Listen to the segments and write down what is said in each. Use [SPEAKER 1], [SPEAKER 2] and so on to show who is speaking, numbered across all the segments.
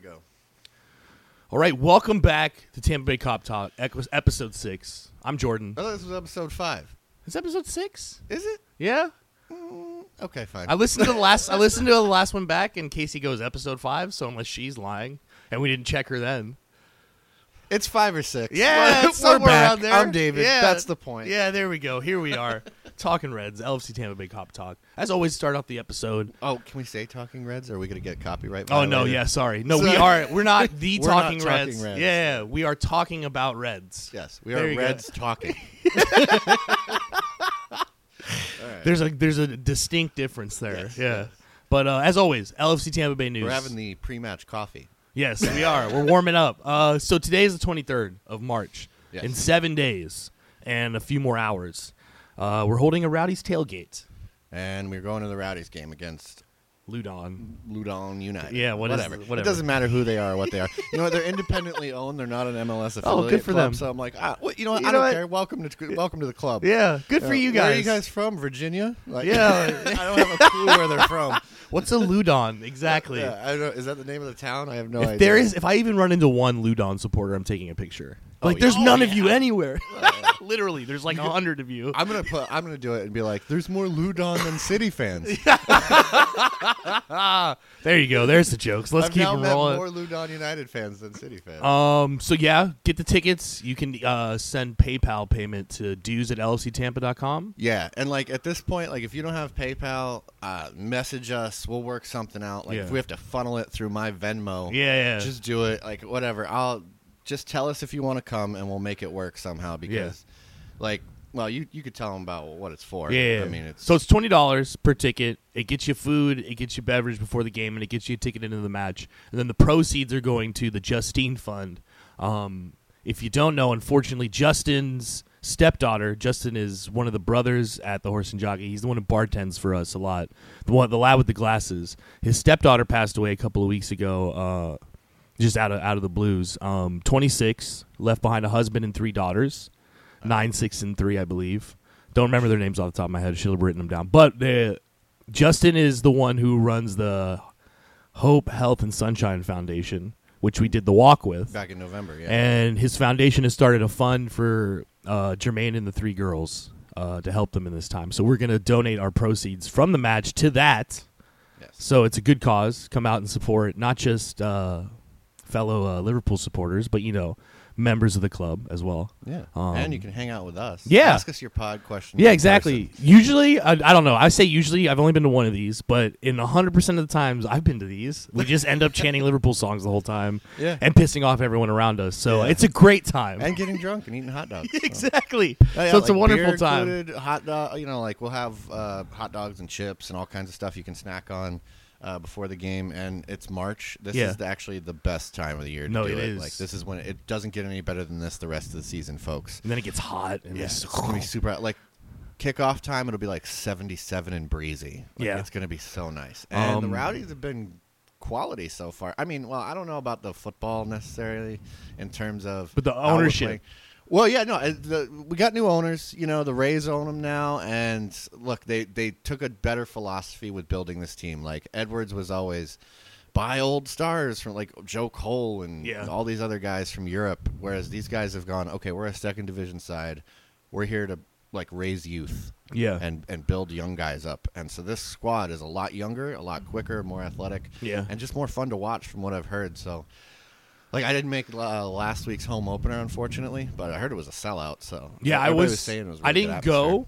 [SPEAKER 1] go.
[SPEAKER 2] All right, welcome back to Tampa Bay Cop Talk, ec- episode six. I'm Jordan.
[SPEAKER 1] I thought this was episode five.
[SPEAKER 2] It's episode six.
[SPEAKER 1] Is it?
[SPEAKER 2] Yeah,
[SPEAKER 1] Mm, okay, fine.
[SPEAKER 2] I listened to the last. I listened to the last one back, and Casey goes episode five. So unless she's lying, and we didn't check her then.
[SPEAKER 1] it's five or six.
[SPEAKER 2] Yeah,
[SPEAKER 1] Well,
[SPEAKER 2] it's
[SPEAKER 1] somewhere
[SPEAKER 2] somewhere
[SPEAKER 1] around
[SPEAKER 2] out there.
[SPEAKER 1] I'm David.
[SPEAKER 2] Yeah.
[SPEAKER 1] That's the point.
[SPEAKER 2] Yeah, there we go. Here we are, talking Reds, LFC Tampa Bay Cop Talk. As always, start off the episode.
[SPEAKER 1] Oh, can we say Talking Reds? Or are we gonna get copyright?
[SPEAKER 2] Oh no,
[SPEAKER 1] violated?
[SPEAKER 2] yeah, sorry. No, we
[SPEAKER 1] So-
[SPEAKER 2] are. We're not the
[SPEAKER 1] We're not
[SPEAKER 2] talking,
[SPEAKER 1] Talking
[SPEAKER 2] Reds.
[SPEAKER 1] Reds.
[SPEAKER 2] Yeah, we are talking about Reds.
[SPEAKER 1] Yes, we
[SPEAKER 2] There
[SPEAKER 1] are
[SPEAKER 2] you go.
[SPEAKER 1] Reds talking.
[SPEAKER 2] There's a there's a distinct difference there.
[SPEAKER 1] Yes,
[SPEAKER 2] yeah. But uh, as always, LFC Tampa Bay News.
[SPEAKER 1] We're having the pre-match coffee.
[SPEAKER 2] Yes, we are. We're warming up. Uh, so today is the 23rd of March.
[SPEAKER 1] Yes.
[SPEAKER 2] In seven days and a few more hours, uh, we're holding a Rowdy's tailgate.
[SPEAKER 1] And we're going to the Rowdies game against
[SPEAKER 2] Ludon.
[SPEAKER 1] Ludon United.
[SPEAKER 2] Yeah, what is-
[SPEAKER 1] whatever.
[SPEAKER 2] whatever.
[SPEAKER 1] It doesn't matter who they are, or what they are. you know what? They're independently owned. They're not an MLS affiliate.
[SPEAKER 2] Oh, good for
[SPEAKER 1] club,
[SPEAKER 2] them.
[SPEAKER 1] So I'm like, ah, well, you know what?
[SPEAKER 2] You
[SPEAKER 1] I
[SPEAKER 2] know
[SPEAKER 1] don't
[SPEAKER 2] what?
[SPEAKER 1] care. Welcome to welcome to the club.
[SPEAKER 2] Yeah, good
[SPEAKER 1] Uh,
[SPEAKER 2] for you
[SPEAKER 1] Where
[SPEAKER 2] guys.
[SPEAKER 1] are you guys from? Virginia? Like,
[SPEAKER 2] Yeah.
[SPEAKER 1] I don't have a clue where they're from.
[SPEAKER 2] What's a Ludon exactly?
[SPEAKER 1] Yeah, I don't, is that the name of the town? I have no idea.
[SPEAKER 2] If there is, if I even run into one Ludon supporter, I'm taking a picture.
[SPEAKER 1] Oh,
[SPEAKER 2] Like, there's
[SPEAKER 1] yeah.
[SPEAKER 2] none
[SPEAKER 1] Oh,
[SPEAKER 2] of you anywhere. Literally, there's like a hundred of you.
[SPEAKER 1] I'm gonna put. I'm gonna do it and be like, "There's more Ludon than City fans."
[SPEAKER 2] There you go. There's the jokes. Let's
[SPEAKER 1] I've
[SPEAKER 2] keep
[SPEAKER 1] now
[SPEAKER 2] them
[SPEAKER 1] met
[SPEAKER 2] rolling.
[SPEAKER 1] more Ludon United fans than City fans.
[SPEAKER 2] Um. So yeah, get the tickets. You can uh, send PayPal payment to dues at lfctampa.com.
[SPEAKER 1] Yeah, and like at this point, like if you don't have PayPal, uh, message us. We'll work something out. Like
[SPEAKER 2] Yeah.
[SPEAKER 1] if we have to funnel it through my Venmo,
[SPEAKER 2] Yeah, yeah.
[SPEAKER 1] just do it. Like whatever. I'll just tell us if you want to come, and we'll make it work somehow. Because, like, well, you you could tell them about what it's for.
[SPEAKER 2] Yeah.
[SPEAKER 1] I mean, it's
[SPEAKER 2] so it's twenty dollars per ticket. It gets you food, it gets you beverage before the game, and it gets you a ticket into the match. And then the proceeds are going to the Justine Fund. Um, if you don't know, unfortunately, Justin's stepdaughter. Justin is one of the brothers at the Horse and Jockey. He's the one who bartends for us a lot. The one, the lad with the glasses. His stepdaughter passed away a couple of weeks ago. Uh, just out of out of the blues. Um, 26, left behind a husband and three daughters, nine, six, and three, I believe. Don't remember their names off the top of my head. I Should have written them down. But the, Justin is the one who runs the Hope Health and Sunshine Foundation, which we did the walk with,
[SPEAKER 1] back in November. Yeah.
[SPEAKER 2] and his foundation has started a fund for uh, Jermaine and the three girls uh, to help them in this time. So we're going to donate our proceeds from the match to that.
[SPEAKER 1] yes.
[SPEAKER 2] So it's a good cause. Come out and support not just uh, fellow uh, Liverpool supporters, but you know, members of the club as well.
[SPEAKER 1] Yeah.
[SPEAKER 2] Um,
[SPEAKER 1] and you can hang out with us.
[SPEAKER 2] yeah.
[SPEAKER 1] Ask us your pod questions.
[SPEAKER 2] Yeah,
[SPEAKER 1] in
[SPEAKER 2] exactly.
[SPEAKER 1] person.
[SPEAKER 2] Usually, I, I don't know. I say usually. I've only been to one of these, but in hundred percent of the times I've been to these, we just end up chanting Liverpool songs the whole time,
[SPEAKER 1] Yeah.
[SPEAKER 2] and pissing off everyone around us. So
[SPEAKER 1] Yeah.
[SPEAKER 2] it's a great time.
[SPEAKER 1] And getting drunk and eating hot dogs. So-
[SPEAKER 2] exactly.
[SPEAKER 1] Oh, yeah,
[SPEAKER 2] so it's a
[SPEAKER 1] like
[SPEAKER 2] wonderful
[SPEAKER 1] beer
[SPEAKER 2] time.
[SPEAKER 1] included, hot dog, you know, like we'll have uh, hot dogs and chips and all kinds of stuff you can snack on uh, before the game. And it's March. This
[SPEAKER 2] Yeah.
[SPEAKER 1] is the, actually the best time of the year to
[SPEAKER 2] No,
[SPEAKER 1] do
[SPEAKER 2] it
[SPEAKER 1] it.
[SPEAKER 2] is.
[SPEAKER 1] Like this is when it doesn't get any better than this the rest of the season, folks.
[SPEAKER 2] And then it gets hot, and
[SPEAKER 1] Yes,
[SPEAKER 2] it's-
[SPEAKER 1] it's gonna be super. Like kickoff time, it'll be like seventy-seven and breezy. Like,
[SPEAKER 2] Yeah.
[SPEAKER 1] it's gonna be so nice. And the
[SPEAKER 2] Um,
[SPEAKER 1] Rowdies have been quality so far. I mean, well, I don't know about the football necessarily in terms of,
[SPEAKER 2] But the
[SPEAKER 1] how we're
[SPEAKER 2] ownership.
[SPEAKER 1] playing. Well, yeah, no, uh, the, we got new owners. You know, the Rays own them now, and look, they they took a better philosophy with building this team. Like Edwards was always. Buy old stars from like Joe Cole and
[SPEAKER 2] Yeah.
[SPEAKER 1] all these other guys from Europe. Whereas these guys have gone, okay, we're a second division side. We're here to like raise youth,
[SPEAKER 2] Yeah.
[SPEAKER 1] and and build young guys up. And so this squad is a lot younger, a lot quicker, more athletic,
[SPEAKER 2] Yeah.
[SPEAKER 1] and just more fun to watch from what I've heard. So, like, I didn't make uh, last week's home opener, unfortunately, but I heard it was a sellout. So
[SPEAKER 2] Yeah, I
[SPEAKER 1] everybody
[SPEAKER 2] was.
[SPEAKER 1] saying it was. a
[SPEAKER 2] I
[SPEAKER 1] really good
[SPEAKER 2] didn't
[SPEAKER 1] atmosphere.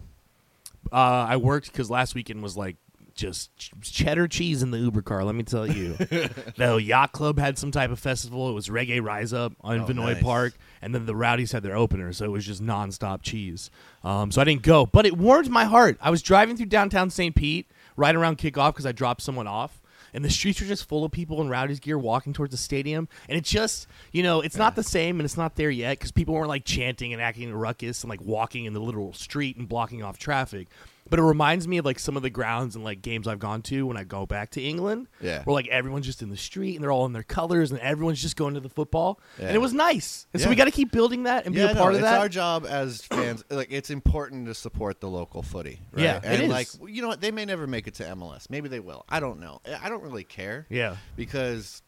[SPEAKER 2] go. Uh, I worked because last weekend was like just ch- cheddar cheese in the Uber car. Let me tell you, the yacht club had some type of festival. It was Reggae Rise Up on
[SPEAKER 1] Oh,
[SPEAKER 2] Vinoy
[SPEAKER 1] nice.
[SPEAKER 2] Park, and then the Rowdies had their opener, so it was just nonstop cheese. Um, so I didn't go, but it warmed my heart. I was driving through downtown St. Pete right around kickoff because I dropped someone off. And the streets were just full of people in Rowdies gear walking towards the stadium. And it just, you know, it's not the same and it's not there yet because people weren't like chanting and acting ruckus and like walking in the literal street and blocking off traffic. But it reminds me of like some of the grounds and like games I've gone to when I go back to England.
[SPEAKER 1] Yeah.
[SPEAKER 2] Where like everyone's just in the street and they're all in their colors and everyone's just going to the football. And
[SPEAKER 1] Yeah.
[SPEAKER 2] it was nice. And so
[SPEAKER 1] Yeah.
[SPEAKER 2] we got to keep building that and
[SPEAKER 1] yeah,
[SPEAKER 2] be a
[SPEAKER 1] no,
[SPEAKER 2] part of
[SPEAKER 1] it's
[SPEAKER 2] that.
[SPEAKER 1] our job as fans. like, it's important to support the local footy. Right?
[SPEAKER 2] Yeah, it
[SPEAKER 1] and
[SPEAKER 2] is.
[SPEAKER 1] like you know what, they may never make it to MLS. Maybe they will. I don't know. I- I don't really care.
[SPEAKER 2] Yeah.
[SPEAKER 1] because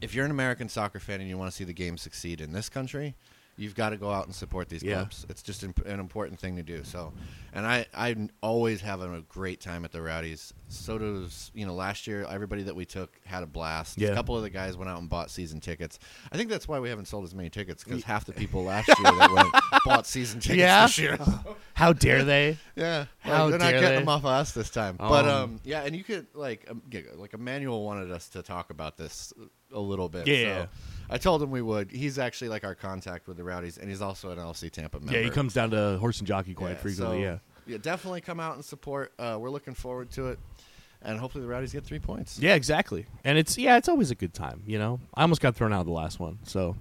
[SPEAKER 1] if you're an American soccer fan and you want to see the game succeed in this country, you've got to go out and support these
[SPEAKER 2] Yeah.
[SPEAKER 1] clubs. It's just imp- an important thing to do. So, and I I always have a great time at the Rowdies. So does you know last year everybody that we took had a blast.
[SPEAKER 2] Yeah.
[SPEAKER 1] A couple of the guys went out and bought season tickets. I think that's why we haven't sold as many tickets because half the people last year that went bought season tickets
[SPEAKER 2] Yeah?
[SPEAKER 1] this year.
[SPEAKER 2] How dare they?
[SPEAKER 1] Yeah,
[SPEAKER 2] How
[SPEAKER 1] like, they're not
[SPEAKER 2] dare
[SPEAKER 1] getting
[SPEAKER 2] they?
[SPEAKER 1] them off of us this time. but
[SPEAKER 2] Um,
[SPEAKER 1] um, yeah, and you could like um, yeah, like Emmanuel wanted us to talk about this a little bit.
[SPEAKER 2] Yeah.
[SPEAKER 1] so I told him we would. He's actually like our contact with the Rowdies, and he's also an LC Tampa member.
[SPEAKER 2] Yeah, he comes down to horse and jockey quite frequently.
[SPEAKER 1] so,
[SPEAKER 2] yeah.
[SPEAKER 1] yeah, definitely come out and support. Uh, we're looking forward to it, and hopefully the Rowdies get three points.
[SPEAKER 2] Yeah, exactly. And it's yeah, it's always a good time, you know. I almost got thrown out of the last one, so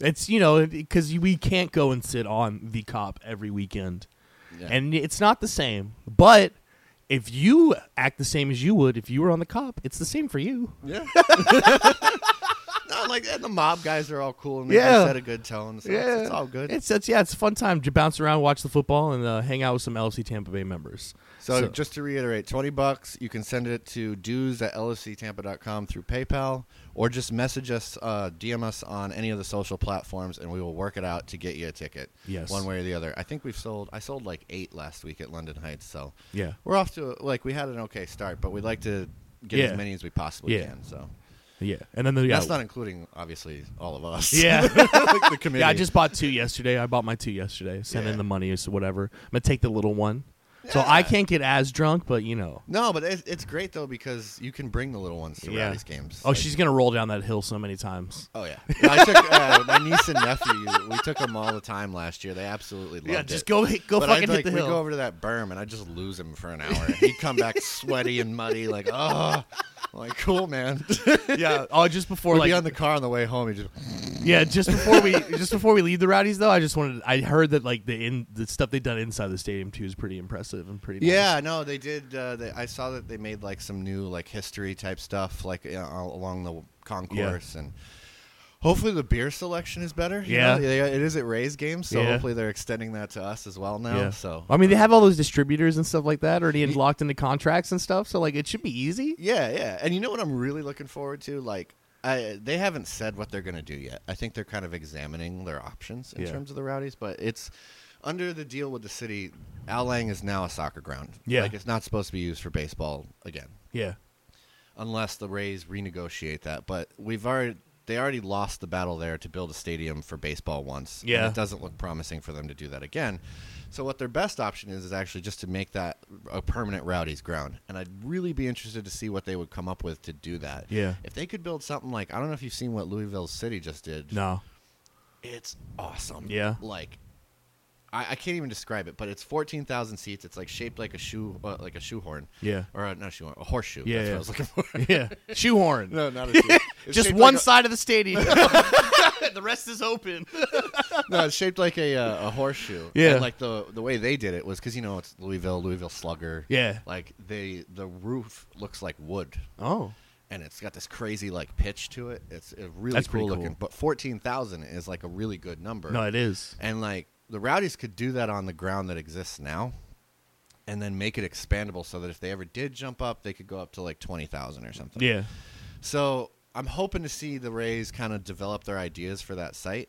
[SPEAKER 2] it's you know because we can't go and sit on the cop every weekend,
[SPEAKER 1] Yeah.
[SPEAKER 2] and it's not the same. But if you act the same as you would if you were on the cop, it's the same for you.
[SPEAKER 1] Yeah. no, like and the mob guys are all cool and they
[SPEAKER 2] Yeah.
[SPEAKER 1] yeah. set a good tone. So it's, it's all good.
[SPEAKER 2] It's, it's yeah, it's a fun time to bounce around, watch the football, and uh, hang out with some LFC Tampa Bay members.
[SPEAKER 1] So, just to reiterate, 20 bucks. You can send it to dues at lfctampa.com through PayPal or just message us, uh, DM us on any of the social platforms, and we will work it out to get you a ticket.
[SPEAKER 2] Yes.
[SPEAKER 1] One way or the other. I think we've sold, I sold like eight last week at London Heights. So
[SPEAKER 2] yeah,
[SPEAKER 1] we're off to, like, we had an okay start, but we'd like to get
[SPEAKER 2] Yeah.
[SPEAKER 1] as many as we possibly
[SPEAKER 2] Yeah.
[SPEAKER 1] can. So
[SPEAKER 2] yeah, and then the yeah,
[SPEAKER 1] that's not including, obviously, all of us.
[SPEAKER 2] yeah.
[SPEAKER 1] like the committee.
[SPEAKER 2] Yeah, I just bought two yesterday. I bought my two yesterday. Send in
[SPEAKER 1] Yeah.
[SPEAKER 2] the money or so whatever. I'm gonna take the little one. So I
[SPEAKER 1] Yeah.
[SPEAKER 2] can't get as drunk, but you know.
[SPEAKER 1] No, but it's, it's great, though, because you can bring the little ones to
[SPEAKER 2] Yeah.
[SPEAKER 1] Rowdy's games.
[SPEAKER 2] Oh,
[SPEAKER 1] Like,
[SPEAKER 2] she's gonna roll down that hill so many times.
[SPEAKER 1] Oh yeah, No, I took uh, my niece and nephew. We took them all the time last year. They absolutely loved
[SPEAKER 2] Yeah,
[SPEAKER 1] it.
[SPEAKER 2] just go hit, go
[SPEAKER 1] but
[SPEAKER 2] fucking
[SPEAKER 1] I'd, like,
[SPEAKER 2] hit the
[SPEAKER 1] we'd
[SPEAKER 2] hill.
[SPEAKER 1] go over to that berm and I would just lose him for an hour. And he'd come back sweaty and muddy, like oh, I'm like cool man.
[SPEAKER 2] yeah. Oh, just before
[SPEAKER 1] We'd
[SPEAKER 2] like
[SPEAKER 1] be on the car on the way home. He just
[SPEAKER 2] yeah, just before we just before we leave the rowdies though. I just wanted. I heard that like the in the stuff they done inside the stadium too is pretty impressive and pretty. nice.
[SPEAKER 1] yeah, no, they did. Uh, they, I saw that they made like some new like history type stuff like you know, all along the concourse and. Hopefully the beer selection is better. you
[SPEAKER 2] Yeah.
[SPEAKER 1] know? They- it is at Rays games, so
[SPEAKER 2] Yeah.
[SPEAKER 1] hopefully they're extending that to us as well now.
[SPEAKER 2] Yeah.
[SPEAKER 1] So
[SPEAKER 2] I mean, they have all those distributors and stuff like that already in, locked into contracts and stuff. So like, it should be easy.
[SPEAKER 1] Yeah, yeah. And you know what I'm really looking forward to? Like, I, they haven't said what they're going to do yet. I think they're kind of examining their options in
[SPEAKER 2] Yeah.
[SPEAKER 1] terms of the rowdies, but it's under the deal with the city. Al Lang is now a soccer ground.
[SPEAKER 2] Yeah.
[SPEAKER 1] Like, it's not supposed to be used for baseball again,
[SPEAKER 2] Yeah.
[SPEAKER 1] unless the Rays renegotiate that. But we've already. They already lost the battle there to build a stadium for baseball once. and
[SPEAKER 2] Yeah.
[SPEAKER 1] it doesn't look promising for them to do that again. So, what their best option is, is actually just to make that a permanent rowdies ground. And I'd really be interested to see what they would come up with to do that.
[SPEAKER 2] Yeah.
[SPEAKER 1] If they could build something like, I don't know if you've seen what Louisville City just did.
[SPEAKER 2] No.
[SPEAKER 1] It's awesome.
[SPEAKER 2] Yeah.
[SPEAKER 1] Like, I, I can't even describe it, but it's 14,000 seats. It's like shaped like a shoe, uh, like a shoehorn.
[SPEAKER 2] Yeah.
[SPEAKER 1] Or uh, not a shoehorn, a horseshoe.
[SPEAKER 2] Yeah,
[SPEAKER 1] That's
[SPEAKER 2] yeah.
[SPEAKER 1] what I was looking for.
[SPEAKER 2] Yeah. Shoehorn.
[SPEAKER 1] no, not a shoe. It's
[SPEAKER 2] just
[SPEAKER 1] shaped
[SPEAKER 2] one
[SPEAKER 1] like
[SPEAKER 2] side of the stadium. the rest is open.
[SPEAKER 1] A, no, it's shaped like a, uh, a horseshoe.
[SPEAKER 2] Yeah.
[SPEAKER 1] And like the the way they did it was because you know it's Louisville, Louisville Slugger.
[SPEAKER 2] Yeah.
[SPEAKER 1] Like they the roof looks like wood,
[SPEAKER 2] Oh.
[SPEAKER 1] and it's got this crazy like pitch to it. It's a really
[SPEAKER 2] That's pretty
[SPEAKER 1] cool
[SPEAKER 2] cool.
[SPEAKER 1] looking. But fourteen thousand is like a really good number.
[SPEAKER 2] No, it is.
[SPEAKER 1] and like the Rowdies could do that on the ground that exists now, and then make it expandable so that if they ever did jump up, they could go up to like twenty thousand or something.
[SPEAKER 2] Yeah.
[SPEAKER 1] So I'm hoping to see the Rays kind of develop their ideas for that site.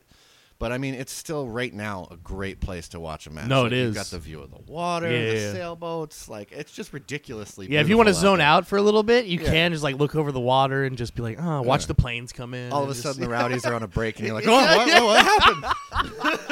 [SPEAKER 1] But I mean, it's still right now a great place to watch a match.
[SPEAKER 2] No,
[SPEAKER 1] Like,
[SPEAKER 2] it
[SPEAKER 1] you've
[SPEAKER 2] is.
[SPEAKER 1] got the view of the water,
[SPEAKER 2] Yeah,
[SPEAKER 1] the
[SPEAKER 2] yeah, yeah.
[SPEAKER 1] sailboats. Like it's just ridiculously.
[SPEAKER 2] Yeah, if you want to
[SPEAKER 1] beautiful
[SPEAKER 2] zone
[SPEAKER 1] there.
[SPEAKER 2] out for a little bit, you
[SPEAKER 1] Yeah.
[SPEAKER 2] can just like look over the water and just be like, oh, watch
[SPEAKER 1] Yeah.
[SPEAKER 2] the planes come in.
[SPEAKER 1] all of
[SPEAKER 2] and
[SPEAKER 1] a
[SPEAKER 2] just-
[SPEAKER 1] sudden the rowdies are on a break, and you're like,
[SPEAKER 2] Yeah,
[SPEAKER 1] "Oh, what,
[SPEAKER 2] yeah.
[SPEAKER 1] what, what happened?"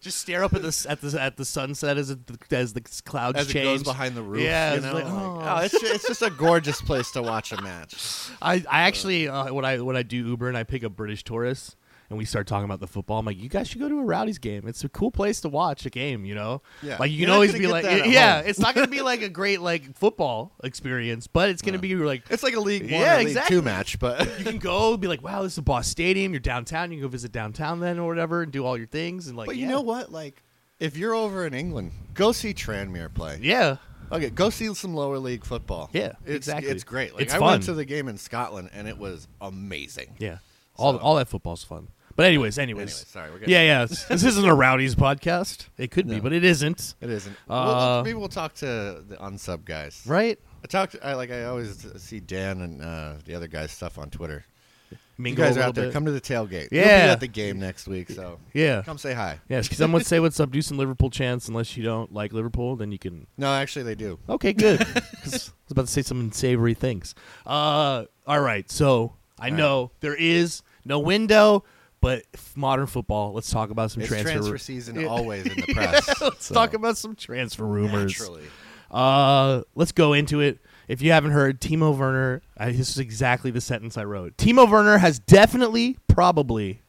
[SPEAKER 2] just stare up at the s- at the at the sunset as it, as the clouds
[SPEAKER 1] As
[SPEAKER 2] change.
[SPEAKER 1] it goes behind the roof,
[SPEAKER 2] Yeah,
[SPEAKER 1] you
[SPEAKER 2] it's
[SPEAKER 1] know,
[SPEAKER 2] like,
[SPEAKER 1] like,
[SPEAKER 2] oh.
[SPEAKER 1] oh, it's, ju- it's just a gorgeous place to watch a match.
[SPEAKER 2] I, I actually uh, when I when I do Uber and I pick up British tourists and we start talking about the football, I'm like, you guys should go to a Rowdies game. It's a cool place to watch a game, you know.
[SPEAKER 1] Yeah.
[SPEAKER 2] Like you
[SPEAKER 1] You're
[SPEAKER 2] can
[SPEAKER 1] not
[SPEAKER 2] always
[SPEAKER 1] gonna
[SPEAKER 2] be
[SPEAKER 1] get
[SPEAKER 2] like,
[SPEAKER 1] that at
[SPEAKER 2] yeah,
[SPEAKER 1] home.
[SPEAKER 2] it's not gonna be like a great like football experience, but it's gonna be like
[SPEAKER 1] It's like a League One,
[SPEAKER 2] Yeah,
[SPEAKER 1] or League
[SPEAKER 2] exactly.
[SPEAKER 1] Two match, but
[SPEAKER 2] you can go be like, wow, this is Boss Stadium. You're downtown. You can go visit downtown then or whatever and do all your things and like.
[SPEAKER 1] but
[SPEAKER 2] yeah.
[SPEAKER 1] you know what? Like, if you're over in England, go see Tranmere play.
[SPEAKER 2] Yeah.
[SPEAKER 1] Okay, go see some lower league football.
[SPEAKER 2] Yeah,
[SPEAKER 1] it's,
[SPEAKER 2] exactly.
[SPEAKER 1] It's great. Like
[SPEAKER 2] It's
[SPEAKER 1] I
[SPEAKER 2] fun.
[SPEAKER 1] went to the game in Scotland and it was amazing.
[SPEAKER 2] Yeah. All
[SPEAKER 1] So-
[SPEAKER 2] all that football's fun. But anyways, anyways.
[SPEAKER 1] Anyway, sorry, we're getting
[SPEAKER 2] yeah, yeah. This this isn't a rowdies podcast. It could be,
[SPEAKER 1] No.
[SPEAKER 2] but it isn't.
[SPEAKER 1] It isn't.
[SPEAKER 2] Uh,
[SPEAKER 1] well, maybe we'll talk to the unsub guys.
[SPEAKER 2] Right?
[SPEAKER 1] I talked. I like. I always see Dan and uh, the other guys' stuff on Twitter. You
[SPEAKER 2] mingle
[SPEAKER 1] guys
[SPEAKER 2] a
[SPEAKER 1] are
[SPEAKER 2] little
[SPEAKER 1] out there.
[SPEAKER 2] bit.
[SPEAKER 1] Come to the tailgate. We'll be
[SPEAKER 2] Yeah.
[SPEAKER 1] at the game next week, so
[SPEAKER 2] yeah.
[SPEAKER 1] come say hi.
[SPEAKER 2] Yes, can someone say what's up? Do some Liverpool chants. Unless you don't like Liverpool, then you can
[SPEAKER 1] No, actually, they do.
[SPEAKER 2] Okay, good. 'Cause I was about to say some unsavory things. Uh, all right. So I know there is no window, but f- modern football. Let's talk about some
[SPEAKER 1] It's
[SPEAKER 2] transfer.
[SPEAKER 1] transfer,
[SPEAKER 2] ru-
[SPEAKER 1] season
[SPEAKER 2] Yeah.
[SPEAKER 1] always in the press.
[SPEAKER 2] let's
[SPEAKER 1] so,
[SPEAKER 2] talk about some transfer rumors.
[SPEAKER 1] naturally.
[SPEAKER 2] Uh, let's go into it. If you haven't heard, Timo Werner. I, this is exactly the sentence I wrote. Timo Werner has definitely, probably,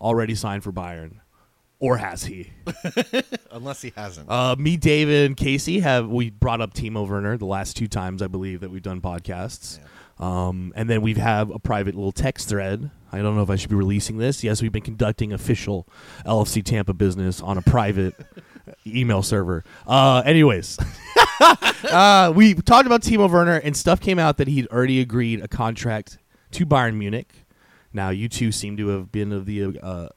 [SPEAKER 2] already signed for Bayern, or has he?
[SPEAKER 1] Unless he hasn't.
[SPEAKER 2] Uh, me, David, and Casey have we brought up Timo Werner the last two times I believe that we've done podcasts, um, and then we have a private little text thread. I don't know if I should be releasing this. Yes, we've been conducting official LFC Tampa business on a private email server. Uh, anyways, uh, we talked about Timo Werner, and stuff came out that he'd already agreed a contract to Bayern Munich. Now, you two seem to have been of the uh,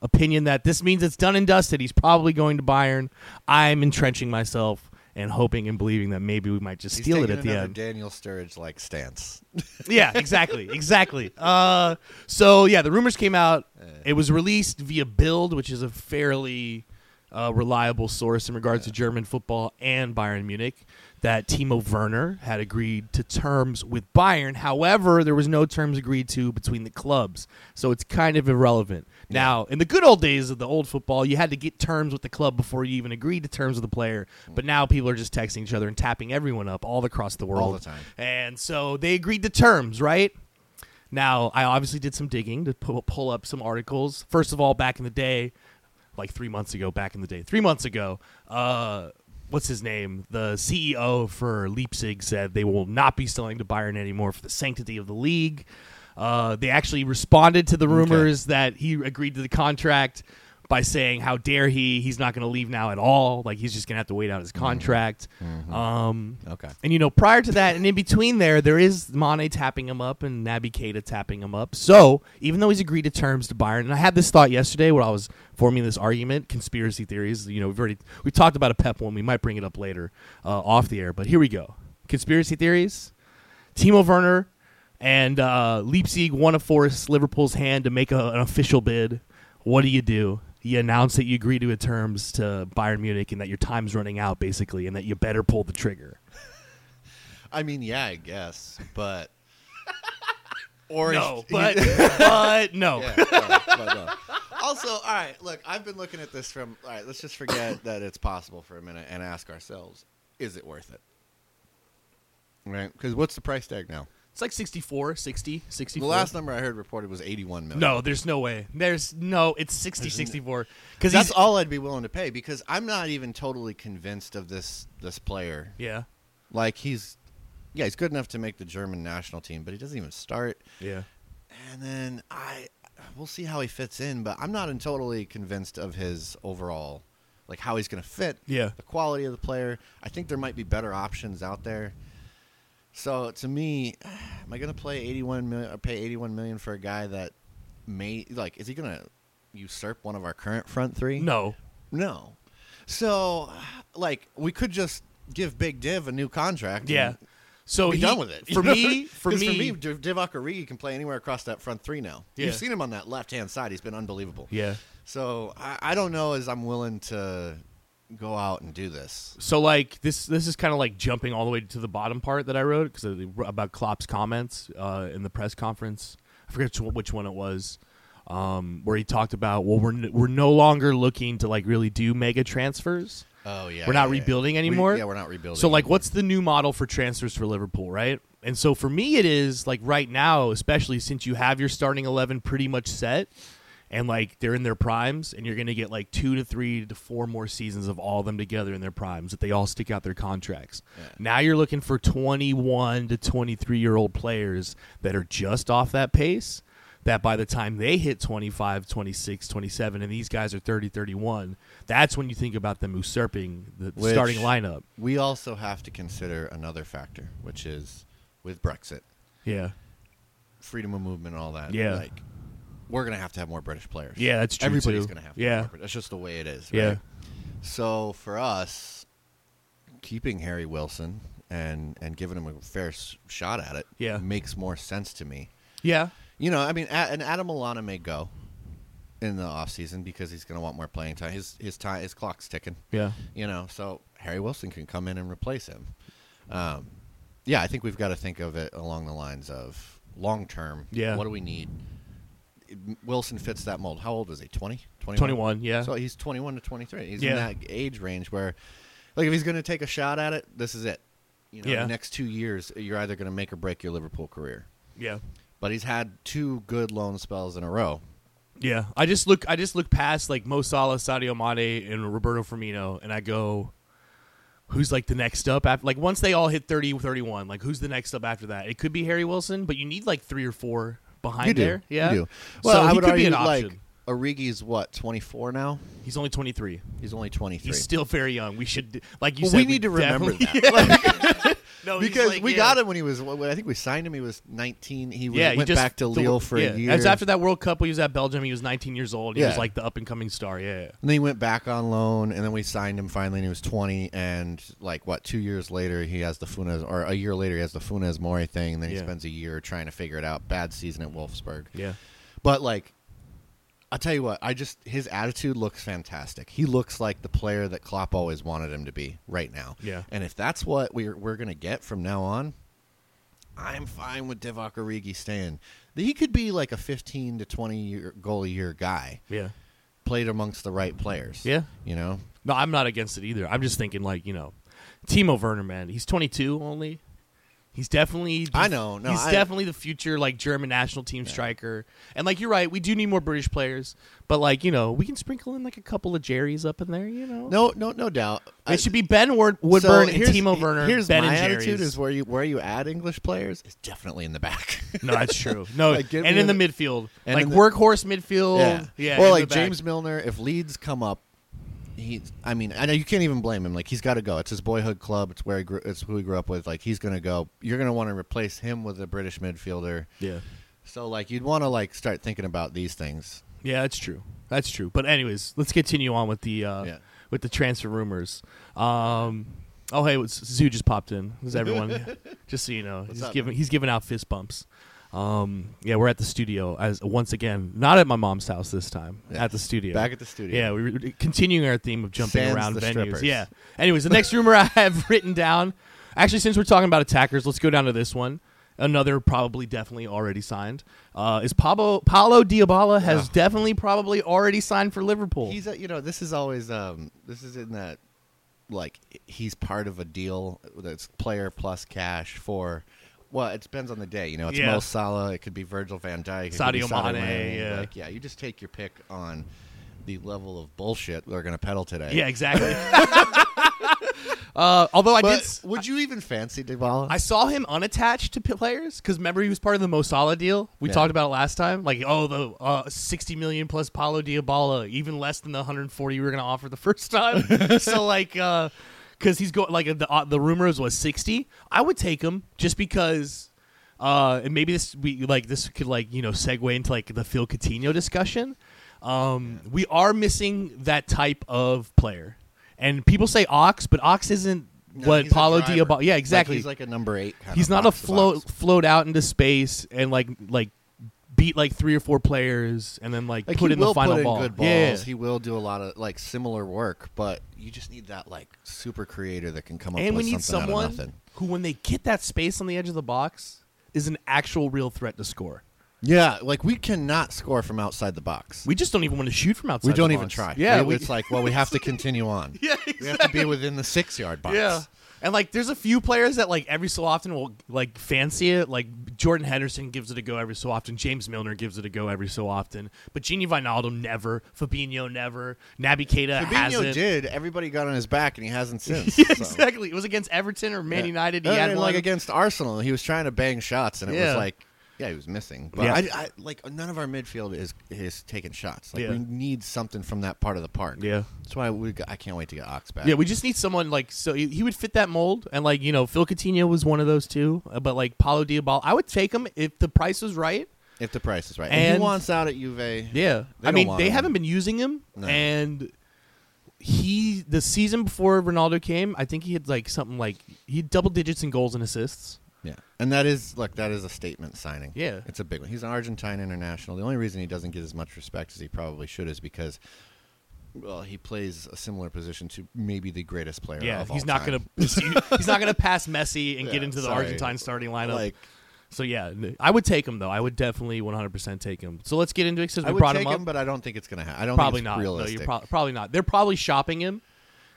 [SPEAKER 2] opinion that this means it's done and dusted. He's probably going to Bayern. I'm entrenching myself and hoping and believing that maybe we might just
[SPEAKER 1] He's
[SPEAKER 2] steal it
[SPEAKER 1] taking
[SPEAKER 2] at the
[SPEAKER 1] another
[SPEAKER 2] end.
[SPEAKER 1] Daniel Sturridge like stance.
[SPEAKER 2] yeah, exactly, exactly. Uh, so yeah, the rumors came out. It was released via Bild, which is a fairly uh, reliable source in regards to German football and Bayern Munich. That Timo Werner had agreed to terms with Bayern. However, there was no terms agreed to between the clubs, so it's kind of irrelevant. Now, in the good old days of the old football, you had to get terms with the club before you even agreed to terms with the player. But now people are just texting each other and tapping everyone up all across the world
[SPEAKER 1] All the time.
[SPEAKER 2] and so they agreed to terms, right? Now, I obviously did some digging to pu- pull up some articles. First of all, back in the day, like three months ago, back in the day, three months ago, uh, what's his name? The CEO for Leipzig said they will not be selling to Bayern anymore for the sanctity of the league. Uh, they actually responded to the rumors that he agreed to the contract by saying, "How dare he? He's not going to leave now at all. Like he's just going to have to wait out his contract." Um,
[SPEAKER 1] Okay.
[SPEAKER 2] and you know, prior to that, and in between there, there is Mane tapping him up and Naby Keita tapping him up. So even though he's agreed to terms to Byron, and I had this thought yesterday where I was forming this argument, conspiracy theories. You know, we've already we talked about a Pep one. We might bring it up later uh, off the air, but here we go. Conspiracy theories. Timo Werner and uh, Leipzig want to force Liverpool's hand to make a, an official bid. What do you do? You announce that you agree to a terms to Bayern Munich and that your time's running out, basically, and that you better pull the trigger.
[SPEAKER 1] I mean, yeah, I guess, but or if-
[SPEAKER 2] No, but but no.
[SPEAKER 1] Yeah, no, but no. Also, all right, look, I've been looking at this from all right, let's just forget that it's possible for a minute and ask ourselves, is it worth it? Right? Cuz what's the price tag now?
[SPEAKER 2] It's like 64, 60,
[SPEAKER 1] The
[SPEAKER 2] 64.
[SPEAKER 1] last number I heard reported was 81 million.
[SPEAKER 2] no, there's no way. There's no. It's 60, 64. Because
[SPEAKER 1] That's
[SPEAKER 2] he's
[SPEAKER 1] all I'd be willing to pay because I'm not even totally convinced of this this player.
[SPEAKER 2] yeah,
[SPEAKER 1] Like he's yeah, he's good enough to make the German national team, but he doesn't even start.
[SPEAKER 2] yeah.
[SPEAKER 1] And then I we'll see how he fits in, but I'm not in totally convinced of his overall like how he's going to fit.
[SPEAKER 2] Yeah.
[SPEAKER 1] The quality of the player. I think there might be better options out there. So to me, am I going to play 81 million or pay 81 million for a guy that may like is he going to usurp one of our current front 3?
[SPEAKER 2] No.
[SPEAKER 1] No. So like we could just give Big Div a new contract.
[SPEAKER 2] Yeah.
[SPEAKER 1] and
[SPEAKER 2] So
[SPEAKER 1] be
[SPEAKER 2] he,
[SPEAKER 1] done with it.
[SPEAKER 2] For me, for
[SPEAKER 1] 'Cause
[SPEAKER 2] me,
[SPEAKER 1] for me, Div- Divock Origi can play anywhere across that front three now.
[SPEAKER 2] Yeah.
[SPEAKER 1] You've seen him on that left hand side; he's been unbelievable.
[SPEAKER 2] Yeah.
[SPEAKER 1] So I, I don't know as I'm willing to go out and do this.
[SPEAKER 2] So like this, this is kind of like jumping all the way to the bottom part that I wrote because about Klopp's comments uh, in the press conference. I forget which one- which one it was, um, where he talked about well, we're n- we're no longer looking to like really do mega transfers.
[SPEAKER 1] Oh yeah,
[SPEAKER 2] We're not rebuilding anymore?
[SPEAKER 1] yeah, we're not rebuilding.
[SPEAKER 2] So like what's the new model for transfers for Liverpool, right? And so for me it is like right now, especially since you have your starting 11 pretty much set and like they're in their primes and you're going to get like 2 to 3 to 4 more seasons of all of them together in their primes that they all stick out their contracts. Now you're looking for 21 to 23 year old players that are just off that pace that by the time they hit 25, 26, 27 and these guys are 30, 31, that's when you think about them usurping the
[SPEAKER 1] Which-
[SPEAKER 2] starting lineup.
[SPEAKER 1] we also have to consider another factor, which is with Brexit,
[SPEAKER 2] Yeah.
[SPEAKER 1] freedom of movement, and all that.
[SPEAKER 2] Yeah.
[SPEAKER 1] like we're gonna have to have more British players.
[SPEAKER 2] Yeah, that's true,
[SPEAKER 1] Everybody's
[SPEAKER 2] too.
[SPEAKER 1] gonna have to.
[SPEAKER 2] Yeah.
[SPEAKER 1] have more Brit- that's just the way it is.
[SPEAKER 2] Yeah.
[SPEAKER 1] right? So for us, keeping Harry Wilson and and giving him a fair s- shot at it
[SPEAKER 2] Yeah.
[SPEAKER 1] makes more sense to me.
[SPEAKER 2] Yeah.
[SPEAKER 1] you know, I mean, a- and Adam Alana may go in the offseason because he's going to want more playing time. His his time his clock's ticking.
[SPEAKER 2] Yeah.
[SPEAKER 1] You know, so Harry Wilson can come in and replace him. Um, yeah, I think we've got to think of it along the lines of long term.
[SPEAKER 2] Yeah.
[SPEAKER 1] What do we need? Wilson fits that mold. How old is he? 20? 21?
[SPEAKER 2] 21, yeah.
[SPEAKER 1] So he's 21 to 23. He's
[SPEAKER 2] Yeah.
[SPEAKER 1] in that age range where, like, if he's going to take a shot at it, this is it. You know,
[SPEAKER 2] Yeah.
[SPEAKER 1] the next two years, you're either going to make or break your Liverpool career.
[SPEAKER 2] Yeah.
[SPEAKER 1] But he's had two good loan spells in a row.
[SPEAKER 2] Yeah, I just look. I just look past like Mo Salah, Sadio Mane, and Roberto Firmino, and I go, who's like the next up after? Like once they all hit 30, 31, like who's the next up after that? It could be Harry Wilson, but you need like three or four behind
[SPEAKER 1] You do.
[SPEAKER 2] there. Yeah,
[SPEAKER 1] You do. Well,
[SPEAKER 2] so
[SPEAKER 1] I
[SPEAKER 2] he
[SPEAKER 1] would
[SPEAKER 2] could
[SPEAKER 1] argue,
[SPEAKER 2] be an
[SPEAKER 1] like,
[SPEAKER 2] option.
[SPEAKER 1] Origi's what, 24 now?
[SPEAKER 2] he's only twenty three.
[SPEAKER 1] He's only 23.
[SPEAKER 2] He's still very young. We should, like you
[SPEAKER 1] Well,
[SPEAKER 2] said,
[SPEAKER 1] we need to remember
[SPEAKER 2] definitely-
[SPEAKER 1] that. Like,
[SPEAKER 2] no, he's
[SPEAKER 1] because
[SPEAKER 2] like,
[SPEAKER 1] we
[SPEAKER 2] yeah.
[SPEAKER 1] got him when he was. When I think we signed him. He was 19. He was,
[SPEAKER 2] Yeah, he
[SPEAKER 1] went
[SPEAKER 2] just
[SPEAKER 1] back to
[SPEAKER 2] the-
[SPEAKER 1] Lille for
[SPEAKER 2] yeah.
[SPEAKER 1] a year.
[SPEAKER 2] It was after that World Cup. He was at Belgium. He was nineteen years old. He was
[SPEAKER 1] Yeah.
[SPEAKER 2] like the up and coming star. Yeah, yeah.
[SPEAKER 1] And then he went back on loan, and then we signed him finally, and he was 20. And like what, two years later, he has the Funes, or a year later, he has the Funes Mori thing. And then he
[SPEAKER 2] Yeah.
[SPEAKER 1] spends a year trying to figure it out. Bad season at Wolfsburg.
[SPEAKER 2] yeah.
[SPEAKER 1] But like, I'll tell you what, I just his attitude looks fantastic. He looks like the player that Klopp always wanted him to be right now.
[SPEAKER 2] Yeah.
[SPEAKER 1] And if that's what we're we're gonna get from now on, I'm fine with Divock Origi staying. He could be like a 15 to 20 year goal a year guy,
[SPEAKER 2] yeah.
[SPEAKER 1] played amongst the right players.
[SPEAKER 2] Yeah.
[SPEAKER 1] You know,
[SPEAKER 2] No, I'm not against it either. I'm just thinking like you know, Timo Werner, man. He's 22 only. He's definitely.
[SPEAKER 1] I know, no,
[SPEAKER 2] he's
[SPEAKER 1] I-
[SPEAKER 2] definitely the future like German national team striker. And like you're right, we do need more British players. But like you know, we can sprinkle in like a couple of Jerry's up in there. You know,
[SPEAKER 1] no, no, no doubt.
[SPEAKER 2] It
[SPEAKER 1] I-
[SPEAKER 2] should be Ben Ward,
[SPEAKER 1] so
[SPEAKER 2] Woodburn, and
[SPEAKER 1] here's-
[SPEAKER 2] Timo Werner.
[SPEAKER 1] Here's
[SPEAKER 2] ben
[SPEAKER 1] my
[SPEAKER 2] and
[SPEAKER 1] attitude:
[SPEAKER 2] Jerry's.
[SPEAKER 1] is where you where you add English players is definitely in the back.
[SPEAKER 2] no, that's true. No,
[SPEAKER 1] Like, give
[SPEAKER 2] and
[SPEAKER 1] me
[SPEAKER 2] in the
[SPEAKER 1] an-
[SPEAKER 2] midfield,
[SPEAKER 1] and
[SPEAKER 2] like
[SPEAKER 1] in the-
[SPEAKER 2] workhorse midfield.
[SPEAKER 1] Yeah.
[SPEAKER 2] Yeah,
[SPEAKER 1] Or
[SPEAKER 2] in the
[SPEAKER 1] like
[SPEAKER 2] back.
[SPEAKER 1] James Milner, if Leeds come up, he. I mean, I know you can't even blame him. Like he's got to go. It's his boyhood club. It's where he grew, it's who he grew up with. Like he's gonna go. You're gonna want to replace him with a British midfielder.
[SPEAKER 2] Yeah.
[SPEAKER 1] So like you'd want to like start thinking about these things.
[SPEAKER 2] Yeah, that's true. That's true. But anyways, let's continue on with the uh,
[SPEAKER 1] Yeah.
[SPEAKER 2] with the transfer rumors. Um, oh hey, it's- Zoo just popped in. Is everyone? just so you know, he's
[SPEAKER 1] up,
[SPEAKER 2] giving he's giving out fist bumps. Um, yeah, we're at the studio as once again, not at my mom's house this time,
[SPEAKER 1] Yeah.
[SPEAKER 2] at the studio.
[SPEAKER 1] Back at the studio.
[SPEAKER 2] Yeah, we were continuing our theme of jumping
[SPEAKER 1] Sans
[SPEAKER 2] around
[SPEAKER 1] the
[SPEAKER 2] venues.
[SPEAKER 1] strippers.
[SPEAKER 2] Yeah. Anyways, the next rumor I have written down. Actually, since we're talking about attackers, let's go down to this one. Another probably definitely already signed. Uh, is Pablo Paulo Diabala has
[SPEAKER 1] Ugh.
[SPEAKER 2] definitely probably already signed for Liverpool.
[SPEAKER 1] He's a, you know this is always um this is in that like he's part of a deal that's player plus cash for. Well, it depends on the day. You know, it's
[SPEAKER 2] Yeah.
[SPEAKER 1] Mo Salah. It could be Virgil Van Dijk. It could be
[SPEAKER 2] Sadio Mane, yeah.
[SPEAKER 1] Like, yeah, you just take your pick on the level of bullshit they're going to pedal today.
[SPEAKER 2] yeah, exactly. uh, although I did,
[SPEAKER 1] But
[SPEAKER 2] s-
[SPEAKER 1] would you even fancy Dybala?
[SPEAKER 2] I saw him unattached to p- players because remember he was part of the Mosala deal we
[SPEAKER 1] Yeah.
[SPEAKER 2] talked about it last time. Like oh the uh, sixty million plus Paulo Diabala, even less than the hundred forty we were going to offer the first time. so like because he's going like the uh, the rumors was sixty, I would take him just because. Uh, and maybe this we like this could like you know segue into like the Phil Coutinho discussion. Um, we are missing that type of player, and people say Ox, but Ox isn't
[SPEAKER 1] No,
[SPEAKER 2] what
[SPEAKER 1] he's a
[SPEAKER 2] Paulo
[SPEAKER 1] driver.
[SPEAKER 2] Diabala. Yeah,
[SPEAKER 1] Like,
[SPEAKER 2] exactly
[SPEAKER 1] he's like a number eight. Kind
[SPEAKER 2] he's
[SPEAKER 1] of
[SPEAKER 2] not a
[SPEAKER 1] box to
[SPEAKER 2] float
[SPEAKER 1] box.
[SPEAKER 2] float out into space and like like beat like three or four players and then like,
[SPEAKER 1] Like
[SPEAKER 2] put
[SPEAKER 1] he
[SPEAKER 2] in
[SPEAKER 1] will
[SPEAKER 2] the final
[SPEAKER 1] put in
[SPEAKER 2] ball.
[SPEAKER 1] good balls.
[SPEAKER 2] yeah,
[SPEAKER 1] He will do a lot of like similar work, but you just need that like super creator that can come up
[SPEAKER 2] and we
[SPEAKER 1] with
[SPEAKER 2] need
[SPEAKER 1] something out of
[SPEAKER 2] someone
[SPEAKER 1] nothing.
[SPEAKER 2] who, when they get that space on the edge of the box, is an actual real threat to score.
[SPEAKER 1] Yeah, like we cannot score from outside the box.
[SPEAKER 2] We just don't even want to shoot from outside.
[SPEAKER 1] We don't
[SPEAKER 2] the
[SPEAKER 1] even
[SPEAKER 2] box.
[SPEAKER 1] try.
[SPEAKER 2] Yeah,
[SPEAKER 1] We-
[SPEAKER 2] we,
[SPEAKER 1] it's like well, we have to continue on.
[SPEAKER 2] yeah,
[SPEAKER 1] We have to be within the six yard box.
[SPEAKER 2] Yeah. And like there's a few players that like every so often will like fancy it. Like Jordan Henderson gives it a go every so often. James Milner gives it a go every so often. But Genie Vinaldo never. Fabinho never. Naby Keita
[SPEAKER 1] Fabinho
[SPEAKER 2] hasn't.
[SPEAKER 1] did. Everybody got on his back, and he hasn't since.
[SPEAKER 2] yeah,
[SPEAKER 1] so.
[SPEAKER 2] exactly. It was against Everton or Man
[SPEAKER 1] Yeah. Uh,
[SPEAKER 2] United. He
[SPEAKER 1] And
[SPEAKER 2] had
[SPEAKER 1] then,
[SPEAKER 2] one.
[SPEAKER 1] like against Arsenal. He was trying to bang shots, and it
[SPEAKER 2] Yeah.
[SPEAKER 1] was like, yeah, he was missing. But
[SPEAKER 2] Yeah.
[SPEAKER 1] I, I- like none of our midfield is is taking shots. Like
[SPEAKER 2] Yeah.
[SPEAKER 1] we need something from that part of the park.
[SPEAKER 2] Yeah.
[SPEAKER 1] that's why we. Got, I can't wait to get Ox back.
[SPEAKER 2] yeah, we just need someone like so he he would fit that mold, and like you know, Phil Coutinho was one of those two. uh, But like Paulo Diabala, I would take him if the price was right.
[SPEAKER 1] if the price is right. And
[SPEAKER 2] And-
[SPEAKER 1] he wants out at Juve.
[SPEAKER 2] Yeah,
[SPEAKER 1] They
[SPEAKER 2] I
[SPEAKER 1] don't
[SPEAKER 2] mean
[SPEAKER 1] want
[SPEAKER 2] they
[SPEAKER 1] him.
[SPEAKER 2] haven't been using him,
[SPEAKER 1] No.
[SPEAKER 2] and he the season before Ronaldo came, I think he had like something like he had double digits in goals and assists.
[SPEAKER 1] Yeah. And that is look, that is a statement signing.
[SPEAKER 2] Yeah.
[SPEAKER 1] It's a big one. He's an Argentine international. The only reason he doesn't get as much respect as he probably should is because well, he plays a similar position to maybe the greatest player
[SPEAKER 2] Yeah,
[SPEAKER 1] of all
[SPEAKER 2] he's not
[SPEAKER 1] time.
[SPEAKER 2] gonna he- he's not gonna pass Messi and
[SPEAKER 1] Yeah,
[SPEAKER 2] get into the
[SPEAKER 1] sorry.
[SPEAKER 2] Argentine starting lineup.
[SPEAKER 1] like
[SPEAKER 2] so yeah, n- I would take him though. I would definitely 100% take him. So let's get into it since
[SPEAKER 1] I
[SPEAKER 2] we
[SPEAKER 1] would
[SPEAKER 2] brought
[SPEAKER 1] take
[SPEAKER 2] him up.
[SPEAKER 1] but I don't think it's gonna happen. I don't
[SPEAKER 2] probably
[SPEAKER 1] think it's
[SPEAKER 2] not. No,
[SPEAKER 1] realistic.
[SPEAKER 2] you're prob- probably not. They're probably shopping him.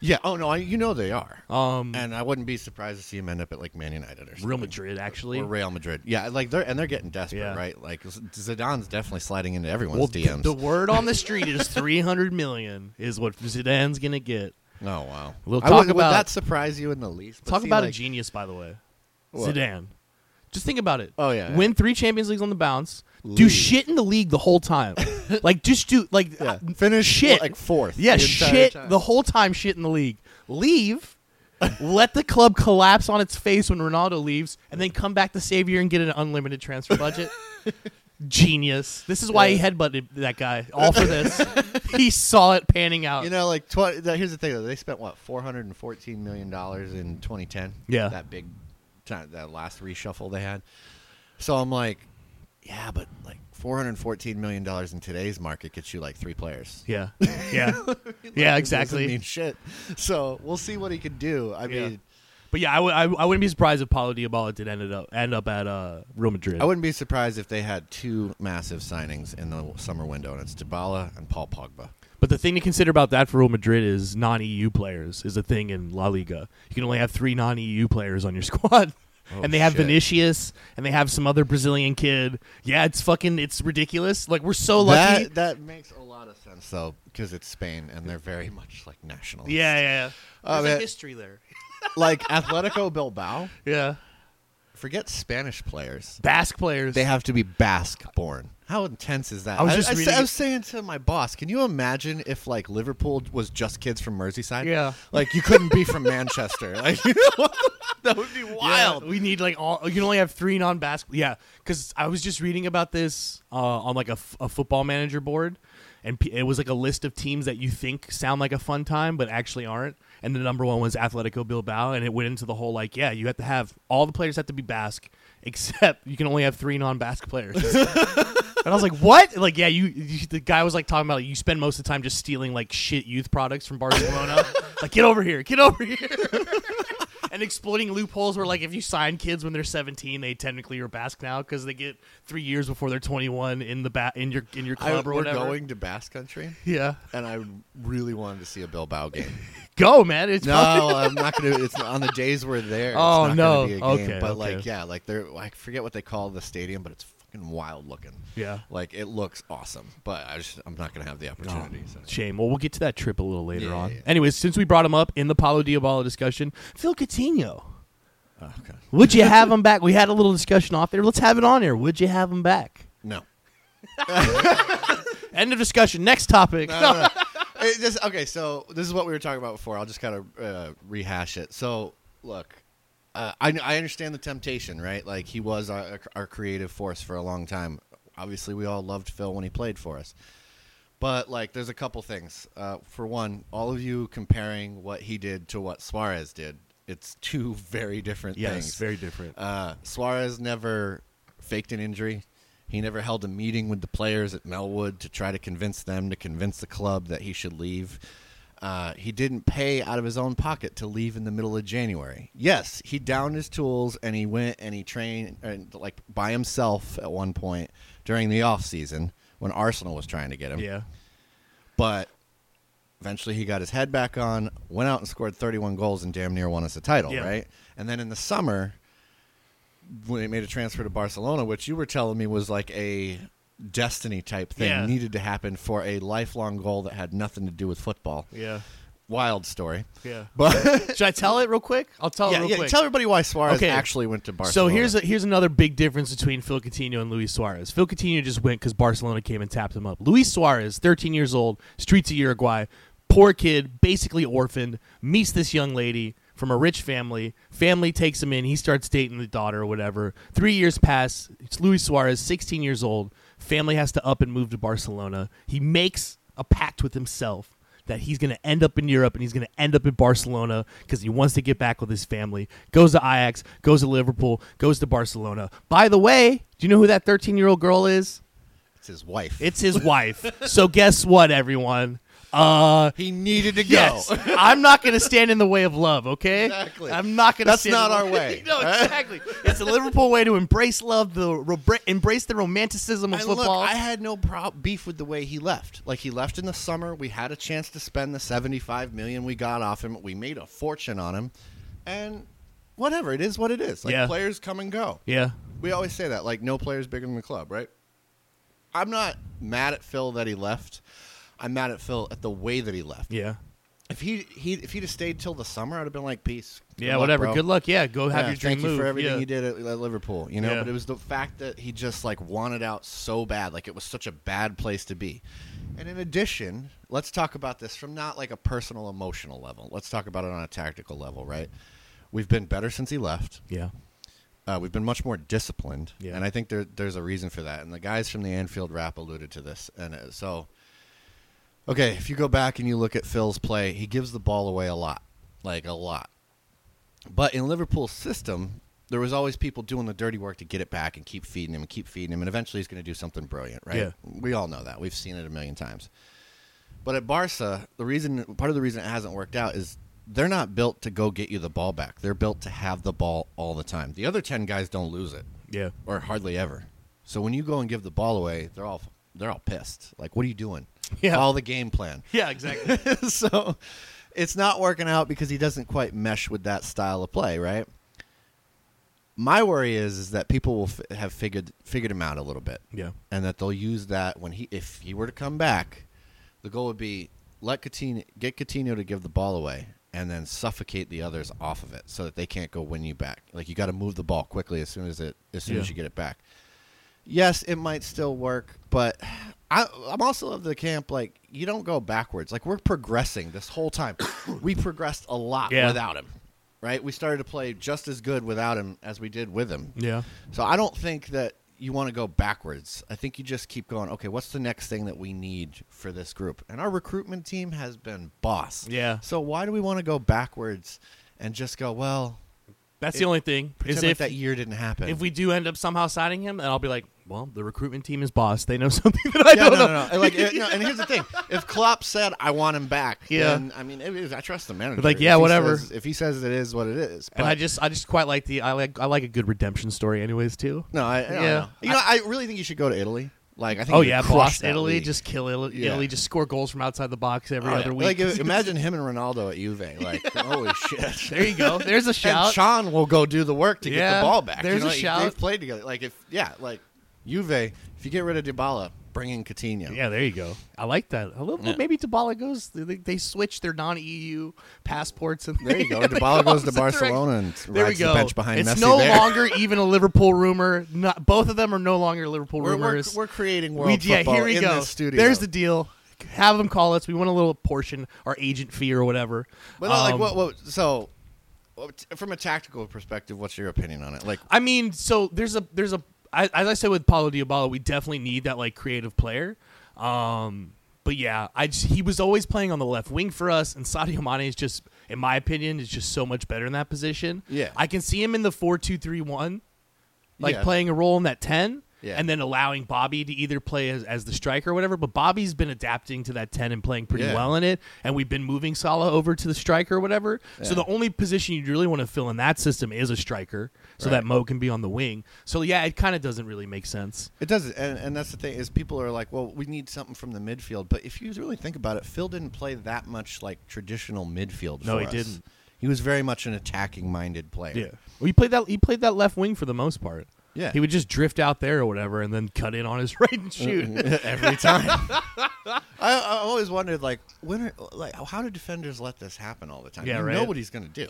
[SPEAKER 1] yeah. Oh no, I, you know they are.
[SPEAKER 2] Um,
[SPEAKER 1] and I wouldn't be surprised to see him end up at like Man United or something.
[SPEAKER 2] Real Madrid actually.
[SPEAKER 1] Or Real Madrid. Yeah, like they're and they're getting desperate,
[SPEAKER 2] Yeah.
[SPEAKER 1] right? Like Zidane's definitely sliding into everyone's
[SPEAKER 2] Well, th-
[SPEAKER 1] DMs.
[SPEAKER 2] the word on the street is 300 million is what Zidane's gonna get.
[SPEAKER 1] Oh wow!
[SPEAKER 2] We'll
[SPEAKER 1] I
[SPEAKER 2] talk
[SPEAKER 1] would,
[SPEAKER 2] about-
[SPEAKER 1] would that surprise you in the least? But
[SPEAKER 2] Talk
[SPEAKER 1] see,
[SPEAKER 2] about a
[SPEAKER 1] like,
[SPEAKER 2] genius, by the way.
[SPEAKER 1] What?
[SPEAKER 2] Zidane. Just think about it.
[SPEAKER 1] Oh, yeah, yeah.
[SPEAKER 2] Win three Champions Leagues on the bounce. Do
[SPEAKER 1] League.
[SPEAKER 2] shit in the league the whole time. like just do like
[SPEAKER 1] Yeah.
[SPEAKER 2] uh,
[SPEAKER 1] Finish
[SPEAKER 2] shit
[SPEAKER 1] like fourth
[SPEAKER 2] Yeah,
[SPEAKER 1] the entire
[SPEAKER 2] shit
[SPEAKER 1] time.
[SPEAKER 2] the whole time. Shit in the league. Leave. let the club collapse on its face when Ronaldo leaves, and then come back to savior and get an unlimited transfer budget. Genius. This is why he headbutted that guy. All for this. he saw it panning out.
[SPEAKER 1] You know, like tw- the, here's the thing though. They spent what 414 million dollars in 2010.
[SPEAKER 2] Yeah.
[SPEAKER 1] that big, ti- that last reshuffle they had. So I'm like, yeah, but like 414 million dollars in today's market gets you like three players.
[SPEAKER 2] yeah. Yeah. yeah.
[SPEAKER 1] It doesn't
[SPEAKER 2] Exactly.
[SPEAKER 1] mean shit. So we'll see what he could do. I
[SPEAKER 2] Yeah.
[SPEAKER 1] mean,
[SPEAKER 2] But yeah, I w- I, w- I wouldn't be surprised if Paulo Dybala did end it up end up at uh, Real Madrid.
[SPEAKER 1] I wouldn't be surprised if they had two massive signings in the summer window, and it's Dybala and Paul Pogba.
[SPEAKER 2] but the thing to consider about that for Real Madrid is non-EU players is a thing in La Liga. You can only have three non-EU players on your squad,
[SPEAKER 1] Oh,
[SPEAKER 2] and they have
[SPEAKER 1] shit.
[SPEAKER 2] Vinicius and they have some other Brazilian kid. Yeah, it's fucking it's ridiculous. Like we're so lucky.
[SPEAKER 1] That that makes a lot of sense though, because it's Spain and they're very much like national.
[SPEAKER 2] yeah, yeah, yeah.
[SPEAKER 1] Oh,
[SPEAKER 2] There's a
[SPEAKER 1] man.
[SPEAKER 2] history there.
[SPEAKER 1] like Atletico Bilbao.
[SPEAKER 2] Yeah,
[SPEAKER 1] Forget Spanish players;
[SPEAKER 2] Basque players.
[SPEAKER 1] they have to be Basque born. How intense is that?
[SPEAKER 2] I was just
[SPEAKER 1] I, sa-
[SPEAKER 2] reading-
[SPEAKER 1] I was saying to my boss, "Can you imagine if like Liverpool was just kids from Merseyside?
[SPEAKER 2] Yeah.
[SPEAKER 1] like you couldn't be from Manchester. Like
[SPEAKER 2] that would be
[SPEAKER 1] wild.
[SPEAKER 2] we need like all. You can only have three non basketball. Yeah, because I was just reading about this uh, on like a, f- a football manager board, and p- it was like a list of teams that you think sound like a fun time but actually aren't. And the number one was Atletico Bilbao, and it went into the whole like, yeah, you have to have all the players have to be Basque, except you can only have three non Basque players. And I was like, "What?" Like, yeah, you, you. The guy was like talking about like, you spend most of the time just stealing like shit youth products from Barcelona. like, get over here, get over here, and exploiting loopholes where like if you sign kids when they're seventeen, they technically are Basque now because they get three years before they're twenty one in the ba- in your in your
[SPEAKER 1] I,
[SPEAKER 2] club or
[SPEAKER 1] we're
[SPEAKER 2] whatever.
[SPEAKER 1] going to Basque country,
[SPEAKER 2] Yeah,
[SPEAKER 1] and I really wanted to see a Bilbao game.
[SPEAKER 2] go man. It's probably-
[SPEAKER 1] No, I'm not gonna. It's on the days we're there.
[SPEAKER 2] Oh,
[SPEAKER 1] it's not
[SPEAKER 2] no.
[SPEAKER 1] Gonna be a game,
[SPEAKER 2] Okay,
[SPEAKER 1] but
[SPEAKER 2] okay.
[SPEAKER 1] like yeah, like they're I forget what they call the stadium, but it's fucking wild looking.
[SPEAKER 2] Yeah.
[SPEAKER 1] like it looks awesome, but I just, I'm not gonna have the opportunity. so.
[SPEAKER 2] Shame. Well, we'll get to that trip a little later
[SPEAKER 1] Oh, Yeah,
[SPEAKER 2] on.
[SPEAKER 1] yeah, yeah.
[SPEAKER 2] Anyways, since we brought him up in the Paulo Diabala discussion, Phil Coutinho.
[SPEAKER 1] Oh, okay.
[SPEAKER 2] Would you have him back? We had a little discussion off there. Let's have it on here. Would you have him back?
[SPEAKER 1] No.
[SPEAKER 2] End of discussion. Next topic.
[SPEAKER 1] No, no, no. It just- okay, so this is what we were talking about before. I'll just kind of uh, rehash it. So, look, uh, I, I understand the temptation, right? Like, he was our, our creative force for a long time. Obviously, we all loved Phil when he played for us. But, like, there's a couple things. Uh, for one, all of you comparing what he did to what Suarez did, it's two very different things.
[SPEAKER 2] very different.
[SPEAKER 1] Uh, Suarez never faked an injury. He never held a meeting with the players at Melwood to try to convince them to convince the club that he should leave. Uh, he didn't pay out of his own pocket to leave in the middle of January. Yes, he downed his tools and he went and he trained and like by himself at one point during the off season when Arsenal was trying to get him.
[SPEAKER 2] Yeah.
[SPEAKER 1] But eventually he got his head back on, went out and scored 31 goals and damn near won us a title,
[SPEAKER 2] Yeah.
[SPEAKER 1] right? And then in the summer, when he made a transfer to Barcelona, which you were telling me was like a destiny type thing,
[SPEAKER 2] Yeah.
[SPEAKER 1] needed to happen for a lifelong goal that had nothing to do with football.
[SPEAKER 2] Yeah.
[SPEAKER 1] Wild story.
[SPEAKER 2] Yeah.
[SPEAKER 1] But
[SPEAKER 2] Should I tell it real quick? I'll tell it
[SPEAKER 1] yeah,
[SPEAKER 2] real
[SPEAKER 1] yeah,
[SPEAKER 2] quick.
[SPEAKER 1] tell everybody why Suarez
[SPEAKER 2] Okay.
[SPEAKER 1] actually went to Barcelona.
[SPEAKER 2] so here's a, here's another big difference between Phil Coutinho and Luis Suarez. Phil Coutinho just went because Barcelona came and tapped him up. Luis Suarez, 13 years old, streets of Uruguay, poor kid, basically orphaned, meets this young lady from a rich family. Family takes him in. He starts dating the daughter or whatever. Three years pass. It's Luis Suarez, 16 years old. Family has to up and move to Barcelona. He makes a pact with himself that he's going to end up in Europe and he's going to end up in Barcelona because he wants to get back with his family. Goes to Ajax, goes to Liverpool, goes to Barcelona. By the way, do you know who that 13 year old girl is?
[SPEAKER 1] It's his wife.
[SPEAKER 2] It's his wife. So guess what, everyone? Uh,
[SPEAKER 1] he needed to go.
[SPEAKER 2] yes, I'm not going to stand in the way of love. Okay,
[SPEAKER 1] Exactly.
[SPEAKER 2] I'm not going to.
[SPEAKER 1] That's
[SPEAKER 2] stand in
[SPEAKER 1] not
[SPEAKER 2] the
[SPEAKER 1] our way.
[SPEAKER 2] no, exactly. it's the Liverpool way to embrace love, the rebra- embrace the romanticism of
[SPEAKER 1] And look,
[SPEAKER 2] football.
[SPEAKER 1] I had no pro- beef with the way he left. Like he left in the summer. We had a chance to spend the seventy-five million we got off him. We made a fortune on him, and whatever it is, what it is. Like
[SPEAKER 2] Yeah.
[SPEAKER 1] players come and go.
[SPEAKER 2] yeah,
[SPEAKER 1] We always say that. Like no player's bigger than the club, right? I'm not mad at Phil that he left. I'm mad at Phil at the way that he left.
[SPEAKER 2] yeah,
[SPEAKER 1] If he, he if he'd have stayed till the summer, I'd have been like peace.
[SPEAKER 2] yeah. whatever.
[SPEAKER 1] bro.
[SPEAKER 2] Good luck. Yeah, go have
[SPEAKER 1] Yeah,
[SPEAKER 2] your dream
[SPEAKER 1] thank
[SPEAKER 2] move.
[SPEAKER 1] you for everything
[SPEAKER 2] yeah.
[SPEAKER 1] you did at, at Liverpool. You know,
[SPEAKER 2] Yeah.
[SPEAKER 1] but it was the fact that he just like wanted out so bad, like it was such a bad place to be. And in addition, let's talk about this from not like a personal emotional level. Let's talk about it on a tactical level, right? We've been better since he left.
[SPEAKER 2] Yeah,
[SPEAKER 1] Uh, we've been much more disciplined,
[SPEAKER 2] Yeah.
[SPEAKER 1] and I think there, there's a reason for that. And the guys from the Anfield Rap alluded to this, and uh, so okay, if you go back and you look at Phil's play, he gives the ball away a lot, like a lot. But in Liverpool's system, there was always people doing the dirty work to get it back and keep feeding him and keep feeding him, and eventually he's going to do something brilliant, right?
[SPEAKER 2] Yeah.
[SPEAKER 1] We all know that. We've seen it a million times. But at Barca, the reason part of the reason it hasn't worked out is they're not built to go get you the ball back. They're built to have the ball all the time. The other ten guys don't lose it
[SPEAKER 2] yeah,
[SPEAKER 1] or hardly ever. So when you go and give the ball away, they're all they're all pissed. Like, what are you doing?
[SPEAKER 2] Yeah.
[SPEAKER 1] Follow the game plan.
[SPEAKER 2] yeah. Exactly.
[SPEAKER 1] so it's not working out because he doesn't quite mesh with that style of play, right? My worry is is that people will f- have figured figured him out a little bit
[SPEAKER 2] yeah,
[SPEAKER 1] and that they'll use that when he if he were to come back, the goal would be let Coutinho get Coutinho to give the ball away and then suffocate the others off of it so that they can't go win you back. Like you got to move the ball quickly as soon as it as soon as
[SPEAKER 2] Yeah.
[SPEAKER 1] you get it back. Yes, it might still work, but I, I'm also of the camp like you don't go backwards. Like we're progressing this whole time. we progressed a lot
[SPEAKER 2] Yeah.
[SPEAKER 1] without him, right? We started to play just as good without him as we did with him.
[SPEAKER 2] yeah,
[SPEAKER 1] So I don't think that you want to go backwards. I think you just keep going, okay, what's the next thing that we need for this group? And our recruitment team has been boss.
[SPEAKER 2] yeah.
[SPEAKER 1] So why do we want to go backwards and just go, well,
[SPEAKER 2] That's
[SPEAKER 1] It-
[SPEAKER 2] the only thing. Is
[SPEAKER 1] pretend like
[SPEAKER 2] if
[SPEAKER 1] that year didn't happen?
[SPEAKER 2] if we do end up somehow signing him, and I'll be like, well, the recruitment team is boss. They know something that I
[SPEAKER 1] yeah,
[SPEAKER 2] don't
[SPEAKER 1] no,
[SPEAKER 2] know.
[SPEAKER 1] no, no. Like, it- no, and here's the thing: if Klopp said I want him back,
[SPEAKER 2] Yeah.
[SPEAKER 1] then, I mean, it is- I trust the manager.
[SPEAKER 2] Like,
[SPEAKER 1] If
[SPEAKER 2] yeah,
[SPEAKER 1] he
[SPEAKER 2] whatever.
[SPEAKER 1] says- if he says it is what it is,
[SPEAKER 2] And
[SPEAKER 1] But-
[SPEAKER 2] I just, I just quite like the, I like, I like a good redemption story, anyways, too.
[SPEAKER 1] no, I, I don't
[SPEAKER 2] Yeah.
[SPEAKER 1] know. you know, I really think you should go to Italy. Like, I think
[SPEAKER 2] Oh
[SPEAKER 1] you
[SPEAKER 2] yeah,
[SPEAKER 1] crush
[SPEAKER 2] plus
[SPEAKER 1] that
[SPEAKER 2] Italy,
[SPEAKER 1] league.
[SPEAKER 2] just kill Italy,
[SPEAKER 1] Yeah.
[SPEAKER 2] Italy, just score goals from outside the box every
[SPEAKER 1] Oh, yeah.
[SPEAKER 2] other week.
[SPEAKER 1] Like, if- imagine him and Ronaldo at Juve. Like, holy shit.
[SPEAKER 2] there you go. There's a
[SPEAKER 1] and
[SPEAKER 2] shout.
[SPEAKER 1] Sean will go do the work to get
[SPEAKER 2] Yeah,
[SPEAKER 1] the ball back.
[SPEAKER 2] there's
[SPEAKER 1] you know,
[SPEAKER 2] a
[SPEAKER 1] like,
[SPEAKER 2] shout.
[SPEAKER 1] They've played together. Like if yeah, like Juve. If you get rid of Dybala, bring in Coutinho.
[SPEAKER 2] yeah, there you go. I like that. A little,
[SPEAKER 1] Yeah.
[SPEAKER 2] Maybe Dybala goes. They, they switch their non-EU passports, and
[SPEAKER 1] There you go.
[SPEAKER 2] they
[SPEAKER 1] Dybala goes to
[SPEAKER 2] opposite direction.
[SPEAKER 1] Barcelona and
[SPEAKER 2] There we
[SPEAKER 1] rides
[SPEAKER 2] go.
[SPEAKER 1] the bench behind
[SPEAKER 2] it's
[SPEAKER 1] Messi
[SPEAKER 2] no
[SPEAKER 1] there.
[SPEAKER 2] longer even a Liverpool rumor. Not, both of them are no longer Liverpool
[SPEAKER 1] we're, we're,
[SPEAKER 2] rumors.
[SPEAKER 1] we're creating world
[SPEAKER 2] We- yeah,
[SPEAKER 1] football
[SPEAKER 2] here we
[SPEAKER 1] in
[SPEAKER 2] go.
[SPEAKER 1] this studio.
[SPEAKER 2] There's the deal. Have them call us. We want a little portion, our agent fee or whatever.
[SPEAKER 1] But not
[SPEAKER 2] Um,
[SPEAKER 1] like what? What? So, what- t- from a tactical perspective, what's your opinion on it? Like,
[SPEAKER 2] I mean, so there's a there's a I, as I said with Paulo Diabala, we definitely need that like creative player. Um, but yeah, I just, he was always playing on the left wing for us, and Sadio Mane is just, in my opinion, is just so much better in that position.
[SPEAKER 1] Yeah.
[SPEAKER 2] I can see him in the four two three one, like
[SPEAKER 1] Yeah.
[SPEAKER 2] playing a role in that ten.
[SPEAKER 1] Yeah.
[SPEAKER 2] And then allowing Bobby to either play as, as the striker or whatever, but Bobby's been adapting to that ten and playing pretty
[SPEAKER 1] Yeah.
[SPEAKER 2] well in it, and we've been moving Salah over to the striker or whatever. So
[SPEAKER 1] Yeah.
[SPEAKER 2] the only position you really want to fill in that system is a striker, so
[SPEAKER 1] Right.
[SPEAKER 2] that Mo can be on the wing. So yeah, it kind of doesn't really make sense.
[SPEAKER 1] It doesn't, and, and that's the thing is people are like, well, we need something from the midfield. But if you really think about it, Phil didn't play that much like traditional midfield.
[SPEAKER 2] No,
[SPEAKER 1] for
[SPEAKER 2] he
[SPEAKER 1] us.
[SPEAKER 2] didn't.
[SPEAKER 1] He was very much an attacking-minded player.
[SPEAKER 2] well, he played that he played that left wing for the most part.
[SPEAKER 1] Yeah.
[SPEAKER 2] he would just drift out there or whatever, and then cut in on his right and shoot.
[SPEAKER 1] Mm-hmm. every time. I, I always wondered, like, when, are, like, how do defenders let this happen all the time?
[SPEAKER 2] Yeah,
[SPEAKER 1] you
[SPEAKER 2] right.
[SPEAKER 1] know what he's gonna do.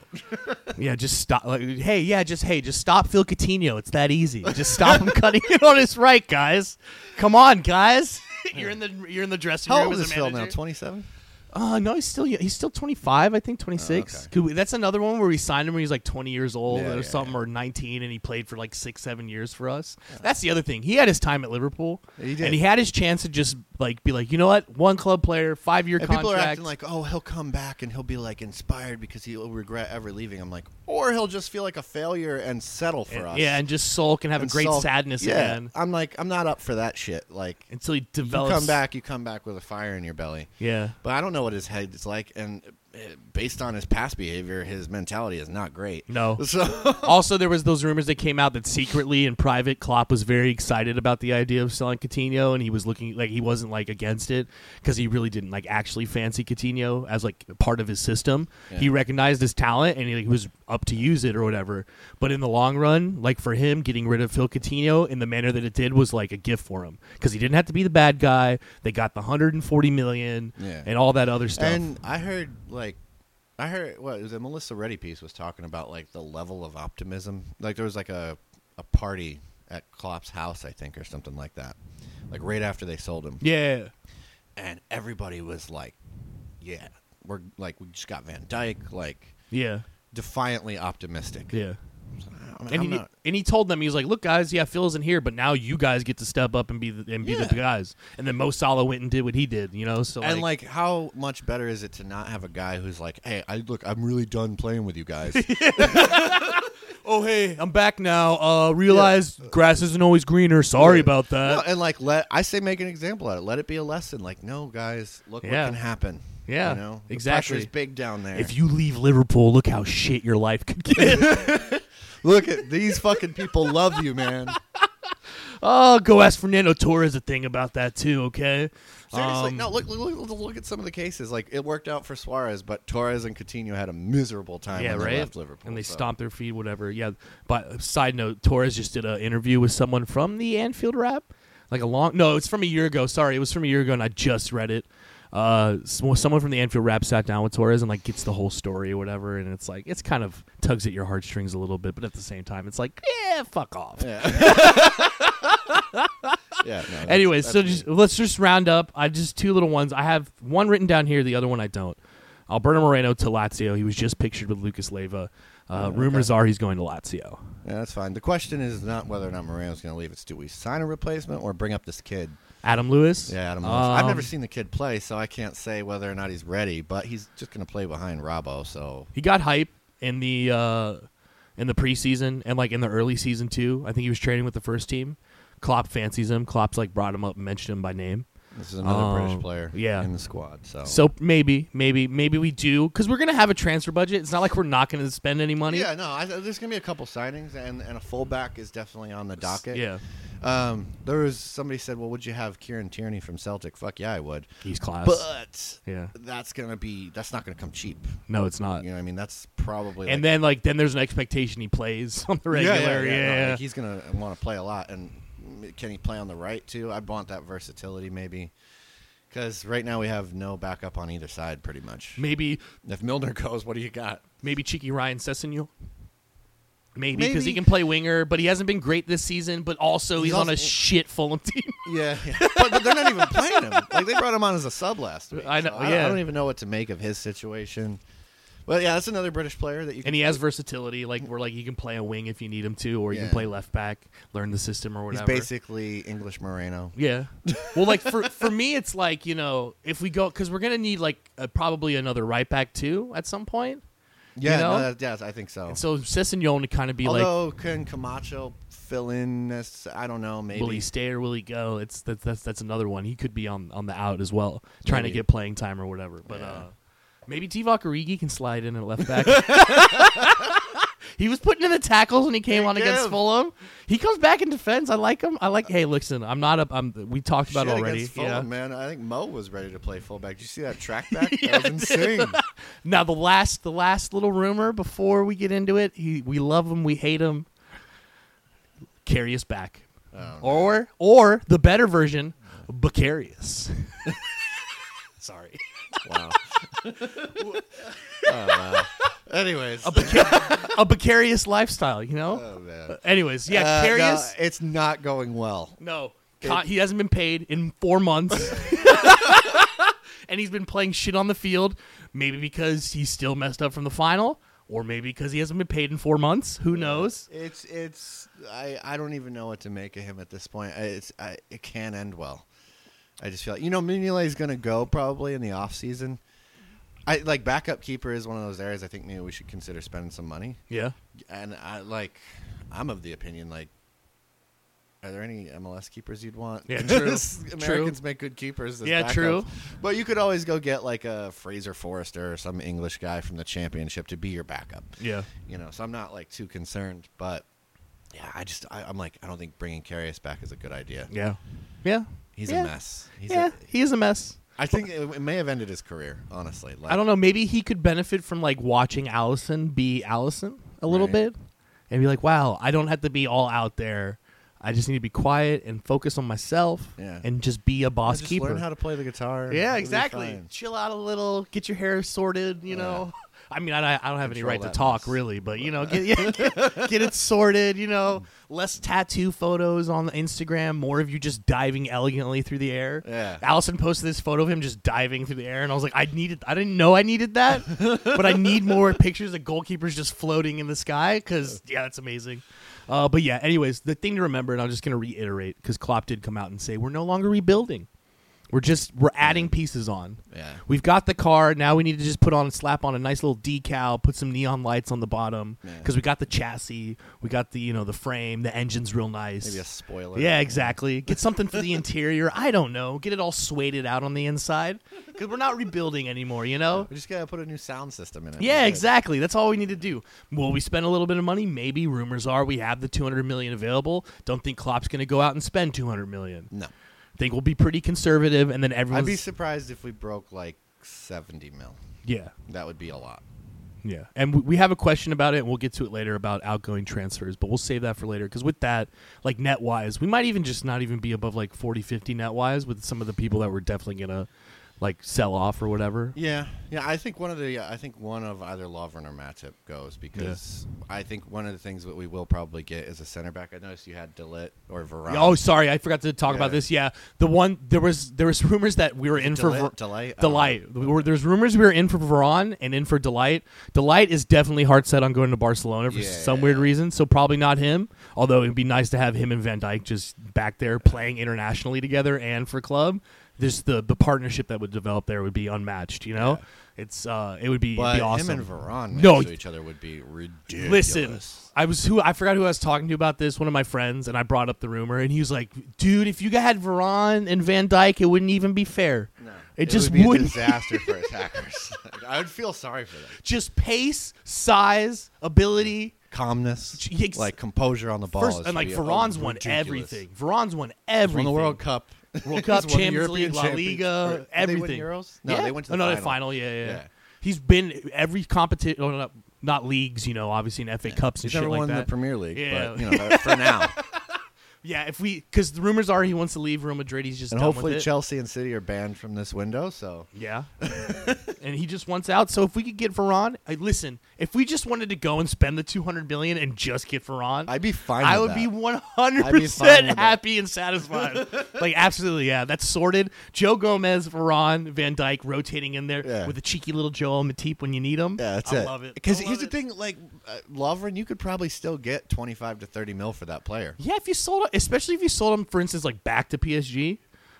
[SPEAKER 2] yeah, just stop. Like, hey, yeah, just hey, just stop Phil Coutinho. It's that easy. Just stop him cutting in on his right, guys. Come on, guys. you're in the you're in the dressing
[SPEAKER 1] How
[SPEAKER 2] room
[SPEAKER 1] old
[SPEAKER 2] as
[SPEAKER 1] is
[SPEAKER 2] a
[SPEAKER 1] Phil now?
[SPEAKER 2] manager.
[SPEAKER 1] Twenty-seven.
[SPEAKER 2] Uh, no, he's still he's still 25, I think 26.
[SPEAKER 1] okay.
[SPEAKER 2] Could we- that's another one where we signed him when he's like 20 years old
[SPEAKER 1] Yeah,
[SPEAKER 2] or
[SPEAKER 1] yeah,
[SPEAKER 2] something, or 19, and he played for like six, seven years for us. That's the other thing. He had his time at Liverpool,
[SPEAKER 1] He did.
[SPEAKER 2] and he had his chance to just like be like, you know what, one club player, five year
[SPEAKER 1] And
[SPEAKER 2] contract.
[SPEAKER 1] people are acting like, oh, he'll come back and he'll be like inspired because he'll regret ever leaving. I'm like, or he'll just feel like a failure and settle for us.
[SPEAKER 2] yeah, and just sulk and have
[SPEAKER 1] And
[SPEAKER 2] a great
[SPEAKER 1] sulk.
[SPEAKER 2] sadness
[SPEAKER 1] yeah.
[SPEAKER 2] again
[SPEAKER 1] I'm like, I'm not up for that shit. Like,
[SPEAKER 2] until he
[SPEAKER 1] you
[SPEAKER 2] develops.
[SPEAKER 1] come back, you come back with a fire in your belly.
[SPEAKER 2] Yeah,
[SPEAKER 1] But I don't know what his head is like, and uh, based on his past behavior, his mentality is not great.
[SPEAKER 2] no.
[SPEAKER 1] So
[SPEAKER 2] also, there was those rumors that came out that secretly in private, Klopp was very excited about the idea of selling Coutinho, and he was looking like he wasn't like against it because he really didn't like actually fancy Coutinho as like part of his system.
[SPEAKER 1] Yeah.
[SPEAKER 2] He recognized his talent and he, like, was up to use it or whatever. But in the long run, like for him, getting rid of Phil Coutinho in the manner that it did was like a gift for him because he didn't have to be the bad guy. They got the 140 million
[SPEAKER 1] Yeah.
[SPEAKER 2] and all that other stuff.
[SPEAKER 1] And I heard like I heard what it was a Melissa Reddy piece was talking about like the level of optimism. Like there was like a a party at Klopp's house, I think, or something like that. Like right after they sold him,
[SPEAKER 2] yeah,
[SPEAKER 1] and everybody was like, "Yeah, we're like we just got Van Dyke." Like
[SPEAKER 2] yeah,
[SPEAKER 1] defiantly optimistic.
[SPEAKER 2] yeah.
[SPEAKER 1] I'm,
[SPEAKER 2] And
[SPEAKER 1] I'm
[SPEAKER 2] he,
[SPEAKER 1] not-
[SPEAKER 2] and he told them, he was like, look, guys, yeah, Phil isn't here, but now you guys get to step up and be the, and be
[SPEAKER 1] Yeah.
[SPEAKER 2] the guys. And then Mo Salah went and did what he did, you know? So,
[SPEAKER 1] and like, how much better is it to not have a guy who's like, "Hey, I look, I'm really done playing with you guys."
[SPEAKER 2] oh, hey, I'm back now. Uh, realize grass isn't always greener. Sorry about that.
[SPEAKER 1] No, and like let I say make an example out of it. Let it be a lesson. Like, no, guys, look
[SPEAKER 2] Yeah.
[SPEAKER 1] what can happen.
[SPEAKER 2] Yeah,
[SPEAKER 1] you know The
[SPEAKER 2] exactly.
[SPEAKER 1] pressure's big down there.
[SPEAKER 2] if you leave Liverpool, look how shit your life could get.
[SPEAKER 1] look at these fucking people, love you, man.
[SPEAKER 2] oh, go ask Fernando Torres a thing about that, too, okay?
[SPEAKER 1] Seriously,
[SPEAKER 2] Um,
[SPEAKER 1] no. Look, look, look, look at some of the cases. Like it worked out for Suarez, but Torres and Coutinho had a miserable time
[SPEAKER 2] Yeah,
[SPEAKER 1] when
[SPEAKER 2] right.
[SPEAKER 1] they left Liverpool.
[SPEAKER 2] and they
[SPEAKER 1] so.
[SPEAKER 2] stomped their feet, whatever. Yeah. But side note, Torres just did an interview with someone from the Anfield Rap, like a long. No, it's from a year ago. Sorry, it was from a year ago, and I just read it. Uh, some- someone from the Anfield Rap sat down with Torres and like gets the whole story or whatever, and it's like it's kind of tugs at your heartstrings a little bit, but at the same time, it's like yeah, fuck off.
[SPEAKER 1] Yeah. yeah. No,
[SPEAKER 2] Anyways,
[SPEAKER 1] that's-
[SPEAKER 2] so
[SPEAKER 1] that's
[SPEAKER 2] just let's just round up. I just two little ones. I have one written down here, the other one I don't. Alberto Moreno to Lazio. He was just pictured with Lucas Leva.
[SPEAKER 1] Oh,
[SPEAKER 2] Uh, Rumors are he's going to Lazio.
[SPEAKER 1] Yeah, that's fine. The question is not whether or not Moreno's going to leave. It's do we sign a replacement or bring up this kid?
[SPEAKER 2] Adam Lewis.
[SPEAKER 1] Yeah, Adam. Lewis. I've
[SPEAKER 2] Um,
[SPEAKER 1] never seen the kid play, so I can't say whether or not he's ready. But he's just going to play behind Robbo, so
[SPEAKER 2] He got hype in the uh, in the preseason and like in the early season too. I think he was training with the first team. Klopp fancies him. Klopp's like brought him up and mentioned him by name.
[SPEAKER 1] this is another
[SPEAKER 2] Um,
[SPEAKER 1] British player,
[SPEAKER 2] yeah.
[SPEAKER 1] in the squad. So,
[SPEAKER 2] So maybe, maybe, maybe we do because we're gonna have a transfer budget. It's not like we're not gonna spend any money.
[SPEAKER 1] yeah, no, I, there's going to be a couple signings, and and a fullback is definitely on the docket.
[SPEAKER 2] Yeah.
[SPEAKER 1] Um, there was somebody said, well, would you have Kieran Tierney from Celtic? Fuck yeah, I would.
[SPEAKER 2] He's class.
[SPEAKER 1] But
[SPEAKER 2] yeah.
[SPEAKER 1] that's going to be that's not going to come cheap.
[SPEAKER 2] No, it's not.
[SPEAKER 1] You know, what I mean, that's probably
[SPEAKER 2] And
[SPEAKER 1] like,
[SPEAKER 2] then like then there's an expectation he plays on the regular.
[SPEAKER 1] Yeah,
[SPEAKER 2] Yeah.
[SPEAKER 1] yeah, yeah, no, like, he's gonna want to play a lot, and can he play on the right too? I'd want that versatility, maybe, because right now we have no backup on either side, pretty much.
[SPEAKER 2] maybe
[SPEAKER 1] If Milner goes, what do you got?
[SPEAKER 2] Maybe cheeky Ryan Sessegnon. Maybe because he
[SPEAKER 1] Maybe.
[SPEAKER 2] can play winger, but he hasn't been great this season. But also,
[SPEAKER 1] He's
[SPEAKER 2] he's, on a
[SPEAKER 1] also-
[SPEAKER 2] shit Fulham team.
[SPEAKER 1] Yeah, but, but they're not even playing him. Like they brought him on as a sub last week.
[SPEAKER 2] I know,
[SPEAKER 1] so
[SPEAKER 2] yeah.
[SPEAKER 1] I don't even know what to make of his situation. But yeah, that's another British player that you.
[SPEAKER 2] and he has versatility, like where like you can play a wing if you need him to, or you
[SPEAKER 1] Yeah.
[SPEAKER 2] can play left back, learn the system or
[SPEAKER 1] he's
[SPEAKER 2] whatever.
[SPEAKER 1] basically English Moreno.
[SPEAKER 2] Yeah. Well, like for for me, it's like you know if we go because we're gonna need like uh, probably another right back too at some point.
[SPEAKER 1] Yeah,
[SPEAKER 2] know?
[SPEAKER 1] no, that, yes, I think so.
[SPEAKER 2] And so Sessegnon to kind of be like,
[SPEAKER 1] Although can Camacho fill in? As, I don't know. Maybe
[SPEAKER 2] will he stay or will he go? It's that's that's, that's another one. He could be on on the out as well, trying to
[SPEAKER 1] Maybe.
[SPEAKER 2] get playing time or whatever. But
[SPEAKER 1] Yeah.
[SPEAKER 2] uh, maybe Divock Origi can slide in at left back. he was putting in the tackles when he came on against
[SPEAKER 1] give.
[SPEAKER 2] Fulham. He comes back in defense. I like him. I like. Hey, listen, I'm not up. I'm. We talked about it
[SPEAKER 1] Shit
[SPEAKER 2] already.
[SPEAKER 1] against Fulham,
[SPEAKER 2] yeah.
[SPEAKER 1] man. I think Mo was ready to play fullback. Did you see that track back? that was insane.
[SPEAKER 2] Now the last the last little rumor before we get into it, he, we love him, we hate him. Carry us back.
[SPEAKER 1] Oh,
[SPEAKER 2] or or the better version, Bacarius. Sorry.
[SPEAKER 1] wow. Oh, wow. Anyways.
[SPEAKER 2] A, Baca- a Bacarius lifestyle, you know?
[SPEAKER 1] Oh, man.
[SPEAKER 2] Anyways, yeah,
[SPEAKER 1] Uh, no,
[SPEAKER 2] Carius.
[SPEAKER 1] it's not going well.
[SPEAKER 2] No. Con- he hasn't been paid in four months. and he's been playing shit on the field, maybe because he's still messed up from the final, or maybe because he hasn't been paid in four months. Who knows?
[SPEAKER 1] It's it's I I don't even know what to make of him at this point. I- It's I, it can't end well. I just feel like you know Mignolet is going to go probably in the off season. I like backup keeper is one of those areas I think maybe we should consider spending some money.
[SPEAKER 2] Yeah.
[SPEAKER 1] And I like, I'm of the opinion like, are there any MLS keepers you'd want?
[SPEAKER 2] Yeah, true.
[SPEAKER 1] Americans make good keepers. as
[SPEAKER 2] Yeah,
[SPEAKER 1] backups.
[SPEAKER 2] true.
[SPEAKER 1] But you could always go get like a Fraser Forrester or some English guy from the championship to be your backup.
[SPEAKER 2] Yeah.
[SPEAKER 1] You know, so I'm not like too concerned. But yeah, I just I, I'm like I don't think bringing Carius back is a good idea.
[SPEAKER 2] Yeah. Yeah.
[SPEAKER 1] He's
[SPEAKER 2] Yeah.
[SPEAKER 1] a mess. He's
[SPEAKER 2] yeah.
[SPEAKER 1] A,
[SPEAKER 2] he is a mess.
[SPEAKER 1] I think it, it may have ended his career. Honestly, like,
[SPEAKER 2] I don't know. Maybe he could benefit from like watching Allison be Allison a little
[SPEAKER 1] Right.
[SPEAKER 2] bit, and be like, "Wow, I don't have to be all out there. I just need to be quiet and focus on myself,
[SPEAKER 1] Yeah.
[SPEAKER 2] and just be a boss
[SPEAKER 1] Just
[SPEAKER 2] keeper."
[SPEAKER 1] learn how to play the guitar. and
[SPEAKER 2] yeah,
[SPEAKER 1] it'll be
[SPEAKER 2] exactly.
[SPEAKER 1] fine.
[SPEAKER 2] Chill out a little. Get your hair sorted. You know. I mean, I, I don't have any
[SPEAKER 1] Control
[SPEAKER 2] right to
[SPEAKER 1] that
[SPEAKER 2] talk,
[SPEAKER 1] mess.
[SPEAKER 2] really, but you know, get, yeah, get, get it sorted. You know,
[SPEAKER 1] Mm.
[SPEAKER 2] less tattoo photos on Instagram, more of you just diving elegantly through the air.
[SPEAKER 1] Yeah.
[SPEAKER 2] Allison posted this photo of him just diving through the air, and I was like, I needed, I didn't know I needed that, but I need more pictures of goalkeepers just floating in the sky because yeah, that's amazing. Uh, but yeah, anyways, the thing to remember, and I'm just gonna reiterate because Klopp did come out and say we're no longer rebuilding, we're just we're adding pieces on.
[SPEAKER 1] Yeah.
[SPEAKER 2] We've got the car. Now we need to just put on slap on a nice little decal, put some neon lights on the bottom
[SPEAKER 1] Yeah.
[SPEAKER 2] because we got the chassis, we got the you know the frame, the engine's real nice.
[SPEAKER 1] Maybe a spoiler.
[SPEAKER 2] Yeah, exactly. Get something for the interior. I don't know. Get it all suaded out on the inside because we're not rebuilding anymore. You know.
[SPEAKER 1] We just gotta put a new sound system in it.
[SPEAKER 2] Yeah,
[SPEAKER 1] We're good.
[SPEAKER 2] exactly. That's all we need to do. Will we spend a little bit of money? Maybe. Rumors are we have the 200 million available. Don't think Klopp's going to go out and spend 200 million.
[SPEAKER 1] No,
[SPEAKER 2] Think we'll be pretty conservative, and then
[SPEAKER 1] I'd
[SPEAKER 2] everyone's
[SPEAKER 1] be surprised if we broke like seventy mil.
[SPEAKER 2] yeah.
[SPEAKER 1] That would be a lot.
[SPEAKER 2] Yeah, and we- we have a question about it, and we'll get to it later about outgoing transfers, but we'll save that for later because with that, like net wise, we might even just not even be above like 40, 50 net wise with some of the people that we're definitely gonna like sell off or whatever.
[SPEAKER 1] Yeah, yeah. I think one of the I think one of either Lovren or Matip goes because I think one of the things that we will probably get is a center back. I noticed you had Delit or Varane.
[SPEAKER 2] Oh, sorry, I forgot to talk about
[SPEAKER 1] Yeah.
[SPEAKER 2] this. Yeah, the one there was there was rumors that we were in for
[SPEAKER 1] Delight-
[SPEAKER 2] Ver-
[SPEAKER 1] Delight? I don't
[SPEAKER 2] Delight. We were- there's rumors we were in for Veron and in for Delight. Delight is definitely hard set on going to Barcelona for
[SPEAKER 1] Yeah.
[SPEAKER 2] some weird reason, so probably not him. Although it'd be nice to have him and Van Dyke just back there playing internationally together and for club. This the the partnership that would develop there would be unmatched. You know, it's uh it would be, it'd
[SPEAKER 1] but
[SPEAKER 2] be awesome.
[SPEAKER 1] him and Varane next
[SPEAKER 2] No.
[SPEAKER 1] to each other would be ridiculous.
[SPEAKER 2] Listen, I was who I forgot who I was talking to about this. One of my friends, and I brought up the rumor, and he was like, "Dude, if you had Veron and Van Dyke, it wouldn't even be fair.
[SPEAKER 1] No.
[SPEAKER 2] It, just
[SPEAKER 1] would be a
[SPEAKER 2] wouldn't.
[SPEAKER 1] disaster for attackers. I would feel sorry for them.
[SPEAKER 2] just pace, size, ability.
[SPEAKER 1] Calmness,
[SPEAKER 2] J- ex-
[SPEAKER 1] like composure on the ball,
[SPEAKER 2] First,
[SPEAKER 1] is
[SPEAKER 2] and like
[SPEAKER 1] to be a-
[SPEAKER 2] Veron's won
[SPEAKER 1] ridiculous.
[SPEAKER 2] everything. Veron's won
[SPEAKER 1] He's
[SPEAKER 2] everything.
[SPEAKER 1] Won the World Cup,
[SPEAKER 2] World Cup,
[SPEAKER 1] He's won the
[SPEAKER 2] Champions
[SPEAKER 1] European
[SPEAKER 2] League, La
[SPEAKER 1] Champions- or-
[SPEAKER 2] Liga,
[SPEAKER 1] did
[SPEAKER 2] everything.
[SPEAKER 1] They win Euros? No,
[SPEAKER 2] Yeah.
[SPEAKER 1] they went to
[SPEAKER 2] oh,
[SPEAKER 1] the
[SPEAKER 2] no,
[SPEAKER 1] final.
[SPEAKER 2] the final. Yeah, yeah, yeah.
[SPEAKER 1] Yeah.
[SPEAKER 2] He's been every competition, oh, no, no, not leagues, you know, obviously in FA Cups and
[SPEAKER 1] He's
[SPEAKER 2] shit
[SPEAKER 1] never
[SPEAKER 2] like
[SPEAKER 1] won the
[SPEAKER 2] that.
[SPEAKER 1] Premier League,
[SPEAKER 2] Yeah.
[SPEAKER 1] but you know, for now.
[SPEAKER 2] yeah, if we because the rumors are he wants to leave Real Madrid, he's just
[SPEAKER 1] And
[SPEAKER 2] done with
[SPEAKER 1] hopefully
[SPEAKER 2] it.
[SPEAKER 1] Chelsea and City are banned from this window. So
[SPEAKER 2] Yeah. and he just wants out. So if we could get Veron, I, listen, if we just wanted to go and spend the 200 billion and just get Veron,
[SPEAKER 1] I'd be fine.
[SPEAKER 2] I
[SPEAKER 1] with
[SPEAKER 2] would be
[SPEAKER 1] that.
[SPEAKER 2] 100%
[SPEAKER 1] fine with it.
[SPEAKER 2] happy and satisfied. like absolutely, yeah. That's sorted. Joe Gomez, Veron, Van Dyke rotating in there
[SPEAKER 1] Yeah.
[SPEAKER 2] with a cheeky little Joel Matip when you need him.
[SPEAKER 1] Yeah, that's
[SPEAKER 2] I
[SPEAKER 1] it.
[SPEAKER 2] love it.
[SPEAKER 1] Because
[SPEAKER 2] I love
[SPEAKER 1] here's the
[SPEAKER 2] it.
[SPEAKER 1] thing: like uh, Lovren, you could probably still get twenty-five to thirty mil for that player.
[SPEAKER 2] Yeah, if you sold, especially if you sold him, for instance, like back to PSG,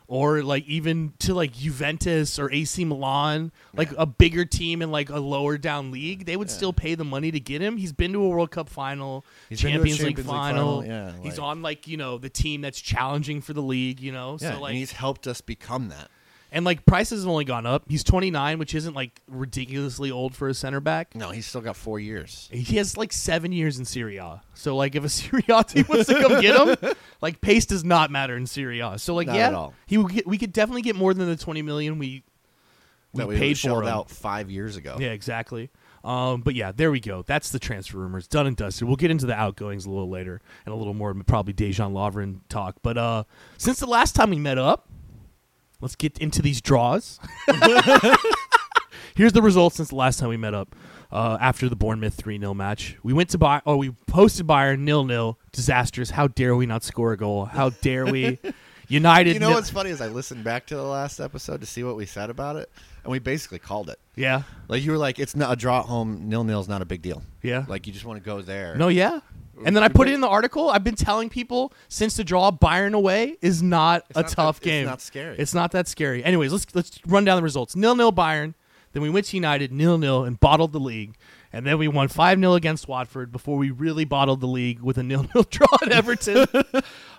[SPEAKER 2] or like even to like Juventus or AC Milan, like a bigger team in like a lower down league, they would still pay the money to get him. He's been to a World Cup final,
[SPEAKER 1] He's been to a
[SPEAKER 2] Champions, League,
[SPEAKER 1] Champions League
[SPEAKER 2] final.
[SPEAKER 1] final, yeah,
[SPEAKER 2] he's
[SPEAKER 1] like-
[SPEAKER 2] on like you know the team that's challenging for the league. You know,
[SPEAKER 1] Yeah,
[SPEAKER 2] so like
[SPEAKER 1] and he's helped us become that.
[SPEAKER 2] and like prices have only gone up. He's twenty nine, which isn't like ridiculously old for a center back.
[SPEAKER 1] No, he's still got four years.
[SPEAKER 2] He has like seven years in Syria. So like if a Syria team wants to come get him, like pace does not matter in Syria. So like
[SPEAKER 1] Not
[SPEAKER 2] yeah,
[SPEAKER 1] at all.
[SPEAKER 2] he would get, we could definitely get more than the twenty million we we
[SPEAKER 1] that we
[SPEAKER 2] paid for
[SPEAKER 1] shelled
[SPEAKER 2] him.
[SPEAKER 1] out five years ago.
[SPEAKER 2] Yeah, exactly. Um, but yeah, there we go. That's the transfer rumors done and dusted. We'll get into the outgoings a little later and a little more probably Dejan Lovren talk. But uh, since the last time we met up, let's get into these draws. Here's the results since the last time we met up uh, after the Bournemouth 3 0 match. We went to buy, or we posted Bayern nil nil. Disastrous. How dare we not score a goal? How dare we? United.
[SPEAKER 1] You know
[SPEAKER 2] nil-
[SPEAKER 1] what's funny is I listened back to the last episode to see what we said about it, and we basically called it.
[SPEAKER 2] Yeah.
[SPEAKER 1] Like you were like, it's not a draw at home. Nil nil's not a big deal.
[SPEAKER 2] Yeah.
[SPEAKER 1] Like you just want to go there.
[SPEAKER 2] No, yeah. And then I put it in the article. I've been telling people since to draw Byron away is not a
[SPEAKER 1] not
[SPEAKER 2] tough
[SPEAKER 1] that- it's
[SPEAKER 2] game.
[SPEAKER 1] not scary.
[SPEAKER 2] It's not that scary. Anyways, let's let's run down the results. Nil nil Byron. Then we went to United nil nil and bottled the league. And then we won five 0 against Watford before we really bottled the league with a nil nil draw at Everton.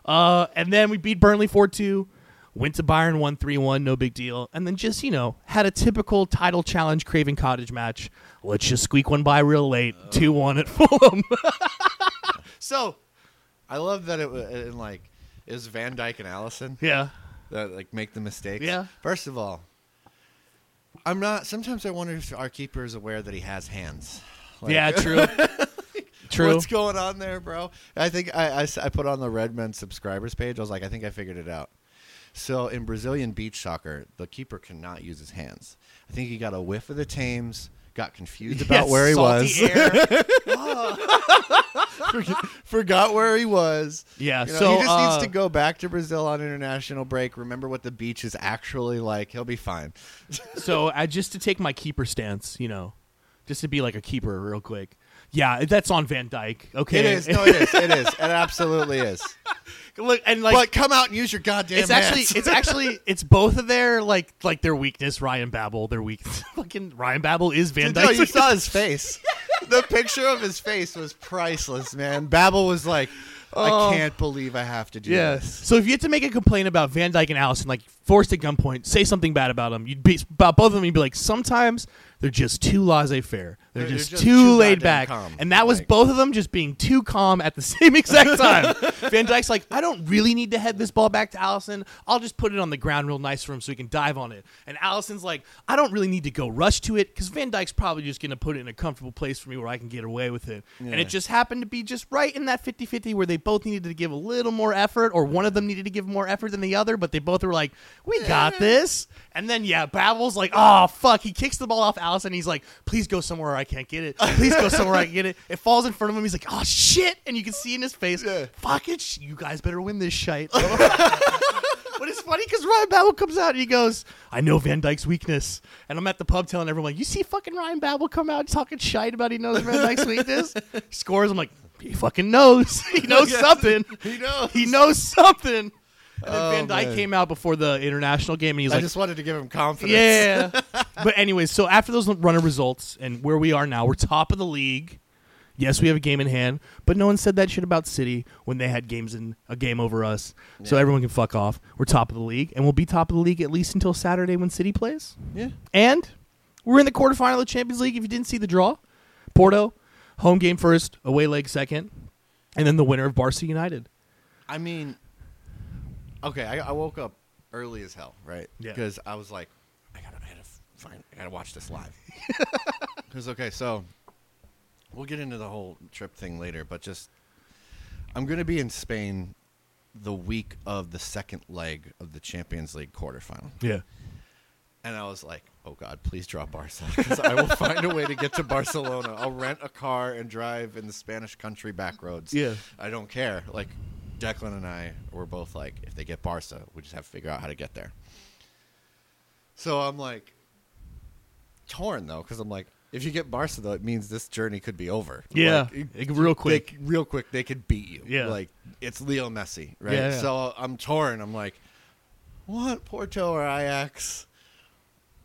[SPEAKER 2] uh, and then we beat Burnley four two. Went to Byron 1 3 1, no big deal. And then just, you know, had a typical title challenge Craven Cottage match. Let's just squeak one by real late, 2 1 at Fulham. so,
[SPEAKER 1] I love that it was and like it was Van Dyke and Allison
[SPEAKER 2] yeah.
[SPEAKER 1] that like make the mistakes.
[SPEAKER 2] Yeah.
[SPEAKER 1] First of all, I'm not. Sometimes I wonder if our keeper is aware that he has hands. Like,
[SPEAKER 2] yeah, true. true.
[SPEAKER 1] What's going on there, bro? I think I, I s- I put on the Redmen subscribers page. I was like, I think I figured it out. So in Brazilian beach soccer, the keeper cannot use his hands. I think he got a whiff of the Thames, got confused about
[SPEAKER 2] Yeah,
[SPEAKER 1] where he
[SPEAKER 2] salty
[SPEAKER 1] was,
[SPEAKER 2] air.
[SPEAKER 1] forgot where he was.
[SPEAKER 2] Yeah,
[SPEAKER 1] You know,
[SPEAKER 2] so,
[SPEAKER 1] he just
[SPEAKER 2] uh,
[SPEAKER 1] needs to go back to Brazil on international break. Remember what the beach is actually like. He'll be fine.
[SPEAKER 2] so, I just to take my keeper stance, you know, just to be like a keeper real quick. Yeah, that's on Van Dyke. Okay.
[SPEAKER 1] It is. No, it is. It is. It absolutely is.
[SPEAKER 2] Look, and like
[SPEAKER 1] But come out and use your goddamn
[SPEAKER 2] it's actually
[SPEAKER 1] hands.
[SPEAKER 2] it's actually it's both of their like like their weakness. Ryan Babel, their weak fucking Ryan Babel is Van
[SPEAKER 1] No,
[SPEAKER 2] Dyke.
[SPEAKER 1] you saw his face. The picture of his face was priceless, man. Babel was like,
[SPEAKER 2] Oh.
[SPEAKER 1] I can't believe I have to do this.
[SPEAKER 2] So if you had to make a complaint about Van Dyke and Allison, like forced at gunpoint, say something bad about them, you'd be about both of them. You'd be like, sometimes they're just too laissez-faire. They're,
[SPEAKER 1] They're-
[SPEAKER 2] just,
[SPEAKER 1] they're just
[SPEAKER 2] too,
[SPEAKER 1] too
[SPEAKER 2] laid
[SPEAKER 1] goddamn
[SPEAKER 2] back.
[SPEAKER 1] calm.
[SPEAKER 2] And that was
[SPEAKER 1] Like-
[SPEAKER 2] both of them just being too calm at the same exact time. Van Dyke's like, I don't really need to head this ball back to Allison. I'll just put it on the ground real nice for him so he can dive on it. And Allison's like, I don't really need to go rush to it because Van Dyke's probably just going to put it in a comfortable place for me where I can get away with it. And it just happened to be just right in that 50 50 where they both needed to give a little more effort or one of them needed to give more effort than the other, but they both were like, we got this. And then, yeah, Babel's like, oh, fuck. He kicks the ball off Allison. He's like, please go somewhere I can't get it. Please go somewhere I can get it. It falls in front of him. He's like, oh, shit. And you can see in his face,
[SPEAKER 1] Yeah.
[SPEAKER 2] fuck it. sh- You guys better win this shite. But it's funny because Ryan Babel comes out and he goes, I know Van Dyke's weakness. And I'm at the pub telling everyone, you see fucking Ryan Babel come out talking shite about he knows Van Dyke's weakness? He scores. I'm like, he fucking knows. he knows
[SPEAKER 1] Yes.
[SPEAKER 2] something.
[SPEAKER 1] He knows.
[SPEAKER 2] He knows something. And then
[SPEAKER 1] Oh,
[SPEAKER 2] Van Dyke
[SPEAKER 1] man.
[SPEAKER 2] came out before the international game and he's
[SPEAKER 1] I
[SPEAKER 2] like,
[SPEAKER 1] just wanted to give him confidence.
[SPEAKER 2] yeah. but anyways, so after those runner results and where we are now, we're top of the league. Yes, we have a game in hand, but no one said that shit about City when they had games in a game over us. So everyone can fuck off. We're top of the league, and we'll be top of the league at least until Saturday when City plays.
[SPEAKER 1] Yeah.
[SPEAKER 2] And we're in the quarterfinal of the Champions League. If you didn't see the draw, Porto, home game first, away leg second, and then the winner of Barca United.
[SPEAKER 1] I mean, okay, I, I woke up early as hell, right?
[SPEAKER 2] Yeah.
[SPEAKER 1] Because I was like, I gotta, I gotta find, I gotta watch this live. Because okay, so we'll get into the whole trip thing later, but just I'm gonna be in Spain the week of the second leg of the Champions League quarterfinal,
[SPEAKER 2] Yeah.
[SPEAKER 1] and I was like, oh god, please draw Barca, because I will find a way to get to Barcelona. I'll rent a car and drive in the Spanish country back roads.
[SPEAKER 2] Yeah.
[SPEAKER 1] I don't care. Like Declan and I were both like, if they get Barca, we just have to figure out how to get there. So I'm like torn though, because I'm like, if you get Barca though, it means this journey could be over.
[SPEAKER 2] Yeah.
[SPEAKER 1] Like, it-
[SPEAKER 2] real quick.
[SPEAKER 1] they- real quick, they could beat you.
[SPEAKER 2] Yeah.
[SPEAKER 1] like it's Leo Messi, right?
[SPEAKER 2] Yeah, yeah.
[SPEAKER 1] So I'm torn. I'm like, what Porto or Ajax?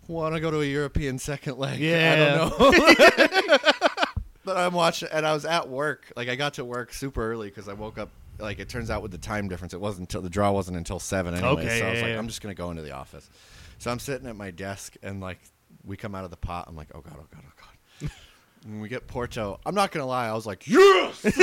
[SPEAKER 1] Want to go to a European second leg?
[SPEAKER 2] Yeah.
[SPEAKER 1] I don't know. But I'm watching, and I was at work. Like I got to work super early because I woke up. Like it turns out with the time difference, it wasn't until the draw wasn't until seven anyway.
[SPEAKER 2] Okay,
[SPEAKER 1] so I
[SPEAKER 2] yeah,
[SPEAKER 1] was like,
[SPEAKER 2] yeah.
[SPEAKER 1] I'm just gonna go into the office. So I'm sitting at my desk, and like we come out of the pot. I'm like, oh god, oh god, oh god. when we get Porto, I'm not gonna lie, I was like, yes.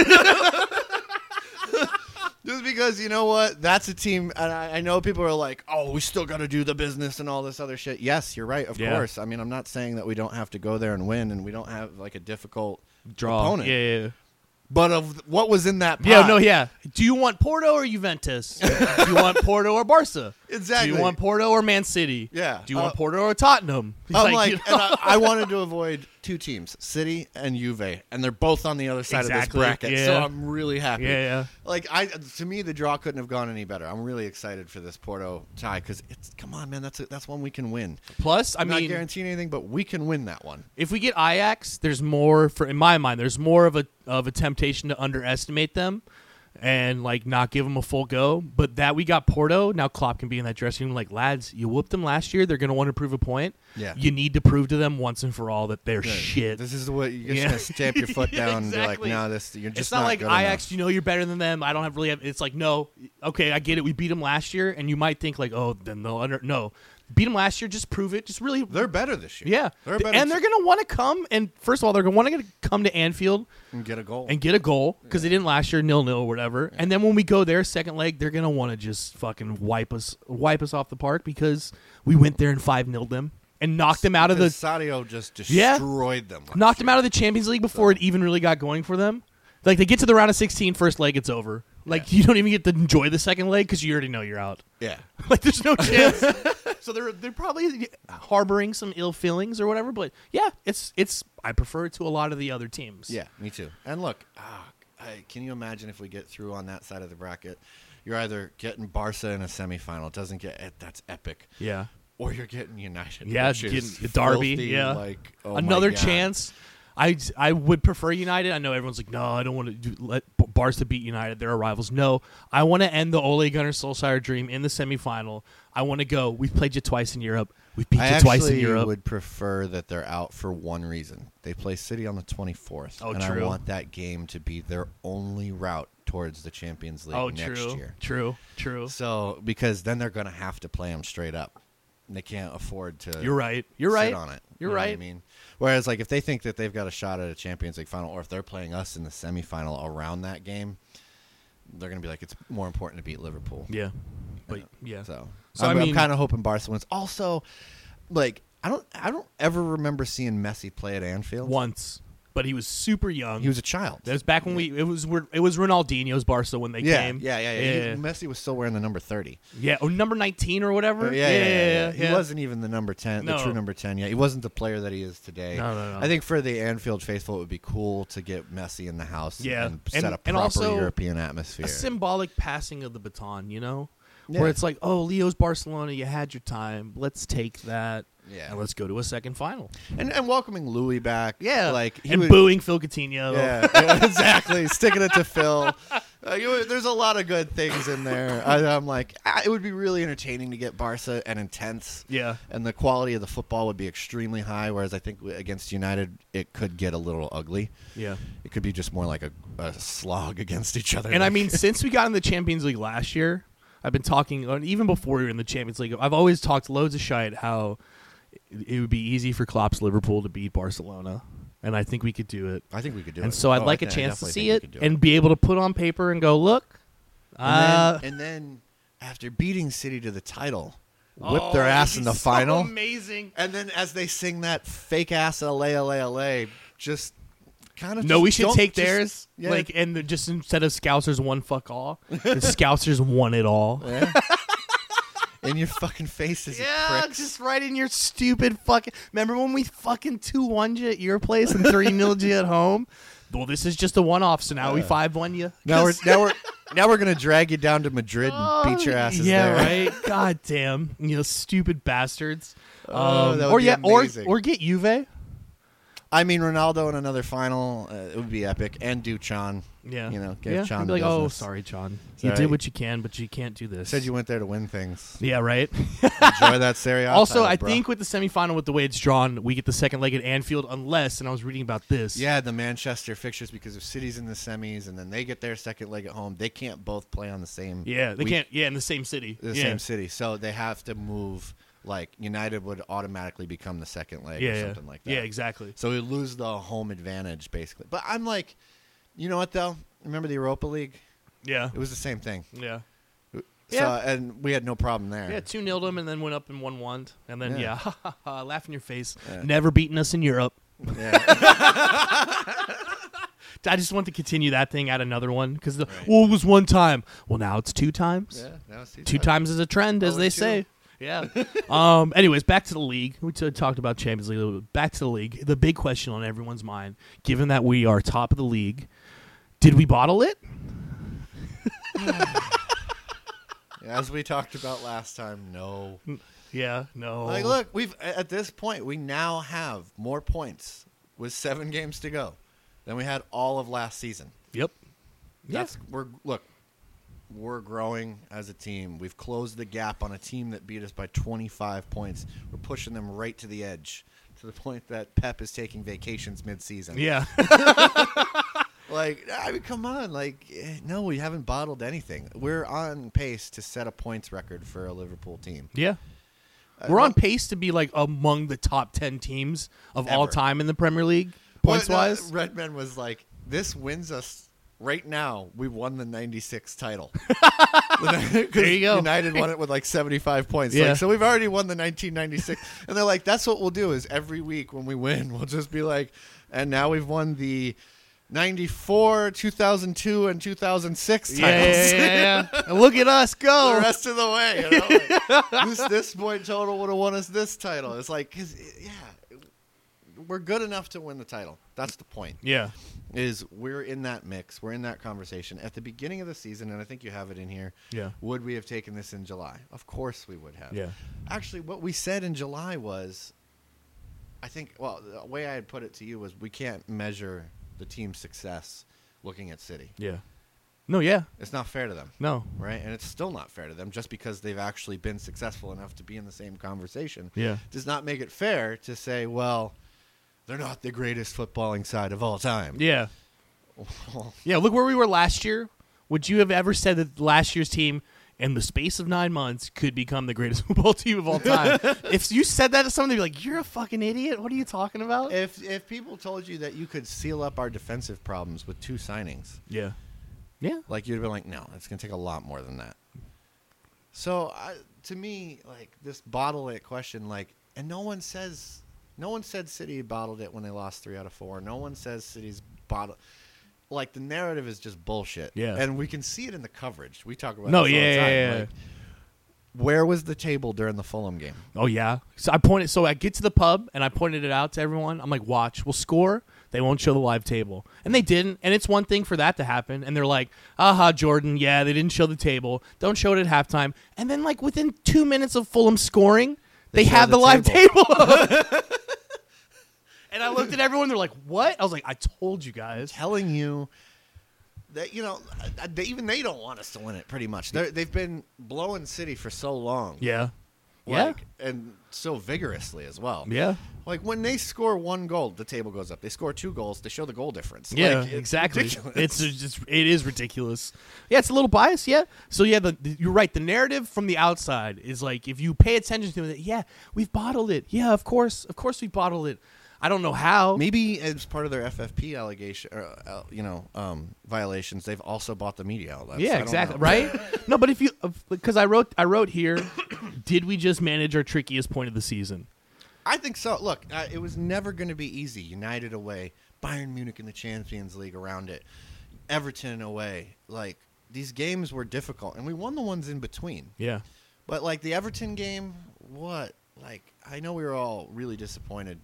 [SPEAKER 1] Just because you know what, that's a team, and I, I know people are like, "Oh, we still got to do the business and all this other shit." Yes, you're right, of
[SPEAKER 2] Yeah.
[SPEAKER 1] course. I mean, I'm not saying that we don't have to go there and win, and we don't have like a difficult
[SPEAKER 2] Draw.
[SPEAKER 1] opponent.
[SPEAKER 2] Yeah, yeah, yeah.
[SPEAKER 1] But of
[SPEAKER 2] Uh,
[SPEAKER 1] what was in that pot?
[SPEAKER 2] Yeah, no, yeah. Do you want Porto or Juventus? Do you want Porto or Barca?
[SPEAKER 1] Exactly.
[SPEAKER 2] Do you want Porto or Man City?
[SPEAKER 1] Yeah.
[SPEAKER 2] Do you want
[SPEAKER 1] Uh,
[SPEAKER 2] Porto or Tottenham?
[SPEAKER 1] I'm like,
[SPEAKER 2] you know?
[SPEAKER 1] and I, I wanted to avoid two teams, City and Juve, and they're both on the other side of this
[SPEAKER 2] Exactly,
[SPEAKER 1] bracket. So
[SPEAKER 2] yeah.
[SPEAKER 1] I'm really happy.
[SPEAKER 2] Yeah, yeah.
[SPEAKER 1] Like I, to me, the draw couldn't have gone any better. I'm really excited for this Porto tie because it's come on, man. That's a, that's one we can win.
[SPEAKER 2] plus, I
[SPEAKER 1] I'm not
[SPEAKER 2] mean,
[SPEAKER 1] guaranteeing anything, but we can win that one.
[SPEAKER 2] if we get Ajax, there's more for in my mind. There's more of a of a temptation to underestimate them and like not give them a full go. But that we got Porto now, Klopp can be in that dressing room like lads. You whooped them last year. They're gonna want to prove a point.
[SPEAKER 1] Yeah.
[SPEAKER 2] you need to prove to them once and for all that they're shit.
[SPEAKER 1] This is what you're just
[SPEAKER 2] Yeah.
[SPEAKER 1] gonna stamp your foot
[SPEAKER 2] Yeah,
[SPEAKER 1] down and
[SPEAKER 2] exactly.
[SPEAKER 1] be like, no, this you're just
[SPEAKER 2] it's not, like
[SPEAKER 1] good
[SPEAKER 2] Ajax.
[SPEAKER 1] enough.
[SPEAKER 2] You know you're better than them. I don't have really. Have, it's like no, okay, I get it. We beat them last year, and you might think like, oh, then they'll under. No, beat them last year. Just prove it. Just really
[SPEAKER 1] They're better this year.
[SPEAKER 2] Yeah,
[SPEAKER 1] they're
[SPEAKER 2] Th-
[SPEAKER 1] better.
[SPEAKER 2] and they're
[SPEAKER 1] t-
[SPEAKER 2] gonna want to come. And first of all, they're gonna want to come to Anfield
[SPEAKER 1] and get a goal.
[SPEAKER 2] and get a goal because they didn't last year, nil nil or whatever. And then when we go there, second leg, they're gonna want to just fucking wipe us, wipe us off the park because we went there and five 0 them and knocked them out of the
[SPEAKER 1] Sadio just
[SPEAKER 2] Yeah.
[SPEAKER 1] destroyed them.
[SPEAKER 2] knocked them out of the Champions League before it even really got going for them. Like they get to the round of 16, first leg, it's over. Like you don't even get to enjoy the second leg because you already know you're out.
[SPEAKER 1] Yeah.
[SPEAKER 2] Like there's no chance. so they're they're probably harboring some ill feelings or whatever. But yeah, it's it's I prefer it to a lot of the other teams.
[SPEAKER 1] Yeah, me too. And look, ah, I, can you imagine if we get through on that side of the bracket? You're either getting Barca in a semifinal, it doesn't get it, that's epic,
[SPEAKER 2] yeah,
[SPEAKER 1] or you're getting United.
[SPEAKER 2] yeah.
[SPEAKER 1] which is
[SPEAKER 2] Getting the derby.
[SPEAKER 1] filthy,
[SPEAKER 2] yeah,
[SPEAKER 1] like oh my
[SPEAKER 2] another
[SPEAKER 1] God.
[SPEAKER 2] chance. I, I would prefer United. I know everyone's like, no, I don't want to do, let B- Barca beat United. They're our rivals. No, I want to end the Ole Gunnar Solskjaer dream in the semifinal. I want to go. We've played you twice in Europe. We've beat
[SPEAKER 1] I
[SPEAKER 2] you
[SPEAKER 1] actually
[SPEAKER 2] twice in Europe.
[SPEAKER 1] would prefer that they're out for one reason. They play City on the 24th,
[SPEAKER 2] Oh,
[SPEAKER 1] and I
[SPEAKER 2] true.
[SPEAKER 1] want that game to be their only route towards the Champions League
[SPEAKER 2] oh,
[SPEAKER 1] next
[SPEAKER 2] true,
[SPEAKER 1] year.
[SPEAKER 2] true, true.
[SPEAKER 1] So because then they're going to have to play them straight up. And They can't afford to.
[SPEAKER 2] You're right. You're right
[SPEAKER 1] uh, sit on it.
[SPEAKER 2] You're
[SPEAKER 1] You know what
[SPEAKER 2] right.
[SPEAKER 1] I mean, whereas like if they think that they've got a shot at a Champions League final, or if they're playing us in the semifinal around that game, they're gonna be like, it's more important to beat Liverpool.
[SPEAKER 2] Yeah, but yeah.
[SPEAKER 1] So,
[SPEAKER 2] So,
[SPEAKER 1] I'm,
[SPEAKER 2] I mean-
[SPEAKER 1] kind of hoping Barcelona wins. Also, like I don't, I don't ever remember seeing Messi play at Anfield.
[SPEAKER 2] once, but he was super young.
[SPEAKER 1] He was a child.
[SPEAKER 2] that was back when we it was it was Ronaldinho's Barca when they
[SPEAKER 1] yeah,
[SPEAKER 2] came.
[SPEAKER 1] yeah, yeah, yeah, He-
[SPEAKER 2] yeah.
[SPEAKER 1] Messi was still wearing the number thirty.
[SPEAKER 2] Yeah, Oh, number nineteen or whatever.
[SPEAKER 1] Yeah, yeah, yeah, yeah. He
[SPEAKER 2] yeah.
[SPEAKER 1] wasn't even the number ten, the
[SPEAKER 2] No.
[SPEAKER 1] true number ten. Yeah, he wasn't the player that he is today.
[SPEAKER 2] No, no, no.
[SPEAKER 1] I think for the Anfield faithful, it would be cool to get Messi in the house.
[SPEAKER 2] Yeah.
[SPEAKER 1] and
[SPEAKER 2] And-
[SPEAKER 1] set a proper
[SPEAKER 2] and also
[SPEAKER 1] European atmosphere.
[SPEAKER 2] a symbolic passing of the baton, you know,
[SPEAKER 1] Yeah.
[SPEAKER 2] where it's like, oh, Leo's Barcelona, you had your time. Let's take that.
[SPEAKER 1] Yeah.
[SPEAKER 2] and let's go to a second final.
[SPEAKER 1] and, and welcoming Louis back. like he
[SPEAKER 2] and
[SPEAKER 1] would-
[SPEAKER 2] booing Phil Coutinho.
[SPEAKER 1] Yeah, yeah, exactly. Sticking it to Phil. Uh, you- there's a lot of good things in there. I, I'm like, ah, it would be really entertaining to get Barca and intense.
[SPEAKER 2] Yeah.
[SPEAKER 1] And the quality of the football would be extremely high, whereas I think w- against United, it could get a little ugly.
[SPEAKER 2] Yeah.
[SPEAKER 1] It could be just more like a, a slog against each other.
[SPEAKER 2] And I
[SPEAKER 1] Like,
[SPEAKER 2] mean, since we got in the Champions League last year, I've been talking, and even before we were in the Champions League, I've always talked loads of shite how it would be easy for Klopp's Liverpool to beat Barcelona, and I think we could do it.
[SPEAKER 1] I think we could do it.
[SPEAKER 2] And so I'd
[SPEAKER 1] Oh, I
[SPEAKER 2] like a
[SPEAKER 1] think- I
[SPEAKER 2] chance to
[SPEAKER 1] definitely
[SPEAKER 2] see
[SPEAKER 1] think we
[SPEAKER 2] it
[SPEAKER 1] could do
[SPEAKER 2] and be able to put on paper and go, look, uh,
[SPEAKER 1] And, then, and then after beating City to the title, whip their ass in the final.
[SPEAKER 2] Oh, amazing.
[SPEAKER 1] And then as they sing that fake ass LA LA LA, just kind of
[SPEAKER 2] No,
[SPEAKER 1] just
[SPEAKER 2] we should
[SPEAKER 1] don't-
[SPEAKER 2] take
[SPEAKER 1] just-
[SPEAKER 2] theirs.
[SPEAKER 1] yeah.
[SPEAKER 2] Like, and the- just instead of Scousers one fuck all, the Scousers one it all.
[SPEAKER 1] Yeah. in your fucking faces, you pricks.
[SPEAKER 2] just right in your stupid fucking. Remember when we fucking two one you at your place and three nil you at home? Well, this is just a one off, so now we
[SPEAKER 1] Yeah.
[SPEAKER 2] five one you.
[SPEAKER 1] now we're now we're now we're gonna drag you down to Madrid and
[SPEAKER 2] oh,
[SPEAKER 1] beat your asses
[SPEAKER 2] yeah,
[SPEAKER 1] there.
[SPEAKER 2] right. God damn, you know, stupid bastards.
[SPEAKER 1] Oh,
[SPEAKER 2] um,
[SPEAKER 1] that would
[SPEAKER 2] or
[SPEAKER 1] be
[SPEAKER 2] yeah,
[SPEAKER 1] amazing.
[SPEAKER 2] or or get Juve.
[SPEAKER 1] I mean, Ronaldo in another final, uh, it would be epic. And Duchan,
[SPEAKER 2] Yeah,
[SPEAKER 1] you know, give
[SPEAKER 2] yeah.
[SPEAKER 1] Chan
[SPEAKER 2] He'd be like,
[SPEAKER 1] business.
[SPEAKER 2] oh, sorry, John,
[SPEAKER 1] It's
[SPEAKER 2] you
[SPEAKER 1] all
[SPEAKER 2] did
[SPEAKER 1] right.
[SPEAKER 2] what you can, but you can't do this.
[SPEAKER 1] Said you went there to win things.
[SPEAKER 2] yeah, right.
[SPEAKER 1] Enjoy that Serie A.
[SPEAKER 2] also,
[SPEAKER 1] title,
[SPEAKER 2] I
[SPEAKER 1] bro.
[SPEAKER 2] think with the semifinal, with the way it's drawn, we get the second leg at Anfield, unless. And I was reading about this.
[SPEAKER 1] Yeah, the Manchester fixtures because if City's in the semis and then they get their second leg at home, they can't both play on the same.
[SPEAKER 2] yeah, they
[SPEAKER 1] week-
[SPEAKER 2] can't. Yeah, in the same city.
[SPEAKER 1] the
[SPEAKER 2] yeah.
[SPEAKER 1] same city, so they have to move. Like United would automatically become the second leg
[SPEAKER 2] yeah,
[SPEAKER 1] or
[SPEAKER 2] yeah.
[SPEAKER 1] something like that.
[SPEAKER 2] Yeah, exactly.
[SPEAKER 1] So we lose the home advantage basically. But I'm like, you know what though? Remember the Europa League?
[SPEAKER 2] Yeah,
[SPEAKER 1] It was the same thing.
[SPEAKER 2] yeah,
[SPEAKER 1] So,
[SPEAKER 2] Yeah.
[SPEAKER 1] and we had no problem there.
[SPEAKER 2] yeah. Two nil them, and then went up and one one, and then
[SPEAKER 1] Yeah.
[SPEAKER 2] yeah, laugh in your face.
[SPEAKER 1] Yeah.
[SPEAKER 2] Never beaten us in Europe.
[SPEAKER 1] Yeah.
[SPEAKER 2] I just want to continue that thing. Add another one because the well, it was one time. Well, now it's two times.
[SPEAKER 1] Yeah, now it's
[SPEAKER 2] Two times is a trend, as
[SPEAKER 1] Oh,
[SPEAKER 2] they
[SPEAKER 1] it's two.
[SPEAKER 2] say. Yeah. um. Anyways, back to the league. We t- talked about Champions League a little bit. Back to the league. The big question on everyone's mind, given that we are top of the league, did we bottle it?
[SPEAKER 1] As we talked about last time, no.
[SPEAKER 2] Yeah. No.
[SPEAKER 1] Like, look, we've at this point we now have more points with seven games to go than we had all of last season.
[SPEAKER 2] Yep.
[SPEAKER 1] That's we're look, we're growing as a team. We've closed the gap on a team that beat us by 25 points. We're pushing them right to the edge to the point that Pep is taking vacations mid-season.
[SPEAKER 2] Yeah.
[SPEAKER 1] Like, I mean, come on. Like, eh, no, we haven't bottled anything. We're on pace to set a points record for a Liverpool team.
[SPEAKER 2] Yeah.
[SPEAKER 1] Uh,
[SPEAKER 2] We're on pace to be like among the top 10 teams of all
[SPEAKER 1] Ever.
[SPEAKER 2] time in the Premier League,
[SPEAKER 1] Well,
[SPEAKER 2] points
[SPEAKER 1] no,
[SPEAKER 2] wise.
[SPEAKER 1] Redman was like, "This wins us right now. We won the '96 title." there
[SPEAKER 2] you go.
[SPEAKER 1] United won it with like 75 points.
[SPEAKER 2] Yeah.
[SPEAKER 1] Like, so we've already won the 1996, and they're like, "That's what we'll do. Is every week when we win, we'll just be like, and now we've won the." 94, 2002, and 2006 titles.
[SPEAKER 2] And Look at us
[SPEAKER 1] the
[SPEAKER 2] go.
[SPEAKER 1] rest of the way. You know? Like, this this point total would have won us this title. It's like, 'cause, yeah, we're good enough to win the title. That's the point
[SPEAKER 2] Yeah.
[SPEAKER 1] is we're in that mix. We're in that conversation at the beginning of the season, and I think you have it in here.
[SPEAKER 2] Yeah.
[SPEAKER 1] Would we have taken this in July? Of course we would have.
[SPEAKER 2] Yeah.
[SPEAKER 1] Actually, what we said in July was, I think, well, the way I had put it to you was we can't measure the team's success looking at City.
[SPEAKER 2] Yeah. No, yeah.
[SPEAKER 1] It's not fair to them,
[SPEAKER 2] No.
[SPEAKER 1] right? And it's still not fair to them just because they've actually been successful enough to be in the same conversation.
[SPEAKER 2] Yeah.
[SPEAKER 1] Does not make it fair to say, well, they're not the greatest footballing side of all time.
[SPEAKER 2] Yeah. Yeah. Look where we were last year. Would you have ever said that last year's team, in the space of nine months, could become the greatest football team of all time? if you said that to someone, they'd be like, you're a fucking idiot. What are you talking about?
[SPEAKER 1] If if people told you that you could seal up our defensive problems with two signings,
[SPEAKER 2] Yeah. Yeah.
[SPEAKER 1] like you'd have been like, no, it's going to take a lot more than that. So I, to me, like this bottle it question, like, and no one says, no one said City bottled it when they lost three out of four. No one says City's bottle. Like the narrative is just bullshit.
[SPEAKER 2] Yeah.
[SPEAKER 1] and we can see it in the coverage. We talk about
[SPEAKER 2] No,
[SPEAKER 1] this all
[SPEAKER 2] yeah,
[SPEAKER 1] the time.
[SPEAKER 2] yeah, yeah.
[SPEAKER 1] Like, where was the table during the Fulham game?
[SPEAKER 2] Oh yeah. So I pointed. So I get to the pub and I pointed it out to everyone. I'm like, watch, we'll score. They won't show the live table, and they didn't. And it's one thing for that to happen, and they're like, "Aha, Jordan, yeah, they didn't show the table. Don't show it at halftime." And then, like within two minutes of Fulham scoring, they,
[SPEAKER 1] They show
[SPEAKER 2] have the,
[SPEAKER 1] the
[SPEAKER 2] live
[SPEAKER 1] table.
[SPEAKER 2] table. and I looked at everyone. They're like, "What?" I was like, "I told you guys."
[SPEAKER 1] telling you that you know uh, they, even they don't want us to win it. Pretty much, They're, they've been blowing City for so long,
[SPEAKER 2] Yeah.
[SPEAKER 1] like, and so vigorously as well,
[SPEAKER 2] Yeah.
[SPEAKER 1] Like when they score one goal, the table goes up. They score two goals, they show the goal difference.
[SPEAKER 2] Yeah,
[SPEAKER 1] Like, it's
[SPEAKER 2] exactly.
[SPEAKER 1] ridiculous.
[SPEAKER 2] It's just it is ridiculous. Yeah, it's a little biased. Yeah. So yeah, the, the- you're right. The narrative from the outside is like if you pay attention to it, yeah, we've bottled it. Yeah, of course, of course we bottled it. I don't know how.
[SPEAKER 1] maybe as part of their FFP allegation, or, uh, you know, um, violations, they've also bought the media outlets. I
[SPEAKER 2] yeah,
[SPEAKER 1] don't
[SPEAKER 2] exactly.
[SPEAKER 1] know.
[SPEAKER 2] Right. no, but if you because I wrote I wrote here, did we just manage our trickiest point of the season?
[SPEAKER 1] I think so. Look, uh, it was never going to be easy. United away, Bayern Munich in the Champions League around it, Everton away. Like these games were difficult, and we won the ones in between.
[SPEAKER 2] Yeah.
[SPEAKER 1] But like the Everton game, what? Like I know we were all really disappointed.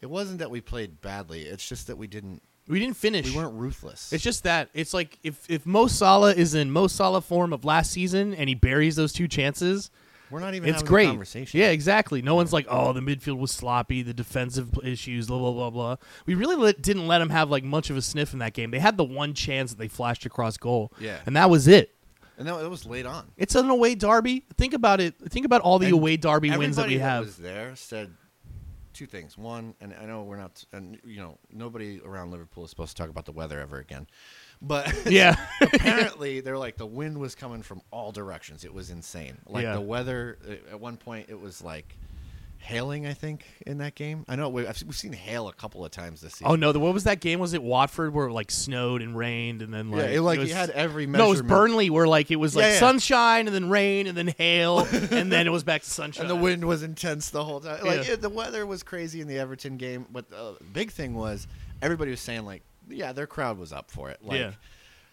[SPEAKER 1] It wasn't that we played badly. It's just that we didn't.
[SPEAKER 2] We didn't finish.
[SPEAKER 1] We weren't ruthless.
[SPEAKER 2] It's just that it's like if if Mo Salah is in Mo Salah form of last season and he buries those two chances,
[SPEAKER 1] we're not even.
[SPEAKER 2] it's
[SPEAKER 1] having
[SPEAKER 2] great.
[SPEAKER 1] A conversation.
[SPEAKER 2] Yeah, exactly. No one's like, oh, the midfield was sloppy, the defensive pl- issues, blah blah blah blah. We really let, didn't let them have like much of a sniff in that game. They had the one chance that they flashed across goal,
[SPEAKER 1] Yeah.
[SPEAKER 2] and that was it.
[SPEAKER 1] and that, that was late on.
[SPEAKER 2] It's an away derby. Think about it. Think about all the
[SPEAKER 1] And
[SPEAKER 2] away derby wins that
[SPEAKER 1] Everybody
[SPEAKER 2] we have.
[SPEAKER 1] was there said two things. One, and I know we're not, and you know, nobody around Liverpool is supposed to talk about the weather ever again. But
[SPEAKER 2] yeah,
[SPEAKER 1] apparently, they're like the wind was coming from all directions. It was insane. Like
[SPEAKER 2] Yeah.
[SPEAKER 1] the weather uh, at one point, it was like hailing. I think in that game, I know we, I've, we've seen hail a couple of times this season.
[SPEAKER 2] Oh no! The, what was that game? Was it Watford where it like snowed and rained and then like
[SPEAKER 1] it, like,
[SPEAKER 2] was-
[SPEAKER 1] you had every
[SPEAKER 2] No, it was
[SPEAKER 1] measurement.
[SPEAKER 2] Burnley where like it was like
[SPEAKER 1] Yeah, yeah.
[SPEAKER 2] sunshine and then rain and then hail and then it was back to sunshine.
[SPEAKER 1] and the wind was intense the whole time. Like
[SPEAKER 2] Yeah.
[SPEAKER 1] it, the weather was crazy in the Everton game, but the big thing was everybody was saying like yeah, their crowd was up for it. Like,
[SPEAKER 2] yeah.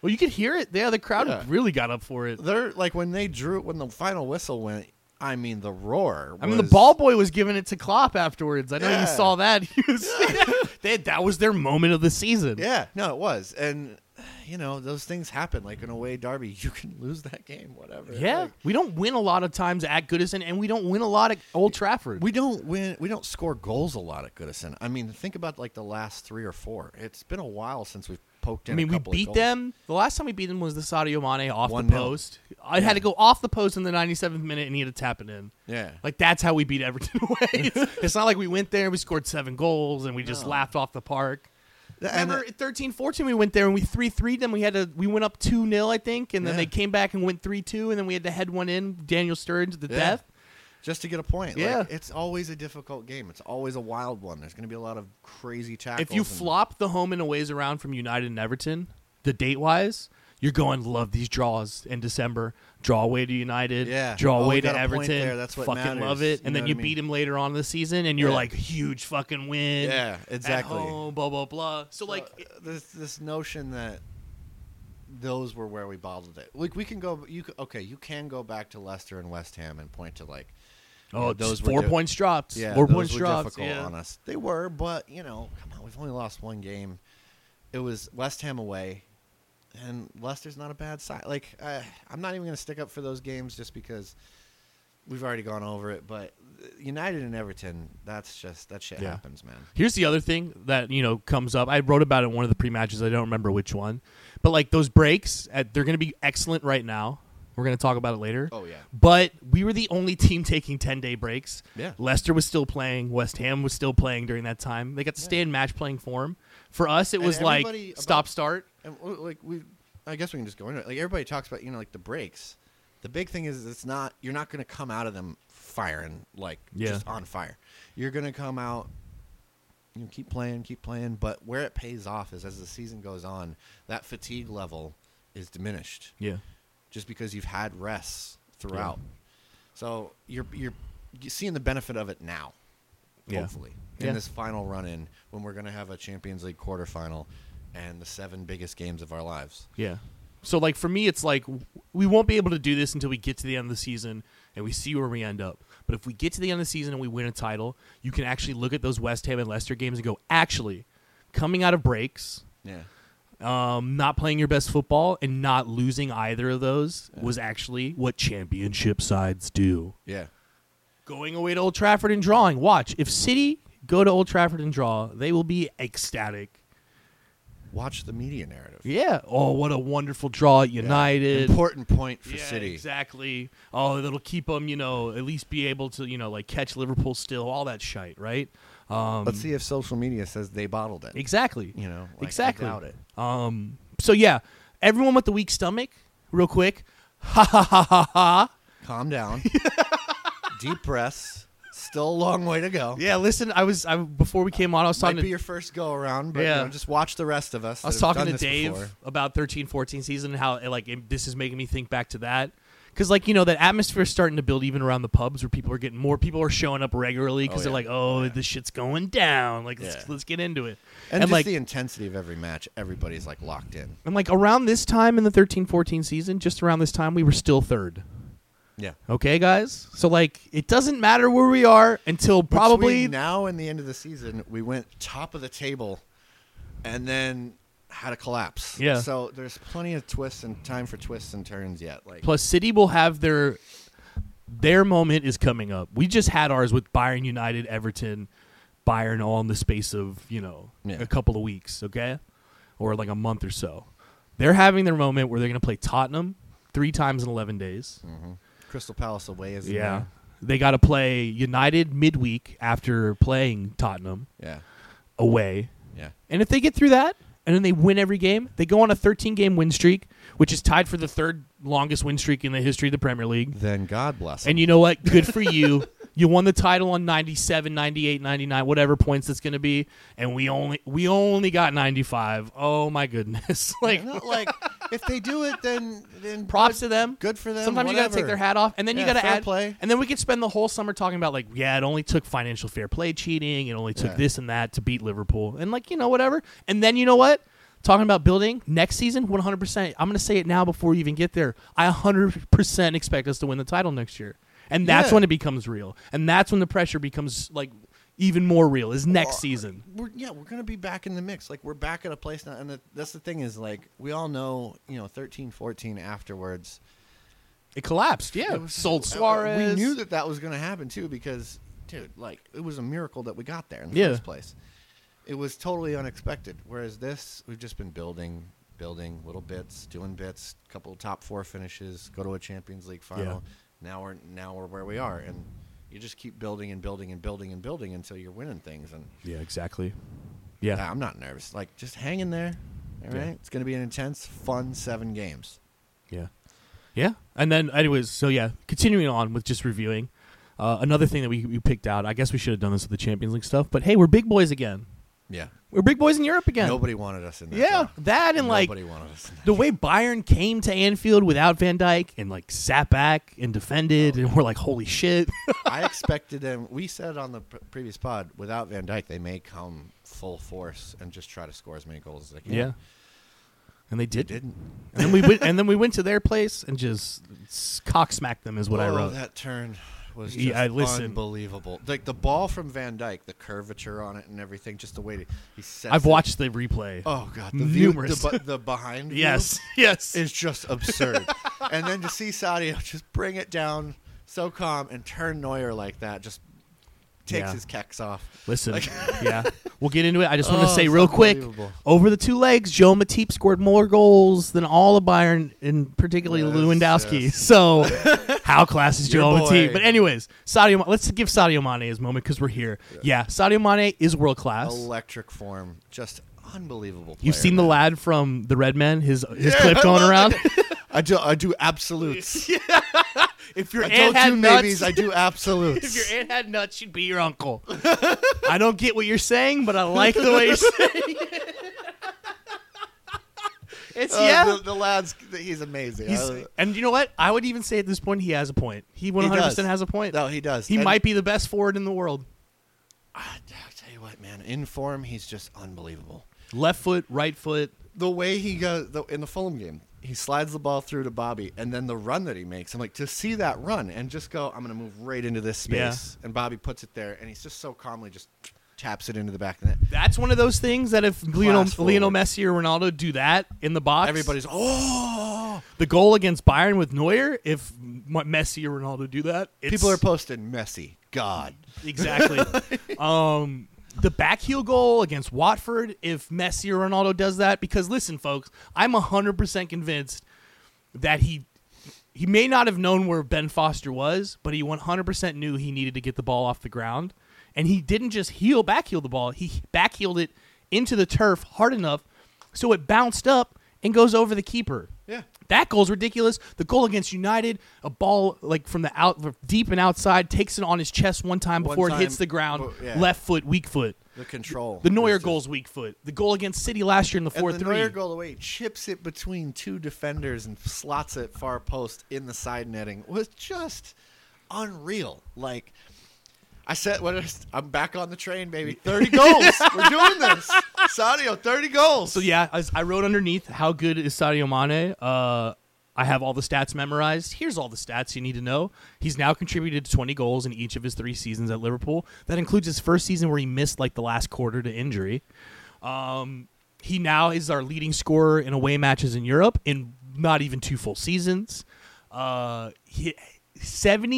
[SPEAKER 2] Well, you could hear it. Yeah, the crowd
[SPEAKER 1] Yeah.
[SPEAKER 2] really got up for it.
[SPEAKER 1] They're like when they drew when the final whistle went. I mean, the roar.
[SPEAKER 2] I mean, the
[SPEAKER 1] was-
[SPEAKER 2] ball boy was giving it to Klopp afterwards. I know
[SPEAKER 1] Yeah.
[SPEAKER 2] you saw that. He was- They- that was their moment of the season.
[SPEAKER 1] Yeah, no, it was, and you know those things happen. Like in a way, Derby, you can lose that game, whatever.
[SPEAKER 2] Yeah.
[SPEAKER 1] Like,
[SPEAKER 2] we don't win a lot of times at Goodison, and we don't win a lot at Old Trafford.
[SPEAKER 1] we don't win. We don't score goals a lot at Goodison. I mean, think about like the last three or four. It's been a while since we've poked in.
[SPEAKER 2] I mean,
[SPEAKER 1] a
[SPEAKER 2] we
[SPEAKER 1] couple of
[SPEAKER 2] beat
[SPEAKER 1] goals.
[SPEAKER 2] them. The last time we beat them was the Sadio Mane off the
[SPEAKER 1] 1-0.
[SPEAKER 2] post. I had to go off the post in the 97th minute, and he had to tap it in.
[SPEAKER 1] Yeah,
[SPEAKER 2] Like that's how we beat Everton away. It's, it's not like we went there and we scored seven goals and we just laughed off the park. uh,
[SPEAKER 1] And-
[SPEAKER 2] Remember, at 13 14, we went there and we 3 3 them. We had to, we went up 2 0, I think, and then
[SPEAKER 1] Yeah.
[SPEAKER 2] they came back and went 3 2, and then we had to head one in, Daniel Sturridge to the
[SPEAKER 1] Yeah.
[SPEAKER 2] death.
[SPEAKER 1] just to get a point.
[SPEAKER 2] Yeah.
[SPEAKER 1] like, it's always a difficult game. It's always a wild one. There's going to be a lot of crazy tackles.
[SPEAKER 2] If you
[SPEAKER 1] and-
[SPEAKER 2] flop the home and aways around from United and Everton, the date wise, you're going to love these draws in December. Draw away to United,
[SPEAKER 1] Yeah.
[SPEAKER 2] draw
[SPEAKER 1] Oh,
[SPEAKER 2] away
[SPEAKER 1] we
[SPEAKER 2] to
[SPEAKER 1] got a point
[SPEAKER 2] Everton.
[SPEAKER 1] there. That's what
[SPEAKER 2] fucking
[SPEAKER 1] matters.
[SPEAKER 2] love it.
[SPEAKER 1] You
[SPEAKER 2] And
[SPEAKER 1] know
[SPEAKER 2] then
[SPEAKER 1] what
[SPEAKER 2] you
[SPEAKER 1] I
[SPEAKER 2] beat
[SPEAKER 1] mean?
[SPEAKER 2] them later on in the season, and you're
[SPEAKER 1] Yeah.
[SPEAKER 2] like, huge fucking win.
[SPEAKER 1] yeah, exactly.
[SPEAKER 2] At home, blah, blah, blah. So, like,
[SPEAKER 1] Uh, this this notion that those were where we bottled it. Like we can go. You c- okay? You can go back to Leicester and West Ham and point to like
[SPEAKER 2] oh,
[SPEAKER 1] those
[SPEAKER 2] those
[SPEAKER 1] were
[SPEAKER 2] four
[SPEAKER 1] di-
[SPEAKER 2] points dropped.
[SPEAKER 1] yeah,
[SPEAKER 2] four
[SPEAKER 1] those
[SPEAKER 2] points
[SPEAKER 1] were
[SPEAKER 2] dropped.
[SPEAKER 1] difficult
[SPEAKER 2] yeah.
[SPEAKER 1] on us. They were, but you know, come on, we've only lost one game. It was West Ham away, and Leicester's not a bad side. Like uh, I'm not even going to stick up for those games just because we've already gone over it. But uh, United and Everton, that's just that shit
[SPEAKER 2] Yeah.
[SPEAKER 1] happens, man.
[SPEAKER 2] Here's the other thing that you know comes up. I wrote about it in one of the pre-matches. I don't remember which one, but like those breaks, uh they're going to be excellent right now. We're going to talk about it later.
[SPEAKER 1] Oh, yeah.
[SPEAKER 2] But we were the only team taking ten day breaks.
[SPEAKER 1] Yeah.
[SPEAKER 2] Leicester was still playing. West Ham was still playing during that time. They got to stay in match playing form. For us, it
[SPEAKER 1] And
[SPEAKER 2] was like
[SPEAKER 1] everybody about-
[SPEAKER 2] stop start.
[SPEAKER 1] And w- like we, I guess we can just go into it. Like everybody talks about, you know, like the breaks. The big thing is it's not you're not going to come out of them firing like
[SPEAKER 2] Yeah.
[SPEAKER 1] just on fire. You're going to come out, you know, keep playing, keep playing. But where it pays off is as the season goes on, that fatigue level is diminished
[SPEAKER 2] Yeah.
[SPEAKER 1] just because you've had rests throughout. So you're you're you're seeing the benefit of it now,
[SPEAKER 2] Yeah.
[SPEAKER 1] hopefully, in
[SPEAKER 2] Yeah.
[SPEAKER 1] this final run in when we're going to have a Champions League quarterfinal and the seven biggest games of our lives.
[SPEAKER 2] Yeah. So like for me, it's like w- we won't be able to do this until we get to the end of the season and we see where we end up. But if we get to the end of the season and we win a title, you can actually look at those West Ham and Leicester games and go, actually, coming out of breaks,
[SPEAKER 1] Yeah.
[SPEAKER 2] um, not playing your best football, and not losing either of those was actually what championship sides do.
[SPEAKER 1] Yeah.
[SPEAKER 2] Going away to Old Trafford and drawing. Watch if City go to Old Trafford and draw, they will be ecstatic.
[SPEAKER 1] Watch the media narrative.
[SPEAKER 2] Yeah. Oh, what a wonderful draw at
[SPEAKER 1] Yeah.
[SPEAKER 2] United.
[SPEAKER 1] Important point for
[SPEAKER 2] Yeah,
[SPEAKER 1] City.
[SPEAKER 2] Exactly. Oh, that'll keep them, you know, at least be able to, you know, like catch Liverpool still, all that shite, right? Um,
[SPEAKER 1] Let's see if social media says they bottled it.
[SPEAKER 2] exactly.
[SPEAKER 1] You know, like, I
[SPEAKER 2] exactly.
[SPEAKER 1] doubt it.
[SPEAKER 2] Um, so yeah, everyone with the weak stomach, real quick. Ha ha ha ha ha.
[SPEAKER 1] Calm down. Deep breaths. Still a long way to go.
[SPEAKER 2] Yeah, listen, I was I before we came on, I was
[SPEAKER 1] Might
[SPEAKER 2] talking
[SPEAKER 1] be
[SPEAKER 2] to
[SPEAKER 1] your first go around, but you
[SPEAKER 2] Yeah.
[SPEAKER 1] know, just watch the rest of us.
[SPEAKER 2] I was
[SPEAKER 1] that have
[SPEAKER 2] talking
[SPEAKER 1] done
[SPEAKER 2] to
[SPEAKER 1] this
[SPEAKER 2] Dave
[SPEAKER 1] before.
[SPEAKER 2] about 13 14 season and how it, like it- this is making me think back to that. Cause like you know that atmosphere is starting to build even around the pubs where people are getting more people are showing up regularly because
[SPEAKER 1] Oh,
[SPEAKER 2] they're
[SPEAKER 1] yeah.
[SPEAKER 2] like oh this shit's going down like let's,
[SPEAKER 1] Yeah.
[SPEAKER 2] let's get into it
[SPEAKER 1] and, just
[SPEAKER 2] like
[SPEAKER 1] the intensity of every match everybody's like locked in
[SPEAKER 2] and like around this time in the 13 14 season just around this time we were still third
[SPEAKER 1] yeah
[SPEAKER 2] okay guys so like it doesn't matter where we are until probably
[SPEAKER 1] now and the end of the season we went top of the table and then had a collapse
[SPEAKER 2] Yeah.
[SPEAKER 1] so there's plenty of twists and time for twists and turns yet like
[SPEAKER 2] plus City will have their their moment is coming up. We just had ours with Bayern United, Everton, Bayern all in the space of, you know,
[SPEAKER 1] Yeah.
[SPEAKER 2] a couple of weeks, okay? Or like a month or so. They're having their moment where they're going to play Tottenham 3 times in 11 days.
[SPEAKER 1] Mm-hmm. crystal palace away is in
[SPEAKER 2] Yeah. They got to play United midweek after playing Tottenham
[SPEAKER 1] there.
[SPEAKER 2] away.
[SPEAKER 1] yeah yeah
[SPEAKER 2] And if they get through that and then they win every game, they go on a 13 game win streak, which is tied for the third longest win streak in the history of the Premier League.
[SPEAKER 1] then god bless 'em.
[SPEAKER 2] And you know what? Good for you. You won the title on 97, 98, 99, whatever points that's going to be, and we only we only got 95. Oh my goodness. like
[SPEAKER 1] Not like if they do it then then
[SPEAKER 2] props
[SPEAKER 1] good-
[SPEAKER 2] to them.
[SPEAKER 1] good for them
[SPEAKER 2] Sometimes you got to take
[SPEAKER 1] whatever.
[SPEAKER 2] their hat off and then you
[SPEAKER 1] Yeah,
[SPEAKER 2] got to
[SPEAKER 1] fair
[SPEAKER 2] add
[SPEAKER 1] play.
[SPEAKER 2] and then we could spend the whole summer talking about like yeah, it only took financial fair play cheating, it only took
[SPEAKER 1] Yeah.
[SPEAKER 2] this and that to beat Liverpool. And like, you know, whatever. And then you know what? Talking about building next season, 100%. I'm going to say it now before you even get there. I 100% expect us to win the title next year. And that's
[SPEAKER 1] Yeah.
[SPEAKER 2] when it becomes real. And that's when the pressure becomes like even more real is next season.
[SPEAKER 1] We're, yeah, we're gonna be back in the mix. Like we're back at a place now, and the, that's the thing is like we all know, you know, 13, 14 afterwards.
[SPEAKER 2] It collapsed. Yeah.
[SPEAKER 1] it was-
[SPEAKER 2] Sold
[SPEAKER 1] uh, We
[SPEAKER 2] Suarez.
[SPEAKER 1] knew that that was gonna happen too because, dude, like it was a miracle that we got there in the
[SPEAKER 2] Yeah.
[SPEAKER 1] first place. It was totally unexpected. Whereas this, we've just been building, building little bits, doing bits, couple top four finishes, go to a Champions League final. Now we're now we're where we are, and you just keep building and building and building and building until you're winning things and.
[SPEAKER 2] Yeah, exactly. Yeah.
[SPEAKER 1] Nah, I'm not nervous. Like, just hang in there. All right.
[SPEAKER 2] Yeah.
[SPEAKER 1] It's going to be an intense, fun seven games.
[SPEAKER 2] Yeah. Yeah. And then, anyways, so yeah, continuing on with just reviewing. Uh, another thing that we, we picked out, I guess we should have done this with the Champions League stuff, but hey, we're big boys again.
[SPEAKER 1] Yeah.
[SPEAKER 2] We're big boys in Europe again.
[SPEAKER 1] Nobody wanted us in that.
[SPEAKER 2] yeah,
[SPEAKER 1] draw.
[SPEAKER 2] that and like
[SPEAKER 1] Nobody wanted us in that.
[SPEAKER 2] the way Bayern came to Anfield without Van Dyke and like sat back and
[SPEAKER 1] Oh,
[SPEAKER 2] defended, and we're like, holy shit.
[SPEAKER 1] I expected them. We said on the pr- previous pod, without Van Dyke, they may come full force and just try to score as many goals as they can.
[SPEAKER 2] And they
[SPEAKER 1] They
[SPEAKER 2] did.
[SPEAKER 1] didn't.
[SPEAKER 2] And then we went, and then we went to their place and just s- cocksmacked them is what I
[SPEAKER 1] Oh,
[SPEAKER 2] wrote.
[SPEAKER 1] That turn was just
[SPEAKER 2] Yeah, I listened.
[SPEAKER 1] unbelievable. Like the ball from Van Dyke, the curvature on it and everything, just the way that he sets
[SPEAKER 2] I've
[SPEAKER 1] it-
[SPEAKER 2] watched the replay.
[SPEAKER 1] Oh, God. The view,
[SPEAKER 2] numerous.
[SPEAKER 1] The, bu- the behind view.
[SPEAKER 2] yes, yes.
[SPEAKER 1] is just absurd. and then to see Sadio just bring it down so calm and turn Neuer like that just takes
[SPEAKER 2] Yeah.
[SPEAKER 1] his kecks off.
[SPEAKER 2] Listen,
[SPEAKER 1] Like-
[SPEAKER 2] yeah, we'll get into it. I just want
[SPEAKER 1] Oh,
[SPEAKER 2] to say
[SPEAKER 1] it's
[SPEAKER 2] real quick,
[SPEAKER 1] unbelievable.
[SPEAKER 2] over the two legs, Joe Matip scored more goals than all of Bayern, and particularly
[SPEAKER 1] Yes,
[SPEAKER 2] Lewandowski.
[SPEAKER 1] yes.
[SPEAKER 2] So, how class is
[SPEAKER 1] Your
[SPEAKER 2] Joe Matip?
[SPEAKER 1] boy.
[SPEAKER 2] But anyways, Sadio, Ma- let's give Sadio Mane his moment because we're here. Yeah. Sadio Mane is world class.
[SPEAKER 1] Electric form, just unbelievable.
[SPEAKER 2] You've
[SPEAKER 1] player,
[SPEAKER 2] seen the
[SPEAKER 1] man.
[SPEAKER 2] lad from the Red Men, his his
[SPEAKER 1] Yeah,
[SPEAKER 2] clip
[SPEAKER 1] I
[SPEAKER 2] going
[SPEAKER 1] love
[SPEAKER 2] around.
[SPEAKER 1] I do. I do absolutes.
[SPEAKER 2] if your
[SPEAKER 1] I
[SPEAKER 2] aunt
[SPEAKER 1] don't
[SPEAKER 2] had
[SPEAKER 1] do
[SPEAKER 2] nuts,
[SPEAKER 1] maybes. I do absolutes.
[SPEAKER 2] if your aunt had nuts, she'd be your uncle. I don't get what you're saying, but I like the way you're saying it. It's
[SPEAKER 1] Uh,
[SPEAKER 2] yeah.
[SPEAKER 1] the, the lads. He's amazing.
[SPEAKER 2] He's,
[SPEAKER 1] I-
[SPEAKER 2] and you know what? I would even say at this point he has a point. He 100%
[SPEAKER 1] does.
[SPEAKER 2] has a point.
[SPEAKER 1] no, he does.
[SPEAKER 2] he
[SPEAKER 1] And
[SPEAKER 2] might be the best forward in the world.
[SPEAKER 1] I, I tell you what, man. In form, he's just unbelievable.
[SPEAKER 2] Left foot, right foot.
[SPEAKER 1] the way he goes the, in the Fulham game, he slides the ball through to Bobby, and then the run that he makes. I'm like, to see that run and just go, I'm going to move right into this
[SPEAKER 2] Yeah.
[SPEAKER 1] space, and Bobby puts it there, and he's just so calmly just taps it into the back of the net.
[SPEAKER 2] That's one of those things that if Lionel,
[SPEAKER 1] forward.
[SPEAKER 2] Lionel Messi or Ronaldo do that in the box,
[SPEAKER 1] Everybody's oh,
[SPEAKER 2] the goal against Bayern with Neuer, if M- Messi or Ronaldo do that, it's,
[SPEAKER 1] people are posting Messi. God,
[SPEAKER 2] Exactly. um, the back heel goal against Watford, if Messi or Ronaldo does that, because listen, folks, I'm 100% convinced that he he may not have known where Ben Foster was, but he 100% knew he needed to get the ball off the ground. And he didn't just heel back heel the ball, he back heeled it into the turf hard enough so it bounced up and goes over the keeper.
[SPEAKER 1] yeah,
[SPEAKER 2] That goal's ridiculous. The goal against United, a ball like from the out deep and outside, takes it on his chest one time
[SPEAKER 1] One
[SPEAKER 2] before
[SPEAKER 1] time,
[SPEAKER 2] it hits the ground.
[SPEAKER 1] bo- yeah.
[SPEAKER 2] Left foot, weak foot.
[SPEAKER 1] the control.
[SPEAKER 2] The Neuer
[SPEAKER 1] is just-
[SPEAKER 2] goal's weak foot. The goal against City last year in the
[SPEAKER 1] And
[SPEAKER 2] four
[SPEAKER 1] the
[SPEAKER 2] three.
[SPEAKER 1] Neuer goal away chips it between two defenders and slots it far post in the side netting was just unreal. Like I said, what is, I'm back on the train, baby. Thirty goals. We're doing this, Sadio. Thirty goals.
[SPEAKER 2] So yeah, as I wrote underneath how good is Sadio Mane. Uh, I have all the stats memorized. Here's all the stats you need to know. He's now contributed 20 goals in each of his three seasons at Liverpool. That includes his first season where he missed like the last quarter to injury. Um, he now is our leading scorer in away matches in Europe in not even two full seasons. Uh, he,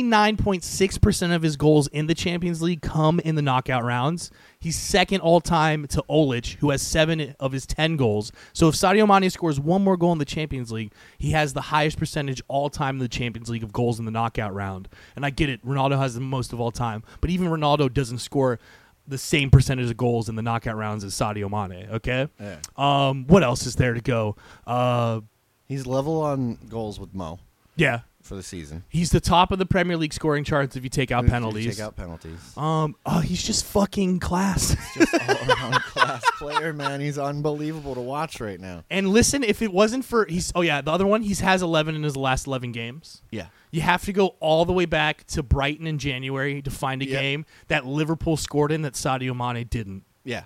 [SPEAKER 2] 79.6% of his goals in the Champions League come in the knockout rounds. He's second all time to Olic, who has seven of his 10 goals. So if Sadio Mane scores one more goal in the Champions League, he has the highest percentage all time in the Champions League of goals in the knockout round. And I get it, Ronaldo has the most of all time, but even Ronaldo doesn't score the same percentage of goals in the knockout rounds as Sadio Mane. Okay.
[SPEAKER 1] Yeah.
[SPEAKER 2] Um, what else is there to go? Uh,
[SPEAKER 1] he's level on goals with Mo
[SPEAKER 2] yeah,
[SPEAKER 1] for the season.
[SPEAKER 2] he's the top of the Premier League scoring charts if you take out penalties.
[SPEAKER 1] Take out penalties.
[SPEAKER 2] Um, oh, he's just fucking class.
[SPEAKER 1] Just all
[SPEAKER 2] Oh,
[SPEAKER 1] around class player, man. He's unbelievable to watch right now.
[SPEAKER 2] and listen, if it wasn't for he's oh yeah, the other one he's has eleven in his last eleven games.
[SPEAKER 1] Yeah.
[SPEAKER 2] You have to go all the way back to Brighton in January to find a
[SPEAKER 1] Yeah.
[SPEAKER 2] game that Liverpool scored in that Sadio Mane didn't.
[SPEAKER 1] Yeah.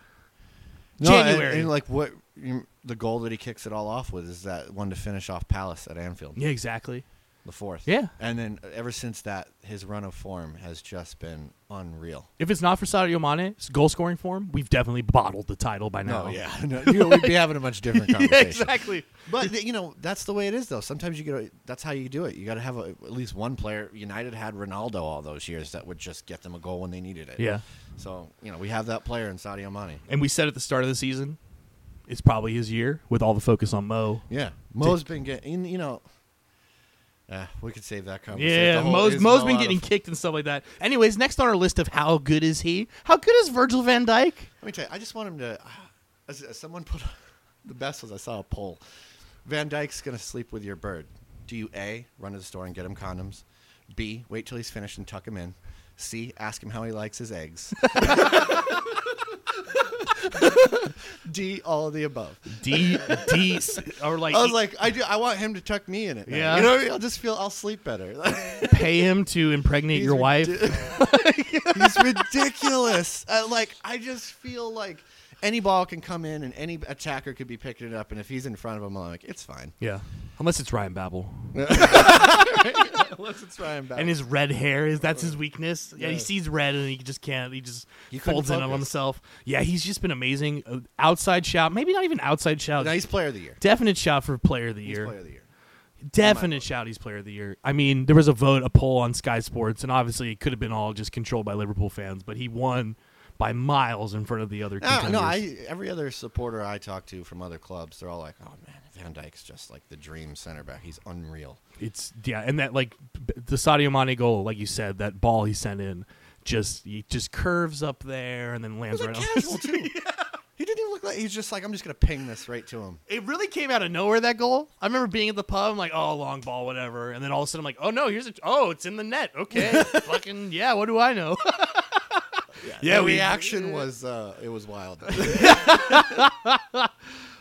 [SPEAKER 2] January.
[SPEAKER 1] And, and, like what you- the goal that he kicks it all off with is that one to finish off Palace at Anfield,
[SPEAKER 2] Yeah, exactly.
[SPEAKER 1] the fourth.
[SPEAKER 2] Yeah.
[SPEAKER 1] And then uh, ever since that, his run of form has just been unreal.
[SPEAKER 2] If it's not for Sadio Mane's goal scoring form, we've definitely bottled the title by now.
[SPEAKER 1] No, Oh, yeah, no, you know, we'd be having a much different
[SPEAKER 2] Yeah,
[SPEAKER 1] conversation.
[SPEAKER 2] exactly.
[SPEAKER 1] But th- you know that's the way it is, though. Sometimes you get that's how you do it. You got to have a, at least one player. United had Ronaldo all those years that would just get them a goal when they needed it.
[SPEAKER 2] Yeah.
[SPEAKER 1] So you know we have that player in Sadio Mane.
[SPEAKER 2] And we said at the start of the season, it's probably his year with all the focus on Mo.
[SPEAKER 1] Yeah, Mo's been getting. You know, uh, we could save that conversation.
[SPEAKER 2] Yeah,
[SPEAKER 1] The whole-
[SPEAKER 2] Mo's,
[SPEAKER 1] is
[SPEAKER 2] Mo's
[SPEAKER 1] Mo
[SPEAKER 2] been
[SPEAKER 1] out
[SPEAKER 2] getting
[SPEAKER 1] of-
[SPEAKER 2] kicked and stuff like that. Anyways, next on our list of how good is he? How good is Virgil van Dyke?
[SPEAKER 1] Let me tell you, I just want him to. uh, As, as someone put, the best was I saw a poll. Van Dyke's gonna sleep with your bird. Do you a run to the store and get him condoms? B wait till he's finished and tuck him in. C ask him how he likes his eggs. D all of the above.
[SPEAKER 2] D D or like,
[SPEAKER 1] I was like, I do. I want him to tuck me in it. now.
[SPEAKER 2] Yeah.
[SPEAKER 1] you know, what I mean? I'll just feel I'll sleep better.
[SPEAKER 2] pay him to impregnate
[SPEAKER 1] He's
[SPEAKER 2] your wife.
[SPEAKER 1] ridi- he's ridiculous. Uh, like I just feel like any ball can come in and any attacker could be picking it up, and if he's in front of him, I'm like, it's fine.
[SPEAKER 2] yeah, unless it's Ryan Babel
[SPEAKER 1] Unless it's Ryan Bauer.
[SPEAKER 2] and his red hair is that's his weakness. Yeah, he
[SPEAKER 1] Yeah.
[SPEAKER 2] sees red and he just can't. He just
[SPEAKER 1] He couldn't
[SPEAKER 2] folds in on
[SPEAKER 1] focus.
[SPEAKER 2] himself. Yeah, he's just been amazing. Uh, outside shout, maybe not even outside shout.
[SPEAKER 1] nice player of the year.
[SPEAKER 2] Definite shout for player of the
[SPEAKER 1] He's
[SPEAKER 2] year.
[SPEAKER 1] player of the year. Oh
[SPEAKER 2] Definite shout he's player of the year. I mean, there was a vote, a poll on Sky Sports, and obviously it could have been all just controlled by Liverpool fans, but he won by miles in front of the other
[SPEAKER 1] No,
[SPEAKER 2] contenders.
[SPEAKER 1] Ah, no, I every other supporter I talk to from other clubs, they're all like, "Oh man, Van Dyke's just like the dream center back. He's unreal."
[SPEAKER 2] it's yeah, and that like b- the Sadio Mane goal, like you said, that ball he sent in, just he just curves up there and then lands
[SPEAKER 1] He's like
[SPEAKER 2] right. on-
[SPEAKER 1] casual too. He didn't even look like he's just like I'm just gonna ping this right to him.
[SPEAKER 2] it really came out of nowhere that goal. I remember being at the pub, I'm like, oh, long ball, whatever, and then all of a sudden I'm like, oh no, here's a oh, it's in the net. Okay, fucking yeah, what do I know? Yeah,
[SPEAKER 1] the
[SPEAKER 2] we-
[SPEAKER 1] reaction was uh, it was wild.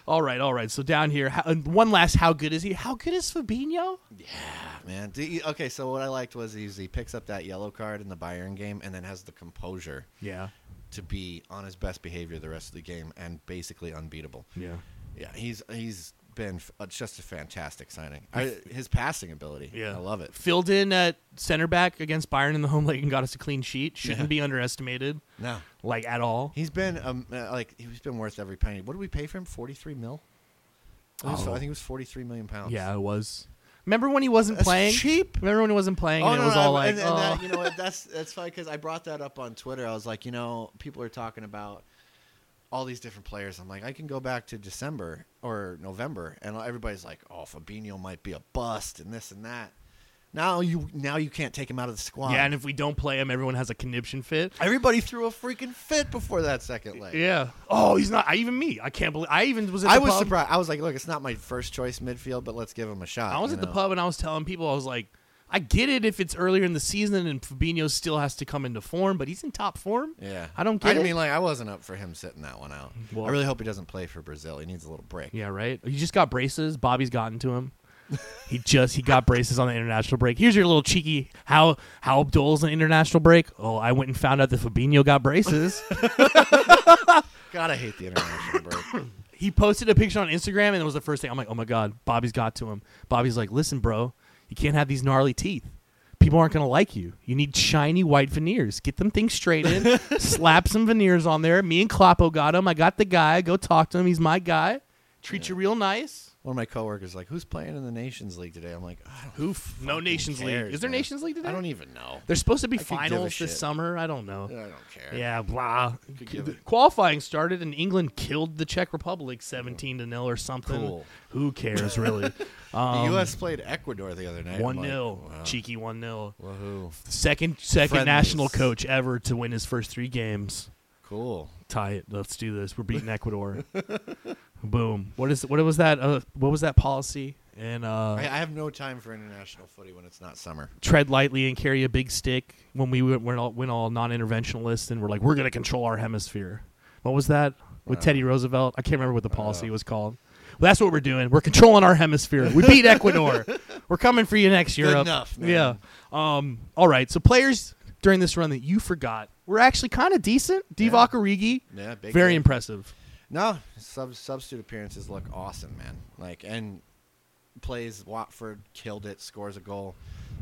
[SPEAKER 2] All right, all right. So down here, how, and one last. How good is he? How good is Fabinho?
[SPEAKER 1] man. Do you- okay, so what I liked was he's, he picks up that yellow card in the Bayern game and then has the composure
[SPEAKER 2] Yeah,
[SPEAKER 1] to be on his best behavior the rest of the game and basically unbeatable.
[SPEAKER 2] yeah,
[SPEAKER 1] Yeah, he's he's been f- uh, just a fantastic signing. I, his passing ability,
[SPEAKER 2] yeah.
[SPEAKER 1] I love it.
[SPEAKER 2] Filled in at center back against Byron in the home leg and got us a clean sheet. Shouldn't
[SPEAKER 1] Yeah.
[SPEAKER 2] be underestimated,
[SPEAKER 1] No,
[SPEAKER 2] like at all.
[SPEAKER 1] he's been um, uh, like he's been worth every penny. What did we pay for him? Forty three mil. It was-
[SPEAKER 2] Oh.
[SPEAKER 1] I think it was forty three million pounds.
[SPEAKER 2] Yeah, it was. Remember when he wasn't
[SPEAKER 1] That's
[SPEAKER 2] playing?
[SPEAKER 1] cheap.
[SPEAKER 2] Remember when he wasn't playing?
[SPEAKER 1] Oh,
[SPEAKER 2] and
[SPEAKER 1] no,
[SPEAKER 2] it was
[SPEAKER 1] no,
[SPEAKER 2] all
[SPEAKER 1] I-
[SPEAKER 2] like,
[SPEAKER 1] and, and
[SPEAKER 2] oh.
[SPEAKER 1] that, you know what? That's that's funny because I brought that up on Twitter. I was like, you know, people are talking about all these different players. I'm like, I can go back to December or November, and everybody's like, oh, Fabinho might be a bust and this and that. Now you now you can't take him out of the squad.
[SPEAKER 2] yeah. And if we don't play him, everyone has a conniption fit.
[SPEAKER 1] everybody threw a freaking fit before that second leg.
[SPEAKER 2] Yeah. Oh, he's not. I even me. I can't believe. I even was. At the
[SPEAKER 1] I was
[SPEAKER 2] pub.
[SPEAKER 1] surprised. I was like, look, it's not my first choice midfield, but let's give him a shot.
[SPEAKER 2] I was
[SPEAKER 1] you
[SPEAKER 2] at the
[SPEAKER 1] know?
[SPEAKER 2] pub and I was telling people, I was like, I get it if it's earlier in the season and Fabinho still has to come into form, but he's in top form.
[SPEAKER 1] Yeah,
[SPEAKER 2] I don't get
[SPEAKER 1] I
[SPEAKER 2] it.
[SPEAKER 1] mean, like, I wasn't up for him sitting that one out.
[SPEAKER 2] Well-
[SPEAKER 1] I really hope he doesn't play for Brazil. He needs a little break.
[SPEAKER 2] yeah, right. You just got braces. Bobby's gotten to him. he just he got braces on the international break. Here's your little cheeky how how Abdul's an international break. Oh, I went and found out that Fabinho got braces.
[SPEAKER 1] God, I hate the international break.
[SPEAKER 2] he posted a picture on Instagram and it was the first thing I'm like, oh my god, Bobby's got to him. Bobby's like, listen, bro, you can't have these gnarly teeth. People aren't gonna like you. You need shiny white veneers. Get them things straightened. slap some veneers on there. Me and Kloppo got him. I got the guy. Go talk to him. He's my guy. Treat you real nice.
[SPEAKER 1] One of my coworkers like, "Who's playing in the Nations League today?" I'm like, I don't
[SPEAKER 2] Oof. No Nations League.
[SPEAKER 1] cares,
[SPEAKER 2] Is there
[SPEAKER 1] man?
[SPEAKER 2] Nations League today?
[SPEAKER 1] I don't even know.
[SPEAKER 2] There's supposed to be
[SPEAKER 1] could give a
[SPEAKER 2] finals
[SPEAKER 1] shit.
[SPEAKER 2] this summer. I don't know.
[SPEAKER 1] I don't care.
[SPEAKER 2] Yeah, blah.
[SPEAKER 1] give it-
[SPEAKER 2] Qualifying started and England killed the Czech Republic 17 to nil or something.
[SPEAKER 1] Cool.
[SPEAKER 2] Who cares really?
[SPEAKER 1] The U.S. played Ecuador the other night. I'm
[SPEAKER 2] Um, One
[SPEAKER 1] like,
[SPEAKER 2] 0
[SPEAKER 1] wow,
[SPEAKER 2] cheeky one 0
[SPEAKER 1] Woohoo!
[SPEAKER 2] Second, second
[SPEAKER 1] Friendlies.
[SPEAKER 2] national coach ever to win his first three games.
[SPEAKER 1] Cool.
[SPEAKER 2] Tie it. Let's do this. We're beating Ecuador. Boom. What is? What was that? Uh, what was that policy? And uh,
[SPEAKER 1] I, I have no time for international footy when it's not summer.
[SPEAKER 2] tread lightly and carry a big stick. When we went, went all, went all non-interventionalist and we're like, we're going to control our hemisphere. What was that with
[SPEAKER 1] Uh,
[SPEAKER 2] Teddy Roosevelt? I can't remember what the policy was called. Well, that's what we're doing. We're controlling our hemisphere. We beat Ecuador. We're coming for you next Europe.
[SPEAKER 1] enough, man.
[SPEAKER 2] Yeah. Um. All right. So players during this run that you forgot were actually kind of decent. Divock Origi,
[SPEAKER 1] Yeah, big
[SPEAKER 2] very
[SPEAKER 1] game.
[SPEAKER 2] impressive.
[SPEAKER 1] No, sub, substitute appearances look awesome, man. Like and plays Watford, killed it, scores a goal.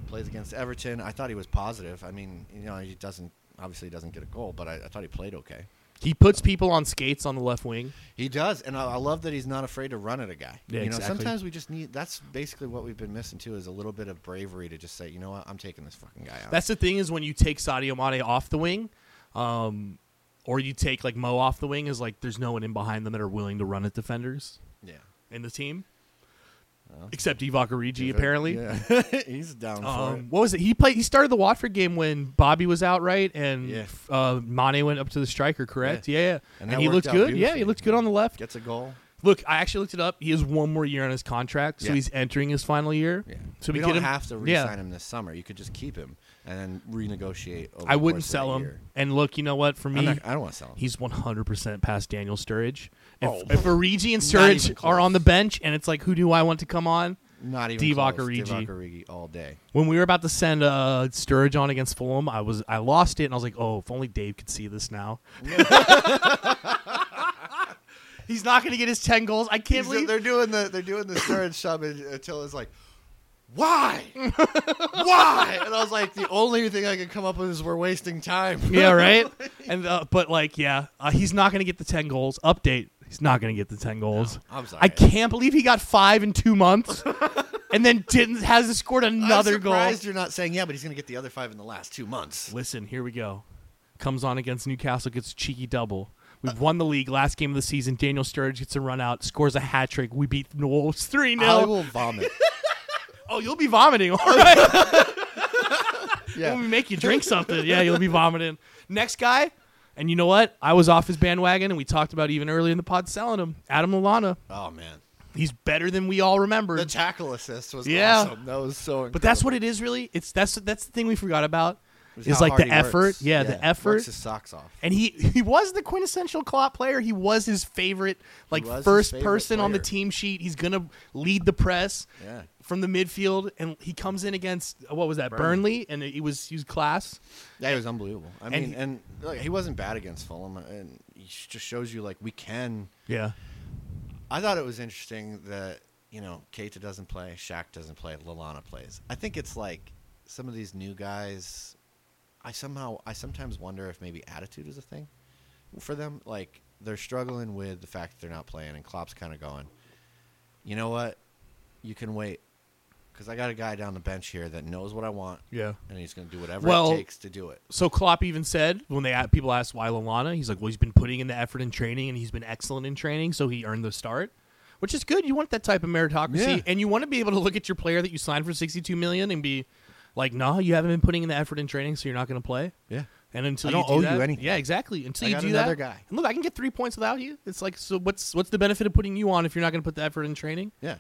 [SPEAKER 1] Plays against Everton. I thought he was positive. I mean, you know, he doesn't obviously he doesn't get a goal, but I, I thought he played okay.
[SPEAKER 2] He puts people on skates on the left wing.
[SPEAKER 1] He does, and I, I love that he's not afraid to run at a guy.
[SPEAKER 2] Yeah,
[SPEAKER 1] you know,
[SPEAKER 2] exactly.
[SPEAKER 1] sometimes we just need. That's basically what we've been missing too, is a little bit of bravery to just say, you know what, I'm taking this fucking guy out.
[SPEAKER 2] That's the thing is when you take Sadio Mane off the wing, um, or you take like Mo off the wing is like there's no one in behind them that are willing to run at defenders
[SPEAKER 1] yeah.
[SPEAKER 2] in the team, except Ivan Origi apparently.
[SPEAKER 1] yeah. he's down for it.
[SPEAKER 2] Um, what was it? He played. He started the Watford game when Bobby was out, right? And
[SPEAKER 1] Yeah.
[SPEAKER 2] uh, Mane went up to the striker, correct?
[SPEAKER 1] Yeah.
[SPEAKER 2] Yeah, yeah.
[SPEAKER 1] And
[SPEAKER 2] And,
[SPEAKER 1] that
[SPEAKER 2] he
[SPEAKER 1] worked
[SPEAKER 2] looked
[SPEAKER 1] out
[SPEAKER 2] good. Yeah,
[SPEAKER 1] beautifully.
[SPEAKER 2] he looked good on the left.
[SPEAKER 1] Gets a goal.
[SPEAKER 2] Look, I actually looked it up. He has one more year on his contract, so
[SPEAKER 1] Yeah.
[SPEAKER 2] he's entering his final year.
[SPEAKER 1] Yeah.
[SPEAKER 2] So
[SPEAKER 1] we,
[SPEAKER 2] we,
[SPEAKER 1] don't
[SPEAKER 2] get him,
[SPEAKER 1] have to
[SPEAKER 2] yeah.
[SPEAKER 1] re-sign him this summer. You could just keep him and then renegotiate. Over
[SPEAKER 2] I
[SPEAKER 1] the
[SPEAKER 2] wouldn't
[SPEAKER 1] course of
[SPEAKER 2] sell
[SPEAKER 1] the
[SPEAKER 2] him.
[SPEAKER 1] year.
[SPEAKER 2] And look, you know what? For me,
[SPEAKER 1] I'm not, I don't want to sell him.
[SPEAKER 2] he's 100% past Daniel Sturridge. If,
[SPEAKER 1] Oh,
[SPEAKER 2] if Origi and
[SPEAKER 1] not even
[SPEAKER 2] Sturridge are
[SPEAKER 1] close.
[SPEAKER 2] on the bench, and it's like, who do I want to come on?
[SPEAKER 1] not even
[SPEAKER 2] Divock
[SPEAKER 1] close.
[SPEAKER 2] Origi.
[SPEAKER 1] Divock Origi all day.
[SPEAKER 2] When we were about to send uh, Sturridge on against Fulham, I was I lost it, and I was like, oh, if only Dave could see this now. he's not going to get his 10 goals. I can't believe
[SPEAKER 1] they're doing the they're doing the Sturridge sub and Attila's like, why, why? And I was like, the only thing I can come up with is we're wasting time.
[SPEAKER 2] yeah, right. And uh, but like, yeah, uh, he's not going to get the ten goals. Update: He's not going to get the ten goals.
[SPEAKER 1] I'm sorry.
[SPEAKER 2] I can't believe he got five in two months, and then didn't hasn't scored another
[SPEAKER 1] I'm
[SPEAKER 2] goal.
[SPEAKER 1] surprised you're not saying yeah, but he's gonna get the other five in the last two months.
[SPEAKER 2] Listen, here we go. Comes on against Newcastle, gets a cheeky double.
[SPEAKER 1] Uh,
[SPEAKER 2] We've won the league. Last game of the season, Daniel Sturridge gets a run out, scores a hat trick. We beat the Wolves three
[SPEAKER 1] I
[SPEAKER 2] 0
[SPEAKER 1] will vomit.
[SPEAKER 2] Oh, you'll be vomiting, all right? When we
[SPEAKER 1] Yeah,
[SPEAKER 2] make you drink something, yeah, you'll be vomiting. Next guy, and you know what? I was off his bandwagon, and we talked about even earlier in the pod selling him. Adam Lallana.
[SPEAKER 1] oh man,
[SPEAKER 2] He's better than we all remember.
[SPEAKER 1] the tackle assist was
[SPEAKER 2] Yeah.
[SPEAKER 1] awesome. That was so. Incredible.
[SPEAKER 2] but that's what it is, really. It's that's that's the thing we forgot about.
[SPEAKER 1] It's
[SPEAKER 2] is
[SPEAKER 1] how
[SPEAKER 2] like the
[SPEAKER 1] hard he
[SPEAKER 2] effort.
[SPEAKER 1] works.
[SPEAKER 2] Yeah, the
[SPEAKER 1] works
[SPEAKER 2] effort.
[SPEAKER 1] his socks off.
[SPEAKER 2] and he he was the quintessential Klopp player. He was his favorite, like
[SPEAKER 1] was his
[SPEAKER 2] first
[SPEAKER 1] favorite
[SPEAKER 2] person on the
[SPEAKER 1] player.
[SPEAKER 2] team sheet. He's gonna lead the press
[SPEAKER 1] Yeah.
[SPEAKER 2] from the midfield, and he comes in against what was that
[SPEAKER 1] Burnley.
[SPEAKER 2] Burnley, and he was he was class.
[SPEAKER 1] Yeah, he was unbelievable. I mean,
[SPEAKER 2] he-
[SPEAKER 1] and like, he wasn't bad against Fulham, and he sh- just shows you like we can.
[SPEAKER 2] Yeah,
[SPEAKER 1] I thought it was interesting that you know Keita doesn't play, Shaq doesn't play, Lalana plays. I think it's like some of these new guys. I somehow I sometimes wonder if maybe attitude is a thing for them. Like they're struggling with the fact that they're not playing, and Klopp's kind of going, you know what, you can wait. Because I got a guy down the bench here that knows what I want,
[SPEAKER 2] yeah.
[SPEAKER 1] and he's going to do whatever
[SPEAKER 2] Well-
[SPEAKER 1] it takes to do it.
[SPEAKER 2] So Klopp even said when they people asked why Lalana, he's like, well, he's been putting in the effort in training, and he's been excellent in training, so he earned the start. Which is good. You want that type of meritocracy,
[SPEAKER 1] Yeah.
[SPEAKER 2] and you want to be able to look at your player that you signed for sixty-two million and be like, "No, you haven't been putting in the effort in training, so you're not going to play."
[SPEAKER 1] Yeah.
[SPEAKER 2] And until
[SPEAKER 1] I
[SPEAKER 2] you
[SPEAKER 1] don't
[SPEAKER 2] do
[SPEAKER 1] owe you
[SPEAKER 2] that,
[SPEAKER 1] anything.
[SPEAKER 2] yeah, exactly. Until
[SPEAKER 1] I
[SPEAKER 2] you
[SPEAKER 1] got
[SPEAKER 2] do
[SPEAKER 1] another
[SPEAKER 2] that,
[SPEAKER 1] guy.
[SPEAKER 2] And look, I can get three points without you. It's like, so what's what's the benefit of putting you on if you're not going to put the effort in training?
[SPEAKER 1] Yeah.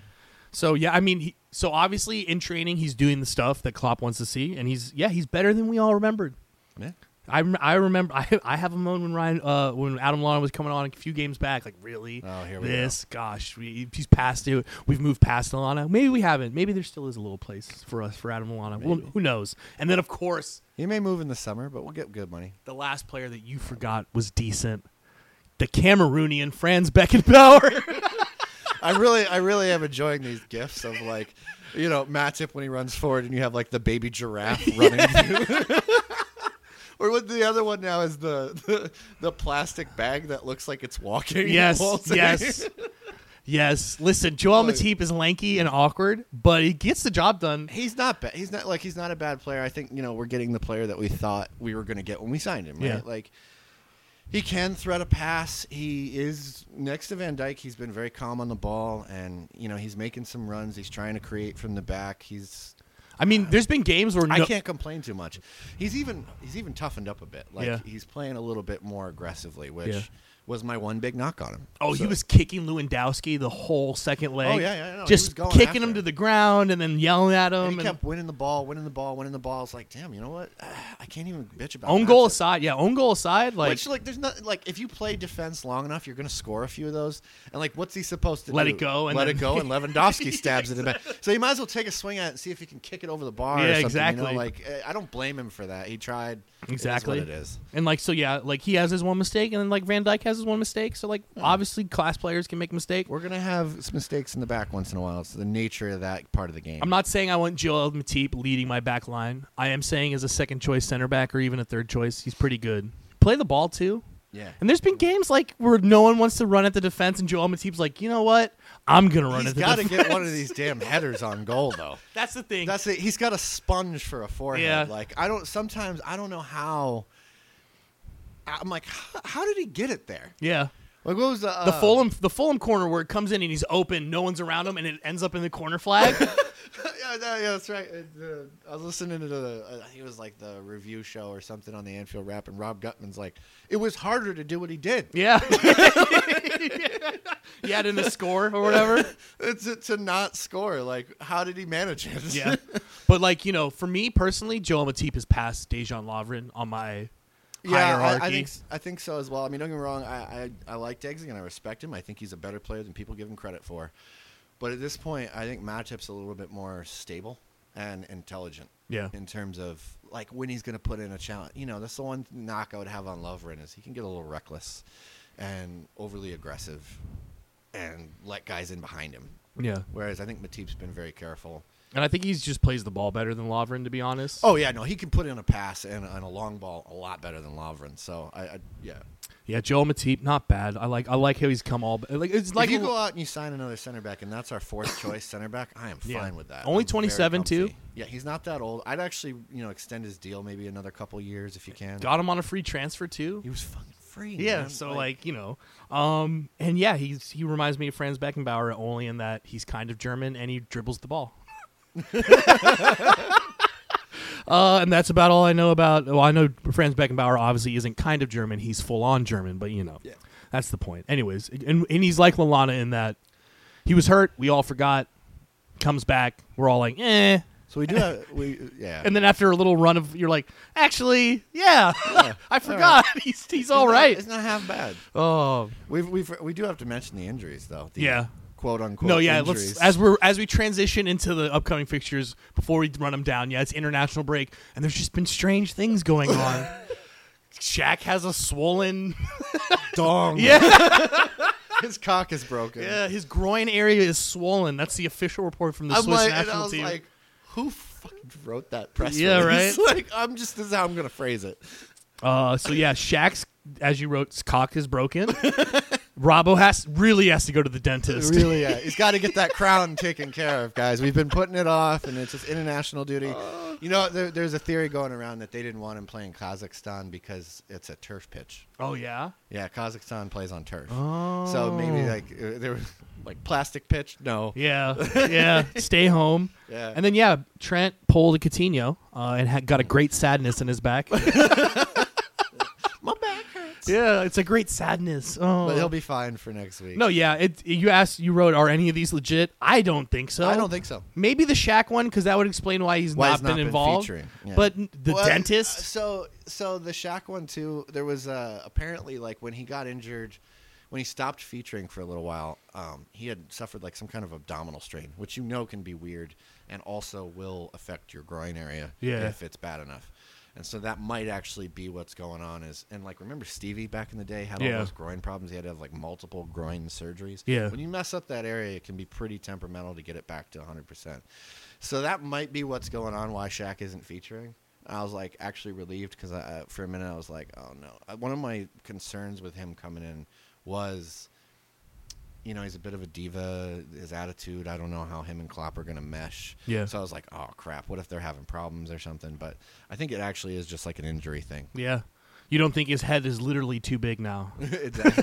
[SPEAKER 2] So yeah, I mean, he, so obviously in training he's doing the stuff that Klopp wants to see, and he's yeah, he's better than we all remembered.
[SPEAKER 1] Yeah.
[SPEAKER 2] I, rem- I remember I I have a moment when Ryan uh, when Adam Lallana was coming on a few games back like really
[SPEAKER 1] Oh, here we go.
[SPEAKER 2] this gosh we, he's past it we've moved past Lallana maybe we haven't maybe there still is a little place for us for Adam Lallana well, who knows and then of course
[SPEAKER 1] He may move in the summer, but we'll get good money.
[SPEAKER 2] the last player that you forgot was decent. The Cameroonian Franz Beckenbauer.
[SPEAKER 1] I really, I really am enjoying these gifs of like, you know, Matip when he runs forward, and you have like the baby giraffe running. through. Or what the other one now is the, the the plastic bag that looks like it's walking.
[SPEAKER 2] yes,
[SPEAKER 1] Waltzing.
[SPEAKER 2] yes, yes. Listen, Joel
[SPEAKER 1] Like-
[SPEAKER 2] Matip is lanky and awkward, but he gets the job done.
[SPEAKER 1] he's not bad. He's not like he's not a bad player. I think you know we're getting the player that we thought we were going to get when we signed him. Right?
[SPEAKER 2] Yeah.
[SPEAKER 1] Like he can thread a pass. He is next to Van Dyke. He's been very calm on the ball, and you know he's making some runs. He's trying to create from the back. He's
[SPEAKER 2] I mean, there's been games where no,
[SPEAKER 1] I can't complain too much. He's even he's even toughened up a bit. Like
[SPEAKER 2] Yeah.
[SPEAKER 1] he's playing a little bit more aggressively, which
[SPEAKER 2] Yeah.
[SPEAKER 1] was my one big knock on him.
[SPEAKER 2] Oh, he
[SPEAKER 1] So-
[SPEAKER 2] was kicking Lewandowski the whole second leg.
[SPEAKER 1] Oh, yeah, yeah, no, he was
[SPEAKER 2] just
[SPEAKER 1] going
[SPEAKER 2] kicking
[SPEAKER 1] after
[SPEAKER 2] him to
[SPEAKER 1] him.
[SPEAKER 2] the ground and then yelling at him.
[SPEAKER 1] And he
[SPEAKER 2] and-
[SPEAKER 1] kept winning the ball, winning the ball, winning the ball. It's like, damn, you know what? Ah, I can't even bitch about
[SPEAKER 2] own goal
[SPEAKER 1] Matip.
[SPEAKER 2] aside, yeah, own goal aside, like
[SPEAKER 1] Which like there's not like if you play defense long enough, you're gonna score a few of those. And like, what's he supposed to
[SPEAKER 2] Let
[SPEAKER 1] do?
[SPEAKER 2] it go and
[SPEAKER 1] let
[SPEAKER 2] then-
[SPEAKER 1] it go, and Lewandowski stabs it in the back. So you might as well take a swing at it and see if he can kick it over the bar. or
[SPEAKER 2] Yeah,
[SPEAKER 1] something, You
[SPEAKER 2] exactly.
[SPEAKER 1] know? Like eh, I don't blame him for that. He tried. It is
[SPEAKER 2] exactly
[SPEAKER 1] what it is.
[SPEAKER 2] And like so, yeah, like he has his one mistake, and then like Van Dyke has is one mistake. So like
[SPEAKER 1] Hmm.
[SPEAKER 2] obviously class players can make a mistake.
[SPEAKER 1] We're gonna have some mistakes in the back once in a while. It's the nature of that part of the game.
[SPEAKER 2] I'm not saying I want Joel Matip leading my back line. I am saying as a second choice center back or even a third choice, he's pretty good. Play the ball too.
[SPEAKER 1] Yeah.
[SPEAKER 2] And there's been games like where no one wants to run at the defense, and Joel Matip's like, you know what? I'm gonna run
[SPEAKER 1] He's
[SPEAKER 2] at the
[SPEAKER 1] got to
[SPEAKER 2] defense.
[SPEAKER 1] get one of these damn headers on goal though.
[SPEAKER 2] That's the thing.
[SPEAKER 1] That's it. He's got a sponge for a forehead.
[SPEAKER 2] Yeah.
[SPEAKER 1] Like I don't. Sometimes I don't know how. I'm like, how, how did he get it there?
[SPEAKER 2] yeah.
[SPEAKER 1] Like what was the uh,
[SPEAKER 2] The Fulham, the Fulham corner where it comes in and he's open, no one's around him, and it ends up in the corner flag.
[SPEAKER 1] uh, yeah, no, yeah, that's right. It, uh, I was listening to the, uh, I think it was like the review show or something on the Anfield Rap, and Rob Gutman's like, it was harder to do what he did.
[SPEAKER 2] yeah. yeah, in the score or whatever.
[SPEAKER 1] It's it, to not score. Like, how did he manage it?
[SPEAKER 2] Yeah. But like you know, for me personally, Joel Matip has passed Dejan Lovren on my
[SPEAKER 1] yeah.
[SPEAKER 2] hierarchy.
[SPEAKER 1] I, I think s- I think so as well. I mean, don't get me wrong. I I, I like Deggs and I respect him. I think he's a better player than people give him credit for. But at this point, I think Matip's a little bit more stable and intelligent.
[SPEAKER 2] Yeah.
[SPEAKER 1] in terms of like when he's going to put in a challenge. You know, that's the one knock I would have on Lovren is he can get a little reckless and overly aggressive and let guys in behind him.
[SPEAKER 2] Yeah.
[SPEAKER 1] Whereas I think Matip's been very careful.
[SPEAKER 2] And I think he's just plays the ball better than Lovren, to be honest.
[SPEAKER 1] Oh yeah, no, he can put in a pass and, and a long ball a lot better than Lovren. So I, I yeah.
[SPEAKER 2] Yeah, Joel Matip, not bad. I like I like how he's come all ba- like it's like
[SPEAKER 1] if you
[SPEAKER 2] a-
[SPEAKER 1] go out and you sign another center back, and that's our fourth choice center back, I am fine
[SPEAKER 2] Yeah.
[SPEAKER 1] with that.
[SPEAKER 2] Only
[SPEAKER 1] I'm very
[SPEAKER 2] 27 too?
[SPEAKER 1] comfy. Yeah, he's not that old. I'd actually you know extend his deal maybe another couple years if you can.
[SPEAKER 2] got him on a free transfer too.
[SPEAKER 1] He was fucking free.
[SPEAKER 2] Yeah,
[SPEAKER 1] man.
[SPEAKER 2] so like, you know, um, and yeah, he's he reminds me of Franz Beckenbauer only in that he's kind of German and he dribbles the ball. uh, and that's about all I know about. Well, I know Franz Beckenbauer obviously isn't kind of German; he's full on German. But you know,
[SPEAKER 1] Yeah.
[SPEAKER 2] that's the point. Anyways, and and he's like Lalana in that he was hurt. We all forgot. Comes back. We're all like, eh.
[SPEAKER 1] So we do have we yeah.
[SPEAKER 2] And then after a little run of, you're like, actually, yeah, I forgot. He's he's all right.
[SPEAKER 1] It's not half bad.
[SPEAKER 2] Oh,
[SPEAKER 1] We've, we've we do have to mention the injuries though. The
[SPEAKER 2] Yeah.
[SPEAKER 1] Quote unquote.
[SPEAKER 2] No, yeah.
[SPEAKER 1] Injuries.
[SPEAKER 2] Let's as we're as we transition into the upcoming fixtures before we run them down. Yeah, it's international break, and there's just been strange things going on. Shaq has a swollen.
[SPEAKER 1] dong.
[SPEAKER 2] Yeah,
[SPEAKER 1] His cock is broken.
[SPEAKER 2] yeah. His groin area is swollen. That's the official report from the
[SPEAKER 1] I'm
[SPEAKER 2] Swiss
[SPEAKER 1] like, and
[SPEAKER 2] national
[SPEAKER 1] I was
[SPEAKER 2] team.
[SPEAKER 1] like, who fucking wrote that press
[SPEAKER 2] Yeah,
[SPEAKER 1] release?
[SPEAKER 2] right?
[SPEAKER 1] like, I'm just this is how I'm gonna phrase it.
[SPEAKER 2] uh, so yeah, Shaq's as you wrote, cock is broken. Robbo has really has to go to the dentist.
[SPEAKER 1] Really, yeah. He's got to get that crown taken care of, guys. We've been putting it off, and it's just international duty.
[SPEAKER 2] Uh.
[SPEAKER 1] You know, there, there's a theory going around that they didn't want him playing Kazakhstan because it's a turf pitch.
[SPEAKER 2] Oh yeah.
[SPEAKER 1] Yeah, Kazakhstan plays on turf. So maybe like uh, there was like plastic pitch. No.
[SPEAKER 2] Oh. Yeah, yeah. Stay home.
[SPEAKER 1] Yeah.
[SPEAKER 2] And then yeah, Trent pulled a Coutinho uh, and had, got a great sadness in his back.
[SPEAKER 1] My back hurts.
[SPEAKER 2] yeah, it's a great sadness. Oh.
[SPEAKER 1] But he'll be fine for next week.
[SPEAKER 2] no, yeah. It, you asked, you wrote, are any of these legit? I don't think so.
[SPEAKER 1] I don't think so.
[SPEAKER 2] Maybe the Shaq one, because that would explain why he's
[SPEAKER 1] Why
[SPEAKER 2] not
[SPEAKER 1] he's
[SPEAKER 2] been
[SPEAKER 1] not been
[SPEAKER 2] involved.
[SPEAKER 1] featuring, yeah.
[SPEAKER 2] But n- the
[SPEAKER 1] Well, uh,
[SPEAKER 2] dentist.
[SPEAKER 1] So so the Shaq one too. There was uh, apparently like when he got injured, when he stopped featuring for a little while, um, he had suffered like some kind of abdominal strain, which you know can be weird and also will affect your groin area
[SPEAKER 2] Yeah.
[SPEAKER 1] if it's bad enough. And so that might actually be what's going on. Is and like remember Stevie back in the day had all
[SPEAKER 2] Yeah.
[SPEAKER 1] those groin problems. He had to have like multiple groin surgeries.
[SPEAKER 2] Yeah.
[SPEAKER 1] When you mess up that area, it can be pretty temperamental to get it back to 100%. So that might be what's going on why Shaq isn't featuring. I was like actually relieved because I, I- for a minute I was like, oh no. Uh, One of my concerns with him coming in was, you know, he's a bit of a diva. His attitude, I don't know how him and Klopp are going to mesh.
[SPEAKER 2] Yeah.
[SPEAKER 1] So I was like, oh crap, what if they're having problems or something? But I think it actually is just like an injury thing.
[SPEAKER 2] yeah. You don't think his head is literally too big now?
[SPEAKER 1] exactly.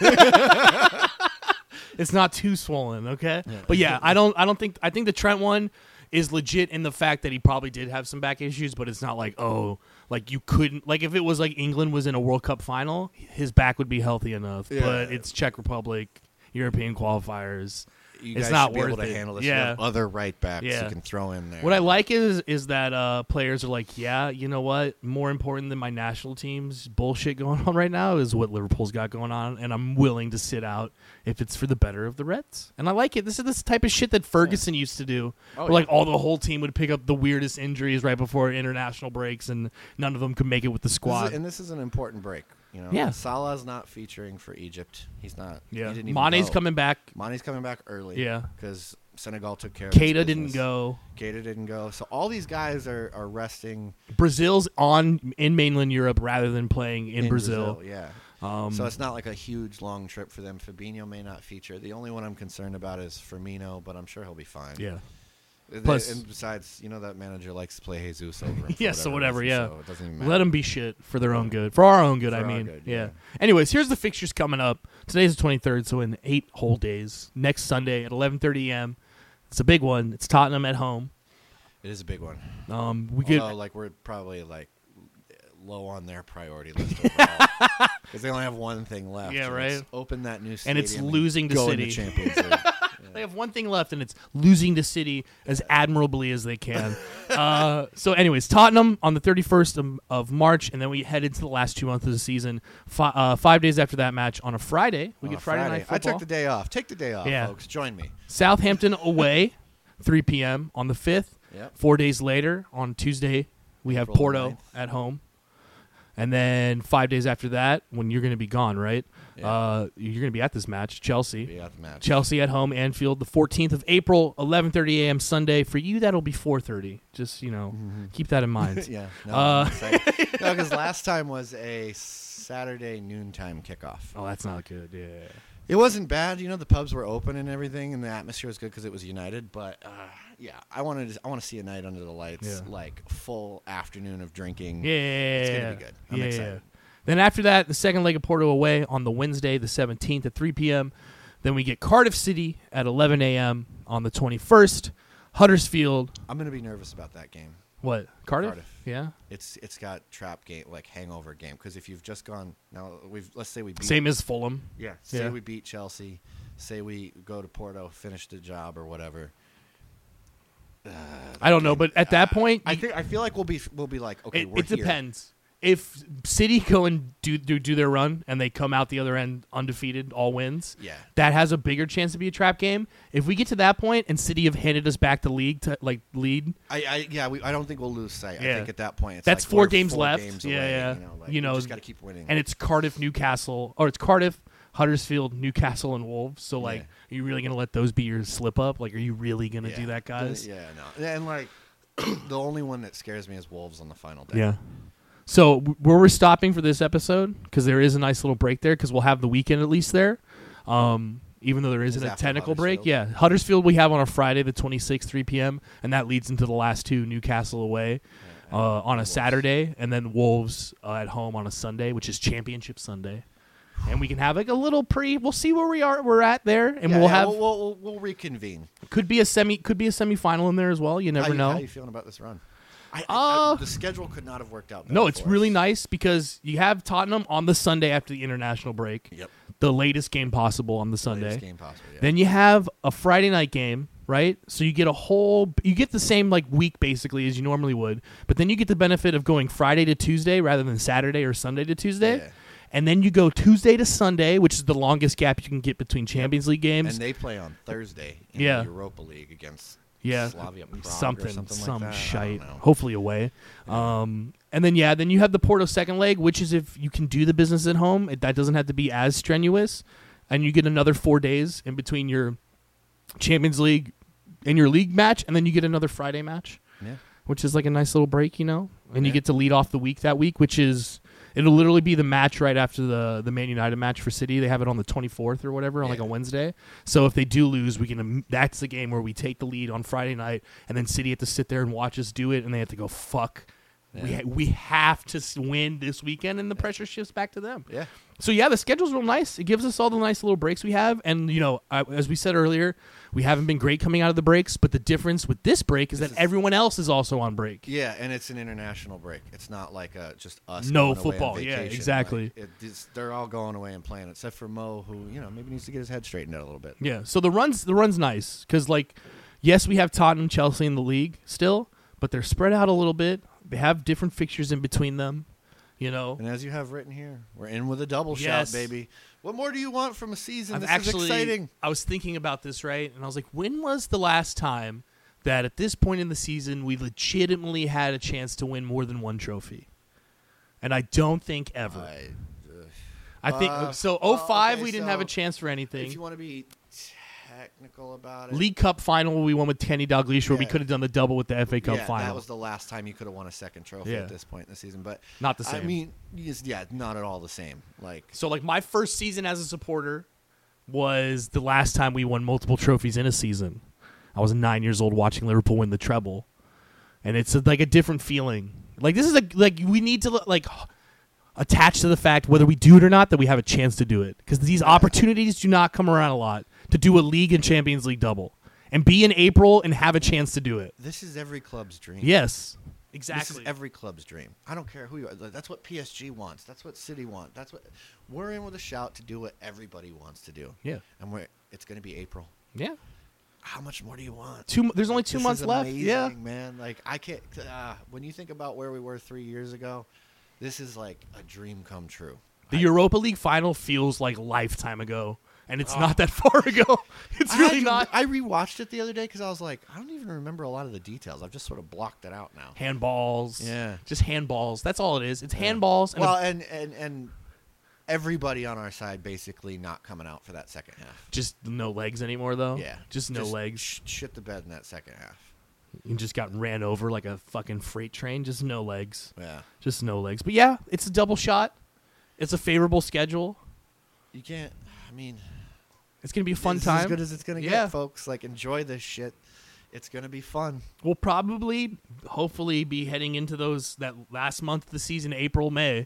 [SPEAKER 2] It's not too swollen, okay? But yeah, I don't I don't think I think the Trent one is legit in the fact that he probably did have some back issues, but it's not like, oh, like you couldn't like if it was like England was in a World Cup final, his back would be healthy enough.
[SPEAKER 1] Yeah.
[SPEAKER 2] But it's Czech Republic, European qualifiers.
[SPEAKER 1] You
[SPEAKER 2] it's
[SPEAKER 1] guys
[SPEAKER 2] not
[SPEAKER 1] should
[SPEAKER 2] worth
[SPEAKER 1] be able
[SPEAKER 2] it.
[SPEAKER 1] to handle this. You
[SPEAKER 2] Yeah.
[SPEAKER 1] have other right backs
[SPEAKER 2] Yeah.
[SPEAKER 1] you can throw in there.
[SPEAKER 2] What I like is is that uh, players are like, yeah, you know what? More important than my national team's bullshit going on right now is what Liverpool's got going on, and I'm willing to sit out if it's for the better of the Reds. And I like it. This is this type of shit that Ferguson used to do,
[SPEAKER 1] Oh,
[SPEAKER 2] where like all the whole team would pick up the weirdest injuries right before international breaks, and none of them could make it with the
[SPEAKER 1] This is-
[SPEAKER 2] squad.
[SPEAKER 1] and this is an important break. You know,
[SPEAKER 2] Yeah.
[SPEAKER 1] Salah's not featuring for Egypt. He's not. he
[SPEAKER 2] Yeah,
[SPEAKER 1] didn't even
[SPEAKER 2] Mane's
[SPEAKER 1] go.
[SPEAKER 2] coming back.
[SPEAKER 1] Mane's coming back early.
[SPEAKER 2] Yeah.
[SPEAKER 1] because Senegal took care. of its
[SPEAKER 2] Keita didn't
[SPEAKER 1] business.
[SPEAKER 2] go.
[SPEAKER 1] Keita didn't go. So all these guys are are resting
[SPEAKER 2] Brazil's on in mainland Europe rather than playing in,
[SPEAKER 1] in
[SPEAKER 2] Brazil.
[SPEAKER 1] Yeah.
[SPEAKER 2] Um,
[SPEAKER 1] so it's not like a huge long trip for them. Fabinho may not feature. The only one I'm concerned about is Firmino, but I'm sure he'll be fine.
[SPEAKER 2] yeah.
[SPEAKER 1] They-
[SPEAKER 2] Plus-
[SPEAKER 1] and besides, you know that manager likes to play Jesus over. Him for
[SPEAKER 2] Yeah, so whatever,
[SPEAKER 1] reason,
[SPEAKER 2] yeah.
[SPEAKER 1] so it doesn't even matter.
[SPEAKER 2] Let them be shit for their own good, for our own good.
[SPEAKER 1] For
[SPEAKER 2] I
[SPEAKER 1] our
[SPEAKER 2] mean,
[SPEAKER 1] good,
[SPEAKER 2] yeah.
[SPEAKER 1] yeah.
[SPEAKER 2] Anyways, here's the fixtures coming up. Today's the 23rd, so in eight whole days. Next Sunday at 11:30 a.m. It's a big one. It's Tottenham at home.
[SPEAKER 1] It is a big one.
[SPEAKER 2] Um, we
[SPEAKER 1] Although,
[SPEAKER 2] could
[SPEAKER 1] like we're probably like low on their priority list overall because they only have one thing left.
[SPEAKER 2] Yeah,
[SPEAKER 1] and it's
[SPEAKER 2] right.
[SPEAKER 1] Open that new
[SPEAKER 2] And it's
[SPEAKER 1] stadium
[SPEAKER 2] losing to
[SPEAKER 1] go in the
[SPEAKER 2] City.
[SPEAKER 1] Champions League.
[SPEAKER 2] they have one thing left, and it's losing to City as admirably as they can. uh, so, anyways, Tottenham on the 31st of, of March, and then we head into the last two months of the season. Fi- uh, five days after that match on a Friday, we
[SPEAKER 1] On
[SPEAKER 2] get
[SPEAKER 1] a
[SPEAKER 2] Friday, night
[SPEAKER 1] I
[SPEAKER 2] football.
[SPEAKER 1] took the day off. Take the day off,
[SPEAKER 2] Yeah.
[SPEAKER 1] folks. Join me.
[SPEAKER 2] Southampton away, 3 p.m. on the 5th.
[SPEAKER 1] Yep.
[SPEAKER 2] Four days later, on Tuesday, we have
[SPEAKER 1] April
[SPEAKER 2] Porto
[SPEAKER 1] 9th.
[SPEAKER 2] at home. And then five days after that, when you're going to be gone, right?
[SPEAKER 1] Yeah.
[SPEAKER 2] Uh, you're going to be at this match, Chelsea.
[SPEAKER 1] Be at the match.
[SPEAKER 2] Chelsea at home, Anfield, the 14th of April, 11:30 a.m. Sunday. For you, that'll be 4:30. Just you know, keep that in mind.
[SPEAKER 1] Mm-hmm. yeah. No,
[SPEAKER 2] Uh,
[SPEAKER 1] because no, 'cause last time was a Saturday noontime kickoff.
[SPEAKER 2] Oh, that's not good. Yeah.
[SPEAKER 1] It wasn't bad, you know. The pubs were open and everything, and the atmosphere was good because it was United. But uh, yeah, I wanted to, I want to see a night under the lights,
[SPEAKER 2] Yeah.
[SPEAKER 1] like full afternoon of drinking.
[SPEAKER 2] Yeah, it's
[SPEAKER 1] gonna be good. I'm excited.
[SPEAKER 2] Then after that, the second leg of Porto away on the Wednesday, the 17th at 3 p.m. Then we get Cardiff City at 11 a.m. on the 21st. Huddersfield,
[SPEAKER 1] I'm gonna be nervous about that game.
[SPEAKER 2] what Cardiff?
[SPEAKER 1] Cardiff.
[SPEAKER 2] Yeah,
[SPEAKER 1] It's it's got trap game like hangover game because if you've just gone now we've let's say we beat
[SPEAKER 2] same as Fulham.
[SPEAKER 1] yeah say
[SPEAKER 2] yeah.
[SPEAKER 1] we beat Chelsea, say we go to Porto, finish the job or whatever.
[SPEAKER 2] I don't know, but at that point,
[SPEAKER 1] I
[SPEAKER 2] you-
[SPEAKER 1] think I feel like we'll be we'll be like okay
[SPEAKER 2] it,
[SPEAKER 1] we're
[SPEAKER 2] it
[SPEAKER 1] here.
[SPEAKER 2] depends. If City go and do, do do their run and they come out the other end undefeated, all wins,
[SPEAKER 1] Yeah.
[SPEAKER 2] that has a bigger chance to be a trap game. If we get to that point and City have handed us back the league to like lead,
[SPEAKER 1] I, I yeah, we, I don't think we'll lose sight.
[SPEAKER 2] Yeah.
[SPEAKER 1] I think at that point, it's
[SPEAKER 2] That's
[SPEAKER 1] like
[SPEAKER 2] four
[SPEAKER 1] we're
[SPEAKER 2] games
[SPEAKER 1] four
[SPEAKER 2] left.
[SPEAKER 1] Games
[SPEAKER 2] Yeah,
[SPEAKER 1] away,
[SPEAKER 2] yeah.
[SPEAKER 1] You know, like,
[SPEAKER 2] You know,
[SPEAKER 1] we just got to keep winning.
[SPEAKER 2] and it's Cardiff, Newcastle, or it's Cardiff, Huddersfield, Newcastle, and Wolves. So like, are you really gonna let those be your slip up? Like, are you really gonna
[SPEAKER 1] Yeah.
[SPEAKER 2] do that, guys?
[SPEAKER 1] Yeah, no, and like the only one that scares me is Wolves on the final day.
[SPEAKER 2] Yeah. So w- where we're stopping for this episode because there is a nice little break there because we'll have the weekend at least there. Um, even though there isn't a
[SPEAKER 1] after
[SPEAKER 2] technical break, yeah,
[SPEAKER 1] Huddersfield.
[SPEAKER 2] Huddersfield we have on a Friday the 26th, 3 p.m. and that leads into the last two Newcastle away uh, on a Saturday and then Wolves uh, at home on a Sunday, which is Championship Sunday. And we can have like a little pre. We'll see where we are. We're at there, and
[SPEAKER 1] Yeah,
[SPEAKER 2] we'll
[SPEAKER 1] yeah,
[SPEAKER 2] have
[SPEAKER 1] we'll, we'll, we'll reconvene.
[SPEAKER 2] could be a semi could be a semifinal in there as well. You
[SPEAKER 1] How
[SPEAKER 2] never
[SPEAKER 1] you-
[SPEAKER 2] know.
[SPEAKER 1] How you feeling about this run? I, I-
[SPEAKER 2] Uh,
[SPEAKER 1] I, the schedule could not have worked out. Better
[SPEAKER 2] No, it's
[SPEAKER 1] for
[SPEAKER 2] really
[SPEAKER 1] us.
[SPEAKER 2] nice because you have Tottenham on the Sunday after the international break.
[SPEAKER 1] Yep.
[SPEAKER 2] The latest game possible on the
[SPEAKER 1] Latest
[SPEAKER 2] Sunday.
[SPEAKER 1] game possible. Yeah.
[SPEAKER 2] Then you have a Friday night game, right? So you get a whole you get the same like week basically as you normally would, but then you get the benefit of going Friday to Tuesday rather than Saturday or Sunday to Tuesday.
[SPEAKER 1] Yeah.
[SPEAKER 2] And then you go Tuesday to Sunday, which is the longest gap you can get between Champions League
[SPEAKER 1] and
[SPEAKER 2] games.
[SPEAKER 1] they play on Thursday in
[SPEAKER 2] Yeah.
[SPEAKER 1] the Europa League against
[SPEAKER 2] yeah,
[SPEAKER 1] Slavia Prague
[SPEAKER 2] something,
[SPEAKER 1] or something
[SPEAKER 2] some
[SPEAKER 1] like that.
[SPEAKER 2] shite.
[SPEAKER 1] I don't know.
[SPEAKER 2] Hopefully away. Um, and then yeah, then you have the Porto second leg, which is if you can do the business at home, it, that doesn't have to be as strenuous, and you get another four days in between your Champions League and your league match, and then you get another Friday match,
[SPEAKER 1] Yeah.
[SPEAKER 2] which is like a nice little break, you know, and you
[SPEAKER 1] Yeah.
[SPEAKER 2] get to lead off the week that week, which is. It'll literally be the match right after the the Man United match for City. They have it on the 24th or whatever on like
[SPEAKER 1] Yeah.
[SPEAKER 2] a Wednesday. So if they do lose, we can. That's the game where we take the lead on Friday night, and then City have to sit there and watch us do it, and they have to go fuck. We
[SPEAKER 1] Yeah.
[SPEAKER 2] ha- we have to s- win this weekend, and the pressure shifts back to them.
[SPEAKER 1] Yeah.
[SPEAKER 2] So yeah, the schedule's real nice. It gives us all the nice little breaks we have, and you know, I, as we said earlier, we haven't been great coming out of the breaks. But the difference with this break is that
[SPEAKER 1] is-
[SPEAKER 2] everyone else is also on break.
[SPEAKER 1] Yeah, and it's an international break. It's not like uh, just us.
[SPEAKER 2] No
[SPEAKER 1] going away on
[SPEAKER 2] football. Yeah,
[SPEAKER 1] vacation.
[SPEAKER 2] exactly.
[SPEAKER 1] Like, it- it's- they're all going away and playing, except for Mo, who you know maybe needs to get his head straightened out a little bit.
[SPEAKER 2] Yeah. So the runs the runs nice because like, yes, we have Tottenham, Chelsea in the league still, but they're spread out a little bit. They have different fixtures in between them. You know,
[SPEAKER 1] And as you have written here, we're in with a double shout,
[SPEAKER 2] Yes.
[SPEAKER 1] baby. What more do you want from a season?
[SPEAKER 2] I've
[SPEAKER 1] this
[SPEAKER 2] actually
[SPEAKER 1] is exciting.
[SPEAKER 2] I was thinking about this right, and I was like, when was the last time that at this point in the season we legitimately had a chance to win more than one trophy? And I don't think ever.
[SPEAKER 1] I, uh,
[SPEAKER 2] I think
[SPEAKER 1] Uh,
[SPEAKER 2] so.
[SPEAKER 1] well,
[SPEAKER 2] 05,
[SPEAKER 1] okay,
[SPEAKER 2] we didn't have
[SPEAKER 1] so
[SPEAKER 2] a chance for anything.
[SPEAKER 1] If you want to be technical about it,
[SPEAKER 2] League Cup final we won with Kenny Dalglish, where we
[SPEAKER 1] Yeah.
[SPEAKER 2] could have done the double with the FA Cup
[SPEAKER 1] yeah,
[SPEAKER 2] final.
[SPEAKER 1] that was the last time you could have won a second trophy
[SPEAKER 2] Yeah.
[SPEAKER 1] at this point in the season. But
[SPEAKER 2] Not the
[SPEAKER 1] I
[SPEAKER 2] same.
[SPEAKER 1] mean, yes- yeah, not at all the same. Like
[SPEAKER 2] so like my first season as a supporter was the last time we won multiple trophies in a season. I was nine years old watching Liverpool win the treble, and it's like a different feeling. Like this is a like we need to like attach to the fact whether we do it or not that we have a chance to do it because these opportunities do not come around a lot to do a league and Champions League double and be in April and have a chance to do it.
[SPEAKER 1] this is every club's dream.
[SPEAKER 2] Yes,
[SPEAKER 1] This is every club's dream. I don't care who you are. That's what PSG wants. That's what City want. That's what we're in with a shout to do what everybody wants to do.
[SPEAKER 2] Yeah.
[SPEAKER 1] And we're it's going to be April.
[SPEAKER 2] yeah.
[SPEAKER 1] How much more do you want?
[SPEAKER 2] Two. There's only
[SPEAKER 1] Like,
[SPEAKER 2] two
[SPEAKER 1] this
[SPEAKER 2] months
[SPEAKER 1] is
[SPEAKER 2] left.
[SPEAKER 1] amazing,
[SPEAKER 2] Yeah.
[SPEAKER 1] man. Like I can't. Uh, when you think about where we were three years ago, this is like a dream come true.
[SPEAKER 2] The Europa League final feels like a lifetime ago, and it's not that far ago. It's really
[SPEAKER 1] Oh. I,
[SPEAKER 2] not.
[SPEAKER 1] I rewatched it the other day because I was like, I don't even remember a lot of the details. I've just sort of blocked it out now.
[SPEAKER 2] handballs.
[SPEAKER 1] Yeah.
[SPEAKER 2] Just handballs. That's all it is. It's handballs. And a-
[SPEAKER 1] well, and and and everybody on our side basically not coming out for that second half.
[SPEAKER 2] just no legs anymore, though.
[SPEAKER 1] Yeah,
[SPEAKER 2] Just no legs.
[SPEAKER 1] sh- shit the bed in that second half.
[SPEAKER 2] You just got ran over like a fucking freight train. Just no legs.
[SPEAKER 1] Yeah,
[SPEAKER 2] Just no legs. But yeah, it's a double shot. It's a favorable schedule.
[SPEAKER 1] you can't. I mean,
[SPEAKER 2] It's gonna be a fun
[SPEAKER 1] this is
[SPEAKER 2] time.
[SPEAKER 1] as good as it's gonna
[SPEAKER 2] Yeah.
[SPEAKER 1] get, folks. Like, enjoy this shit. It's gonna be fun.
[SPEAKER 2] we'll probably hopefully be heading into those that last month of the season april may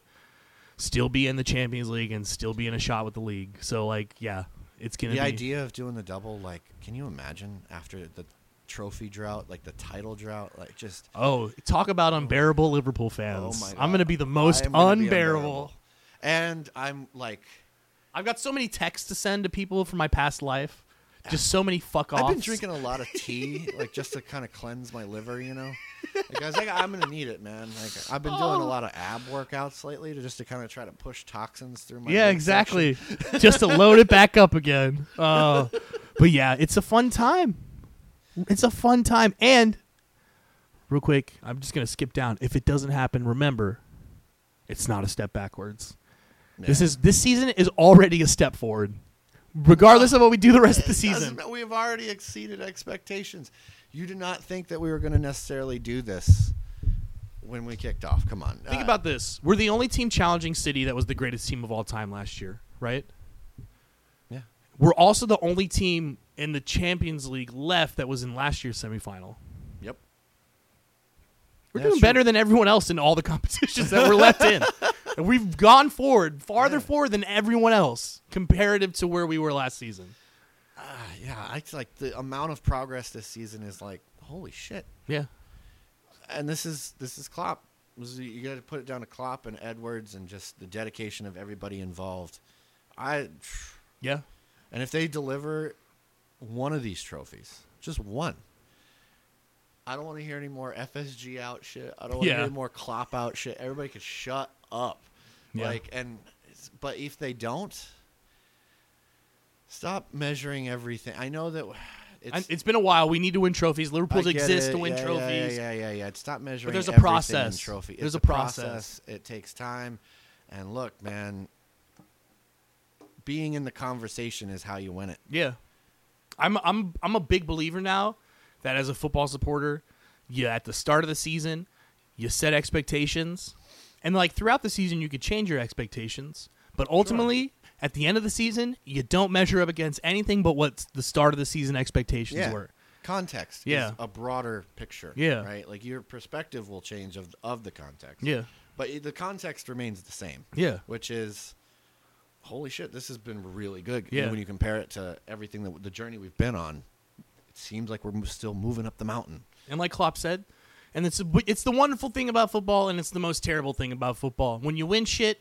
[SPEAKER 2] still be in the champions league and still be in a shot with the league so like yeah it's gonna
[SPEAKER 1] The
[SPEAKER 2] be
[SPEAKER 1] idea of doing the double, like, can you imagine after the trophy drought, like the title drought, like just
[SPEAKER 2] oh talk about unbearable liverpool fans
[SPEAKER 1] Oh my
[SPEAKER 2] i'm gonna
[SPEAKER 1] God.
[SPEAKER 2] be the most
[SPEAKER 1] I'm
[SPEAKER 2] unbearable.
[SPEAKER 1] gonna be unbearable. And I'm like,
[SPEAKER 2] i've got so many texts to send to people from my past life just so many fuck offs.
[SPEAKER 1] I've been drinking a lot of tea, like just to kind of cleanse my liver, you know. Like I was like, I'm gonna need it, man. Like I've been doing
[SPEAKER 2] Oh.
[SPEAKER 1] a lot of ab workouts lately, to just to kind of try to push toxins through my.
[SPEAKER 2] yeah
[SPEAKER 1] midsection.
[SPEAKER 2] exactly just to load it back up again uh, but yeah it's a fun time it's a fun time and real quick i'm just gonna skip down if it doesn't happen remember it's not a step backwards this
[SPEAKER 1] Yeah.
[SPEAKER 2] is this season is already a step forward regardless of what we do the rest of the season
[SPEAKER 1] Doesn't- We have already exceeded expectations. You did not think that we were going to necessarily do this when we kicked off. Come on,
[SPEAKER 2] think
[SPEAKER 1] Uh,
[SPEAKER 2] about this we're the only team challenging city that was the greatest team of all time last year right
[SPEAKER 1] yeah.
[SPEAKER 2] we're also the only team in the champions league left that was in last year's semifinal
[SPEAKER 1] Yep.
[SPEAKER 2] We're
[SPEAKER 1] Yeah,
[SPEAKER 2] doing
[SPEAKER 1] sure.
[SPEAKER 2] better than everyone else in all the competitions that we're left in. And we've gone forward, farther
[SPEAKER 1] Yeah.
[SPEAKER 2] forward than everyone else, comparative to where we were last season.
[SPEAKER 1] Ah, yeah, I like the amount of progress this season is like holy shit.
[SPEAKER 2] Yeah.
[SPEAKER 1] and this is this is Klopp. This is- you got to put it down to Klopp and Edwards and just the dedication of everybody involved. I
[SPEAKER 2] Yeah.
[SPEAKER 1] and if they deliver one of these trophies, just one. I don't want to hear any more FSG out shit. I don't want to
[SPEAKER 2] Yeah.
[SPEAKER 1] hear any more Klopp out shit. Everybody could shut up.
[SPEAKER 2] Yeah.
[SPEAKER 1] Like and it's- but if they don't stop measuring everything. I know that it's
[SPEAKER 2] And it's been a while. We need to win trophies. Liverpool
[SPEAKER 1] I get
[SPEAKER 2] exists
[SPEAKER 1] it.
[SPEAKER 2] to win
[SPEAKER 1] Yeah, yeah,
[SPEAKER 2] trophies.
[SPEAKER 1] Yeah, yeah, yeah. yeah. It's not measuring.
[SPEAKER 2] there's a
[SPEAKER 1] everything in
[SPEAKER 2] process.
[SPEAKER 1] Trophy. It's
[SPEAKER 2] There's a
[SPEAKER 1] It takes time. And look, man, being in the conversation is how you win it.
[SPEAKER 2] Yeah. I'm I'm I'm a big believer now that as a football supporter, you at the start of the season, you set expectations. And like throughout the season you could change your expectations, but ultimately at the end of the season, you don't measure up against anything but what the start of the season expectations were.
[SPEAKER 1] Context
[SPEAKER 2] Yeah.
[SPEAKER 1] is a broader picture.
[SPEAKER 2] Yeah.
[SPEAKER 1] Right? Like your perspective will change of, of the context.
[SPEAKER 2] Yeah.
[SPEAKER 1] But it- the context remains the same.
[SPEAKER 2] Yeah.
[SPEAKER 1] Which is, holy shit, this has been really good.
[SPEAKER 2] Yeah.
[SPEAKER 1] When you compare it to everything that the journey we've been on, it seems like we're mo- still moving up the mountain.
[SPEAKER 2] And like Klopp said, and it's it's the wonderful thing about football, and it's the most terrible thing about football. When you win shit,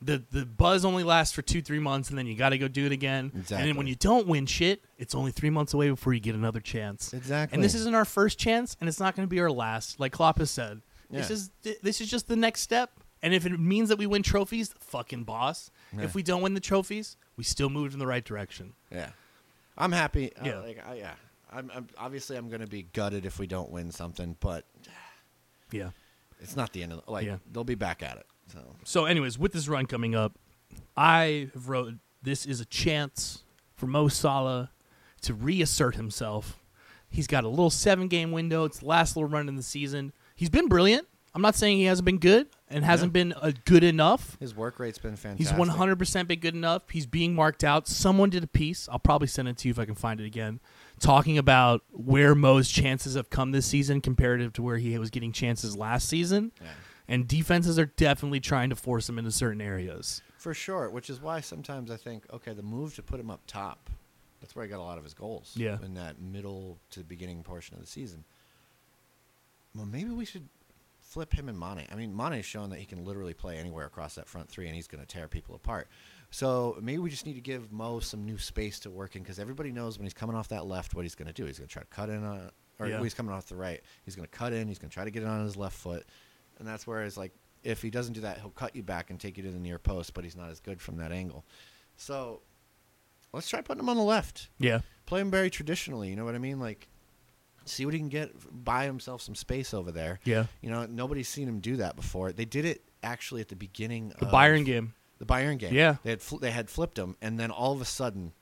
[SPEAKER 2] the the buzz only lasts for two three months, and then you got to go do it again. And
[SPEAKER 1] Exactly.
[SPEAKER 2] then when you don't win shit, it's only three months away before you get another chance.
[SPEAKER 1] Exactly.
[SPEAKER 2] And this isn't our first chance, and it's not going to be our last. Like Klopp has said, this
[SPEAKER 1] Yeah.
[SPEAKER 2] is th- this is just the next step. And if it means that we win trophies, fucking boss.
[SPEAKER 1] Yeah.
[SPEAKER 2] If we don't win the trophies, we still moved in the right direction.
[SPEAKER 1] Yeah, I'm happy. Uh,
[SPEAKER 2] Yeah.
[SPEAKER 1] like I, yeah. I'm, I'm obviously I'm gonna be gutted if we don't win something, but
[SPEAKER 2] Yeah.
[SPEAKER 1] it's not the end of the, like
[SPEAKER 2] Yeah.
[SPEAKER 1] they'll be back at it. So
[SPEAKER 2] So, anyways, with this run coming up, I have wrote this is a chance for Mo Salah to reassert himself. He's got a little seven game window. It's the last little run in the season. He's been brilliant. I'm not saying he hasn't been good and hasn't been uh, good enough.
[SPEAKER 1] His work rate's been fantastic.
[SPEAKER 2] He's 100% been good enough. He's being marked out. Someone did a piece. I'll probably send it to you if I can find it again. Talking about where Mo's chances have come this season comparative to where he was getting chances last season. And defenses are definitely trying to force him into certain areas.
[SPEAKER 1] for sure. Which is why sometimes I think okay, the move to put him up top. That's where I got a lot of his goals.
[SPEAKER 2] Yeah.
[SPEAKER 1] in that middle to beginning portion of the season. Well, maybe we should flip him and Mane. I mean, Mane's shown that he can literally play anywhere across that front three, and he's going to tear people apart. So maybe we just need to give Mo some new space to work in because everybody knows when he's coming off that left what he's going to do. He's going to try to cut in on, or
[SPEAKER 2] Yeah.
[SPEAKER 1] when he's coming off the right, he's going to cut in. He's going to try to get it on his left foot, and that's where it's like if he doesn't do that, he'll cut you back and take you to the near post, but he's not as good from that angle. So let's try putting him on the left
[SPEAKER 2] Yeah.
[SPEAKER 1] play him very traditionally. You know what I mean? Like, see what he can get, buy himself some space over there.
[SPEAKER 2] Yeah.
[SPEAKER 1] You know, nobody's seen him do that before. They did it actually at the beginning.
[SPEAKER 2] The
[SPEAKER 1] of
[SPEAKER 2] Byron game.
[SPEAKER 1] The Bayern game.
[SPEAKER 2] Yeah.
[SPEAKER 1] They had fl- they had flipped him, and then all of a sudden,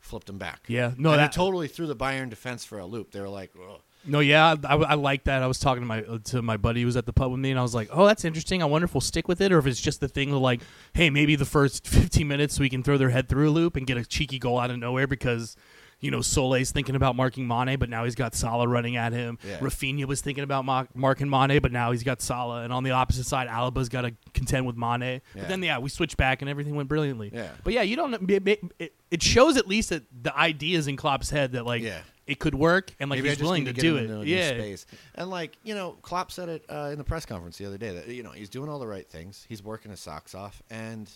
[SPEAKER 1] flipped him back.
[SPEAKER 2] Yeah. No,
[SPEAKER 1] and
[SPEAKER 2] that-
[SPEAKER 1] it totally threw the Bayern defense for a loop. They were like, Ugh.
[SPEAKER 2] No, yeah, I, I like that. I was talking to my uh, to my buddy who was at the pub with me, and I was like, "Oh, that's interesting. I wonder if we'll stick with it, or if it's just the thing of like, hey, maybe the first 15 minutes we can throw their head through a loop and get a cheeky goal out of nowhere because." You know, Soleil's thinking about marking Mane, but now he's got Salah running at him.
[SPEAKER 1] Yeah.
[SPEAKER 2] Rafinha was thinking about mar- marking Mane, but now he's got Salah. And on the opposite side, Alaba's got to contend with Mane. But
[SPEAKER 1] Yeah.
[SPEAKER 2] then, yeah, we switched back and everything went brilliantly.
[SPEAKER 1] Yeah.
[SPEAKER 2] But yeah, you don't. It, it, it shows at least that the ideas in Klopp's head that like
[SPEAKER 1] Yeah.
[SPEAKER 2] it could work and like
[SPEAKER 1] Maybe I
[SPEAKER 2] he's
[SPEAKER 1] just
[SPEAKER 2] willing
[SPEAKER 1] need
[SPEAKER 2] to,
[SPEAKER 1] get
[SPEAKER 2] do
[SPEAKER 1] him
[SPEAKER 2] it.
[SPEAKER 1] into a new
[SPEAKER 2] yeah.
[SPEAKER 1] space. And like you know, Klopp said it uh, in the press conference the other day that you know he's doing all the right things. He's working his socks off, and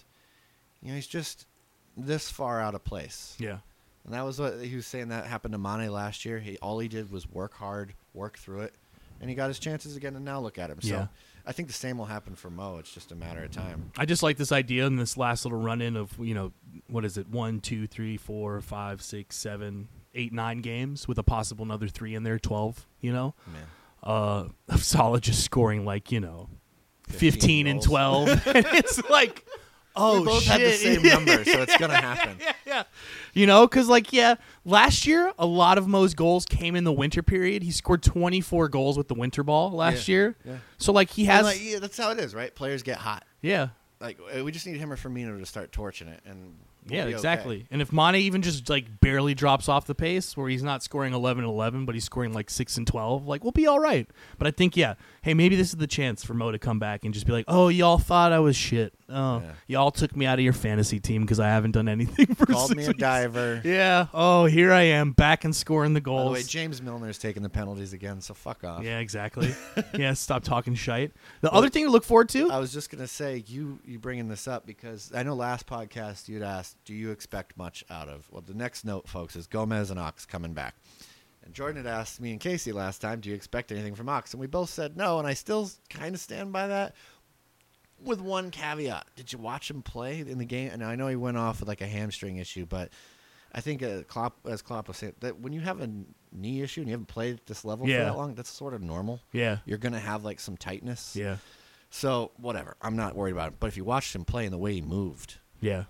[SPEAKER 1] you know he's just this far out of place.
[SPEAKER 2] Yeah.
[SPEAKER 1] And that was what he was saying that happened to Mane last year. He all he did was work hard, work through it, and he got his chances again. And now look at him. So
[SPEAKER 2] Yeah.
[SPEAKER 1] I think the same will happen for Mo. It's just a matter of time.
[SPEAKER 2] I just like this idea and this last little run in of, you know, what is it, one, two, three, four, five, six, seven, eight, nine games with a possible another three in there, 12, you know,
[SPEAKER 1] Man.
[SPEAKER 2] uh, of Salah just scoring like, you know, 15,
[SPEAKER 1] 15
[SPEAKER 2] and
[SPEAKER 1] goals.
[SPEAKER 2] 12. and it's like, oh,
[SPEAKER 1] we both
[SPEAKER 2] shit.
[SPEAKER 1] had the same number, so it's gonna happen.
[SPEAKER 2] yeah. You know, because, like, yeah, last year, a lot of Mo's goals came in the winter period. He scored 24 goals with the winter ball last
[SPEAKER 1] Yeah,
[SPEAKER 2] year.
[SPEAKER 1] yeah.
[SPEAKER 2] So, like, he
[SPEAKER 1] And
[SPEAKER 2] has.
[SPEAKER 1] like, yeah, that's how it is, right? Players get hot.
[SPEAKER 2] yeah.
[SPEAKER 1] Like uh, we just need him or Firmino to start torching it, and we'll
[SPEAKER 2] Yeah,
[SPEAKER 1] be okay.
[SPEAKER 2] exactly. And if Mane even just like barely drops off the pace where he's not scoring 11 and 11, but he's scoring like 6 and 12, like we'll be all right. But I think, yeah, hey, maybe this is the chance for Mo to come back and just be like, oh, y'all thought I was shit. Oh,
[SPEAKER 1] Yeah.
[SPEAKER 2] y'all took me out of your fantasy team because I haven't done anything for
[SPEAKER 1] Called
[SPEAKER 2] six
[SPEAKER 1] me a
[SPEAKER 2] weeks."
[SPEAKER 1] diver.
[SPEAKER 2] Yeah. Oh, here I am back and scoring the
[SPEAKER 1] By
[SPEAKER 2] goals.
[SPEAKER 1] the way, James Milner's taking the penalties again, so fuck off.
[SPEAKER 2] yeah, exactly. yeah, stop talking shite. The other thing to look forward to.
[SPEAKER 1] I was just gonna say you you bringing this up because I know last podcast you'd asked, do you expect much out of? Well, the next note, folks, is Gomez and Ox coming back. And Jordan had asked me and Casey last time, do you expect anything from Ox? And we both said no, and I still kind of stand by that. With one caveat, did you watch him play in the game? And I know he went off with like a hamstring issue, but I think uh, Klopp, as Klopp was saying, that when you have a knee issue and you haven't played at this level
[SPEAKER 2] Yeah.
[SPEAKER 1] for that long, that's sort of normal.
[SPEAKER 2] yeah.
[SPEAKER 1] You're gonna have like some tightness.
[SPEAKER 2] Yeah.
[SPEAKER 1] So whatever, I'm not worried about it. But if you watched him play and the way he moved,
[SPEAKER 2] Yeah.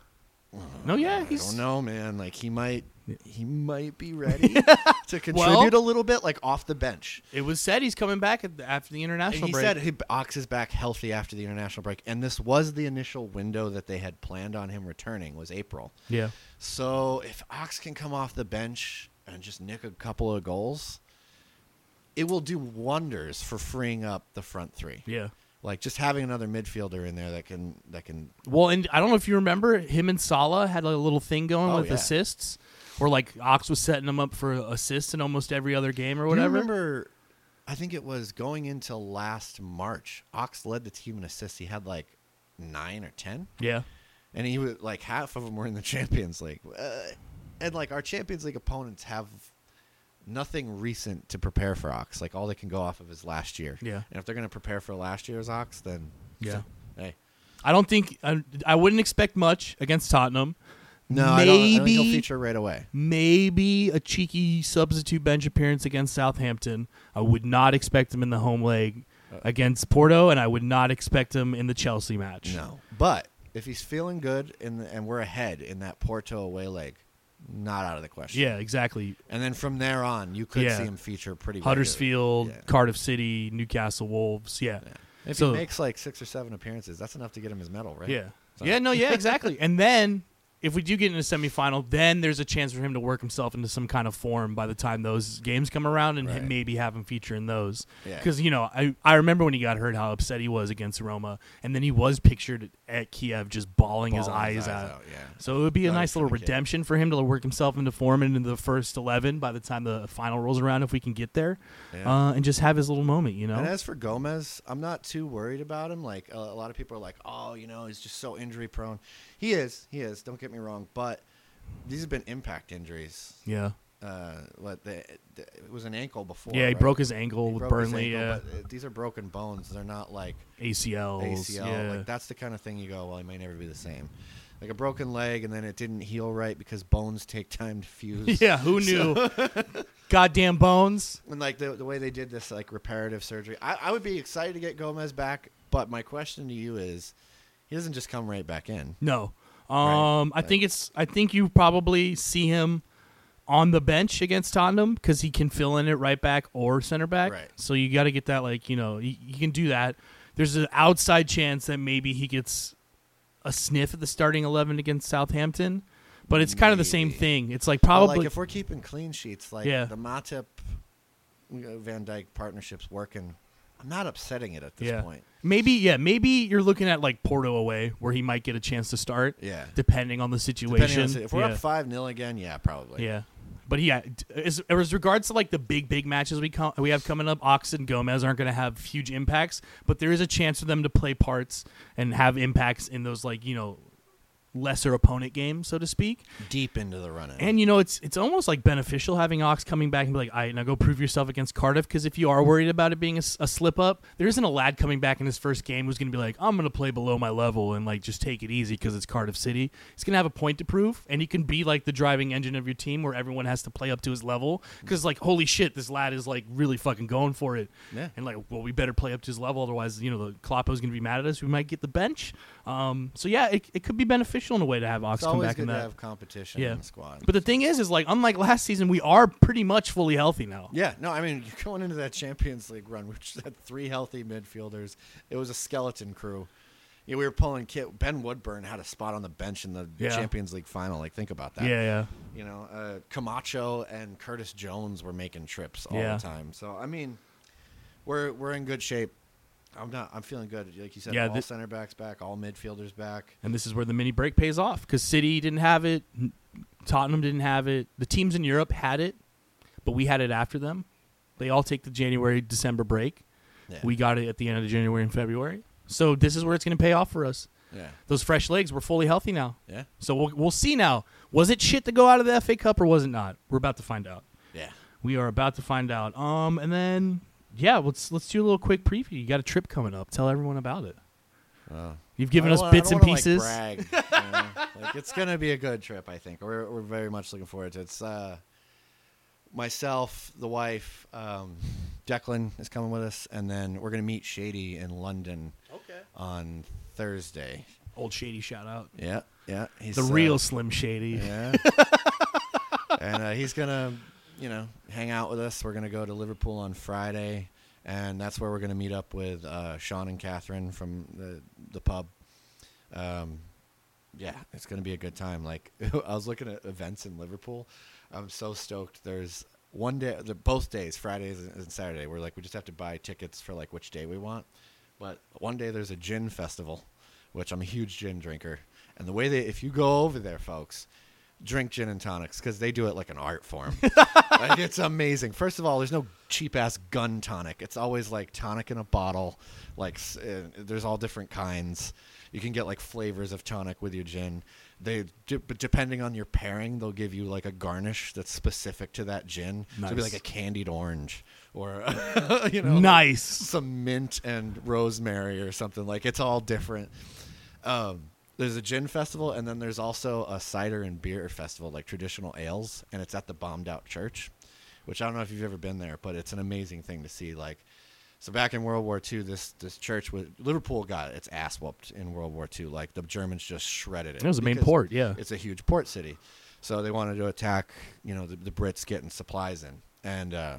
[SPEAKER 2] No, Oh, yeah,
[SPEAKER 1] Mm, I
[SPEAKER 2] he's
[SPEAKER 1] don't know, man. Like he might, he might be ready to contribute a little bit, like off the bench.
[SPEAKER 2] It was said he's coming back at the, after the international
[SPEAKER 1] he
[SPEAKER 2] break.
[SPEAKER 1] said he Ox is back healthy after the international break, and this was the initial window that they had planned on him returning was April.
[SPEAKER 2] yeah,
[SPEAKER 1] So if Ox can come off the bench and just nick a couple of goals, it will do wonders for freeing up the front three.
[SPEAKER 2] yeah.
[SPEAKER 1] Like just having another midfielder in there that can that can
[SPEAKER 2] Well, and I don't know if you remember him and Salah had a little thing going
[SPEAKER 1] Oh,
[SPEAKER 2] with
[SPEAKER 1] yeah.
[SPEAKER 2] assists, where like Ox was setting him up for assists in almost every other game or
[SPEAKER 1] Do
[SPEAKER 2] whatever.
[SPEAKER 1] You remember, I think it was going into last March. Ox led the team in assists. He had like nine or ten,
[SPEAKER 2] Yeah,
[SPEAKER 1] and he was like half of them were in the Champions League. Uh, and like our Champions League opponents have nothing recent to prepare for Ox. Like all they can go off of is last year.
[SPEAKER 2] Yeah.
[SPEAKER 1] And if they're going to prepare for last year's Ox, then
[SPEAKER 2] Yeah.
[SPEAKER 1] Hey.
[SPEAKER 2] I don't think I, I wouldn't expect much against Tottenham.
[SPEAKER 1] No, I don't, I don't think he'll
[SPEAKER 2] Maybe-
[SPEAKER 1] feature right away.
[SPEAKER 2] Maybe a cheeky substitute bench appearance against Southampton. I would not expect him in the
[SPEAKER 1] Uh.
[SPEAKER 2] home leg against Porto, and I would not expect him in the Chelsea match.
[SPEAKER 1] No, but if he's feeling good and and we're ahead in that Porto away leg, not out of the question.
[SPEAKER 2] Yeah, exactly.
[SPEAKER 1] And then from there on, you could
[SPEAKER 2] Yeah.
[SPEAKER 1] see him feature pretty regularly.
[SPEAKER 2] Huddersfield,
[SPEAKER 1] Yeah.
[SPEAKER 2] Cardiff City, Newcastle Wolves. Yeah.
[SPEAKER 1] Yeah. If
[SPEAKER 2] So-
[SPEAKER 1] he makes like six or seven appearances, that's enough to get him his medal, right?
[SPEAKER 2] Yeah.
[SPEAKER 1] So-
[SPEAKER 2] Yeah, no, yeah, exactly. and then if we do get in a semifinal, then there's a chance for him to work himself into some kind of form by the time those games come around and
[SPEAKER 1] Right.
[SPEAKER 2] maybe have him feature in those.
[SPEAKER 1] Yeah.
[SPEAKER 2] Because, you know, I, I remember when he got hurt how upset he was against Roma. And then he was pictured at Kiev just bawling, his
[SPEAKER 1] Balling
[SPEAKER 2] eyes, out.
[SPEAKER 1] Yeah.
[SPEAKER 2] So it would be a
[SPEAKER 1] Nice
[SPEAKER 2] nice
[SPEAKER 1] for
[SPEAKER 2] little
[SPEAKER 1] the kid.
[SPEAKER 2] redemption for him to work himself into form and into the first 11 by the time the final rolls around if we can get there
[SPEAKER 1] Yeah.
[SPEAKER 2] uh, and just have his little moment, you know?
[SPEAKER 1] And as for Gomez, I'm not too worried about him. Like a, a lot of people are like, "Oh, you know, he's just so injury prone." He is. He is. Don't get me wrong, but these have been impact injuries.
[SPEAKER 2] yeah.
[SPEAKER 1] Uh, what the, the- it was an ankle before.
[SPEAKER 2] Yeah, he
[SPEAKER 1] right?
[SPEAKER 2] broke his ankle
[SPEAKER 1] He
[SPEAKER 2] with
[SPEAKER 1] broke his
[SPEAKER 2] Burnley,
[SPEAKER 1] ankle,
[SPEAKER 2] yeah.
[SPEAKER 1] but, uh, these are broken bones. They're not like
[SPEAKER 2] ACLs.
[SPEAKER 1] ACL.
[SPEAKER 2] Yeah.
[SPEAKER 1] Like that's the kind of thing you go, well, it may never be the same. Like a broken leg, and then it didn't heal right because bones take time to fuse.
[SPEAKER 2] Yeah, who knew? Goddamn bones.
[SPEAKER 1] And like the, the way they did this, like reparative surgery, I, I would be excited to get Gomez back. But my question to you is, he doesn't just come right back in.
[SPEAKER 2] No. Um,
[SPEAKER 1] Right,
[SPEAKER 2] I think it's. I think you probably see him on the bench against Tottenham because he can fill in at right back or center back.
[SPEAKER 1] Right.
[SPEAKER 2] So you got to get that. Like you know, you, you can do that. There's an outside chance that maybe he gets a sniff at the starting eleven against Southampton, but it's kind of the same
[SPEAKER 1] Maybe.
[SPEAKER 2] thing. It's like
[SPEAKER 1] But,
[SPEAKER 2] probably
[SPEAKER 1] like if we're keeping clean sheets, like
[SPEAKER 2] Yeah.
[SPEAKER 1] the Matip uh, Van Dyke partnership's working. I'm not upsetting it at this
[SPEAKER 2] yeah.
[SPEAKER 1] point.
[SPEAKER 2] Maybe yeah. Maybe you're looking at like Porto away where he might get a chance to start.
[SPEAKER 1] Yeah.
[SPEAKER 2] Depending on the situation.
[SPEAKER 1] Depending on, the- if we're
[SPEAKER 2] Yeah.
[SPEAKER 1] up five 0 again, yeah, probably.
[SPEAKER 2] Yeah, but yeah, d- as, as regards to like the big big matches we com- we have coming up, Ox and Gomez aren't going to have huge impacts, but there is a chance for them to play parts and have impacts in those like you know lesser opponent games, so to speak.
[SPEAKER 1] Deep into the running.
[SPEAKER 2] And you know, it's it's almost like beneficial having Ox coming back and be like, "All right, now go prove yourself against Cardiff." Because if you are worried about it being a, s- a slip up, there isn't a lad coming back in his first game who's going to be like, "I'm going to play below my level and like just take it easy because it's Cardiff City." He's going to have a point to prove, and he can be like the driving engine of your team where everyone has to play up to his level. Because like, holy shit, this lad is like really fucking going for it.
[SPEAKER 1] Yeah.
[SPEAKER 2] And like, well, we better play up to his level, otherwise, you know, the Kloppo's going to be mad at us. We might get the bench. Um, so yeah, it, it could be beneficial in a way to have Ox
[SPEAKER 1] it's
[SPEAKER 2] come
[SPEAKER 1] always
[SPEAKER 2] back in
[SPEAKER 1] good to
[SPEAKER 2] that.
[SPEAKER 1] have competition
[SPEAKER 2] Yeah.
[SPEAKER 1] in the squad.
[SPEAKER 2] But the thing is, is like unlike last season, we are pretty much fully healthy now.
[SPEAKER 1] Yeah, no, I mean, you're going into that Champions League run, which had three healthy midfielders. It was a skeleton crew. Yeah, we were pulling kit. Ben Woodburn had a spot on the bench in the
[SPEAKER 2] Yeah.
[SPEAKER 1] Champions League final. Like, think about that.
[SPEAKER 2] yeah.
[SPEAKER 1] You know, uh, Camacho and Curtis Jones were making trips all
[SPEAKER 2] Yeah.
[SPEAKER 1] the time. So, I mean, we're we're in good shape. I'm not. I'm feeling good. Like you said,
[SPEAKER 2] Yeah,
[SPEAKER 1] all
[SPEAKER 2] thi-
[SPEAKER 1] center backs back, all midfielders back.
[SPEAKER 2] And this is where the mini break pays off because City didn't have it, n- Tottenham didn't have it. The teams in Europe had it, but we had it after them. They all take the January December break.
[SPEAKER 1] Yeah.
[SPEAKER 2] We got it at the end of January and February. So this is where it's going to pay off for us.
[SPEAKER 1] yeah
[SPEAKER 2] Those fresh legs were fully healthy now.
[SPEAKER 1] yeah
[SPEAKER 2] So we'll, we'll see now. Was it shit to go out of the FA Cup or was it not? We're about to find out.
[SPEAKER 1] yeah.
[SPEAKER 2] We are about to find out. Um, and then yeah, let's let's do a little quick preview. You got a trip coming up. Tell everyone about it. You've given
[SPEAKER 1] I
[SPEAKER 2] us
[SPEAKER 1] don't
[SPEAKER 2] bits and
[SPEAKER 1] wanna- I don't
[SPEAKER 2] pieces.
[SPEAKER 1] wanna, like, brag, you know? Like, it's gonna be a good trip, I think. We're we're very much looking forward to it. It's uh, myself, the wife, um, Declan is coming with us, and then we're gonna meet Shady in London
[SPEAKER 2] okay.
[SPEAKER 1] on Thursday.
[SPEAKER 2] Old Shady shout out.
[SPEAKER 1] Yeah, yeah, he's
[SPEAKER 2] The
[SPEAKER 1] uh,
[SPEAKER 2] real Slim Shady.
[SPEAKER 1] Yeah, and uh, he's gonna, you know, hang out with us. We're gonna go to Liverpool on Friday. And that's where we're going to meet up with uh, Sean and Catherine from the the pub. Um, yeah, it's going to be a good time. Like I was looking at events in Liverpool. I'm so stoked. There's one day, the, both days, Fridays and- and Saturday. We're like, we just have to buy tickets for like which day we want. But one day there's a gin festival, which I'm a huge gin drinker. And the way they, if you go over there, folks, drink gin and tonics because they do it like an art form. like, it's amazing. First of all, there's no cheap ass gun tonic. It's always like tonic in a bottle. Like s- uh, there's all different kinds. You can get like flavors of tonic with your gin. They de- but depending on your pairing, they'll give you like a garnish that's specific to that gin. So it'll be
[SPEAKER 2] Nice.
[SPEAKER 1] like a candied orange or you know like,
[SPEAKER 2] Nice.
[SPEAKER 1] some mint and rosemary or something. Like it's all different. Um, there's a gin festival, and then there's also a cider and beer festival, like traditional ales, and it's at the bombed out church, which I don't know if you've ever been there, but it's an amazing thing to see. Like So back in World War II, this this church was Liverpool got its ass whooped in World War II. Like the Germans just shredded it.
[SPEAKER 2] It was the main
[SPEAKER 1] because
[SPEAKER 2] port, yeah.
[SPEAKER 1] It's a huge port city, so they wanted to attack. You know, the, the Brits getting supplies in, and uh,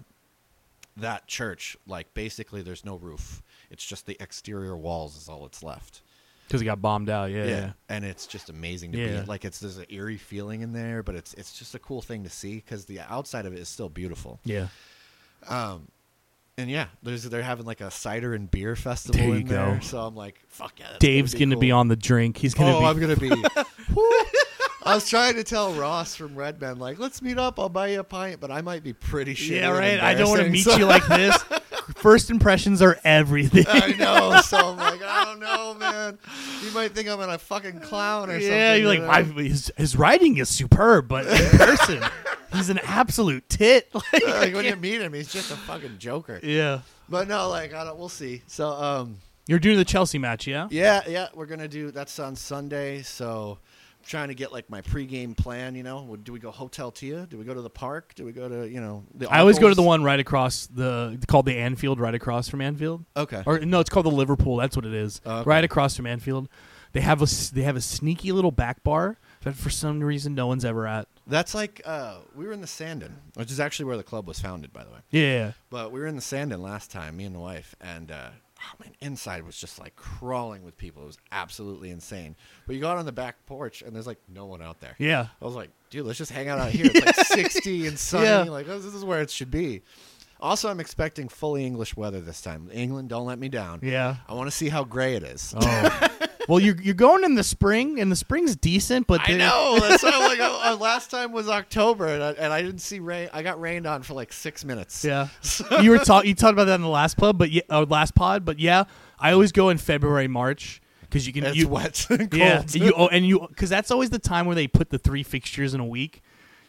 [SPEAKER 1] that church, like basically, there's no roof. It's just the exterior walls is all that's left.
[SPEAKER 2] because it got bombed out. Yeah, yeah.
[SPEAKER 1] and it's just amazing to
[SPEAKER 2] Yeah.
[SPEAKER 1] be like it's there's an eerie feeling in there, but it's it's just a cool thing to see because the outside of it is still beautiful.
[SPEAKER 2] yeah.
[SPEAKER 1] And yeah, there's they're having like a cider and beer festival
[SPEAKER 2] There you
[SPEAKER 1] in there.
[SPEAKER 2] go.
[SPEAKER 1] So I'm like, fuck yeah. that's
[SPEAKER 2] Dave's gonna be
[SPEAKER 1] cool.
[SPEAKER 2] on the drink. He's gonna
[SPEAKER 1] Oh,
[SPEAKER 2] be.
[SPEAKER 1] I'm gonna be. Woo. I was trying to tell Ross from Redman, like, let's meet up. I'll buy you a pint, but I might be pretty shitty.
[SPEAKER 2] yeah,
[SPEAKER 1] and
[SPEAKER 2] right. I don't want to
[SPEAKER 1] embarrassing,
[SPEAKER 2] meet
[SPEAKER 1] so-
[SPEAKER 2] you like this. First impressions are everything.
[SPEAKER 1] I know. So I'm like, I don't know, man. You might think I'm a fucking clown or something.
[SPEAKER 2] yeah, you're like
[SPEAKER 1] you know?
[SPEAKER 2] my, his, his writing is superb, but in person, he's an absolute tit. Like,
[SPEAKER 1] like when you meet him, he's just a fucking joker.
[SPEAKER 2] yeah,
[SPEAKER 1] But no, like I don't. We'll see. So, um,
[SPEAKER 2] you're doing the Chelsea match, yeah?
[SPEAKER 1] yeah, yeah, we're gonna do. That's on Sunday. So, I'm trying to get like my pregame plan. You know, do we go Hotel Tia? Do we go to the park? Do we go to you know? The
[SPEAKER 2] I always go to the
[SPEAKER 1] Uncle's?
[SPEAKER 2] one right across the called the Anfield, right across from Anfield.
[SPEAKER 1] Okay.
[SPEAKER 2] Or no, it's called the Liverpool. That's what it is.
[SPEAKER 1] Oh, okay.
[SPEAKER 2] Right across from Anfield, they have a s- they have a sneaky little back bar that for some reason no one's ever at.
[SPEAKER 1] That's like uh, we were in the Sandon, which is actually where the club was founded, by the way.
[SPEAKER 2] Yeah,
[SPEAKER 1] But we were in the Sandon last time, me and the wife, and uh, oh man, inside was just like crawling with people. It was absolutely insane. But you got on the back porch, and there's like no one out there.
[SPEAKER 2] yeah.
[SPEAKER 1] I was like, dude, let's just hang out out here. It's like 60 and sunny.
[SPEAKER 2] Yeah.
[SPEAKER 1] Like, this this is where it should be. Also, I'm expecting fully English weather this time. England, don't let me down.
[SPEAKER 2] Yeah.
[SPEAKER 1] I want to see how gray it is.
[SPEAKER 2] Oh. well, you're you're going in the spring, and the spring's decent, but
[SPEAKER 1] I
[SPEAKER 2] the-
[SPEAKER 1] know. That's why I'm like, oh, our last time was October, and I, and I didn't see rain. I got rained on for like six minutes.
[SPEAKER 2] Yeah, you were talking. You talked about that in the last pub, but yeah, or last pod, but yeah, I always go in February, March because you can.
[SPEAKER 1] It's
[SPEAKER 2] you,
[SPEAKER 1] wet and cold.
[SPEAKER 2] Yeah, you oh, and you because that's always the time where they put the three fixtures in a week,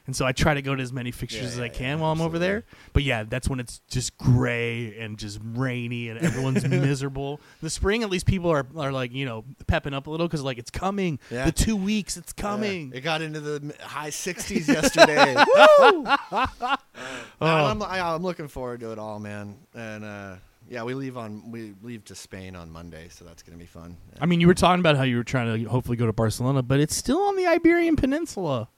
[SPEAKER 2] and so I try to go to as many fixtures
[SPEAKER 1] Yeah,
[SPEAKER 2] as
[SPEAKER 1] yeah,
[SPEAKER 2] I
[SPEAKER 1] yeah,
[SPEAKER 2] can while I'm over there. But yeah, that's when it's just gray and just rainy and everyone's miserable. In the spring, at least people are are like you know pepping up a little because like it's coming.
[SPEAKER 1] Yeah.
[SPEAKER 2] The two weeks, it's
[SPEAKER 1] Yeah.
[SPEAKER 2] coming.
[SPEAKER 1] It got into the m- high 60s yesterday. Woo! Uh,
[SPEAKER 2] Oh.
[SPEAKER 1] I'm, I, I'm looking forward to it all, man. And uh, yeah, we leave on we leave to Spain on Monday, so that's gonna be fun.
[SPEAKER 2] I mean, you were talking about how you were trying to hopefully go to Barcelona, but it's still on the Iberian Peninsula.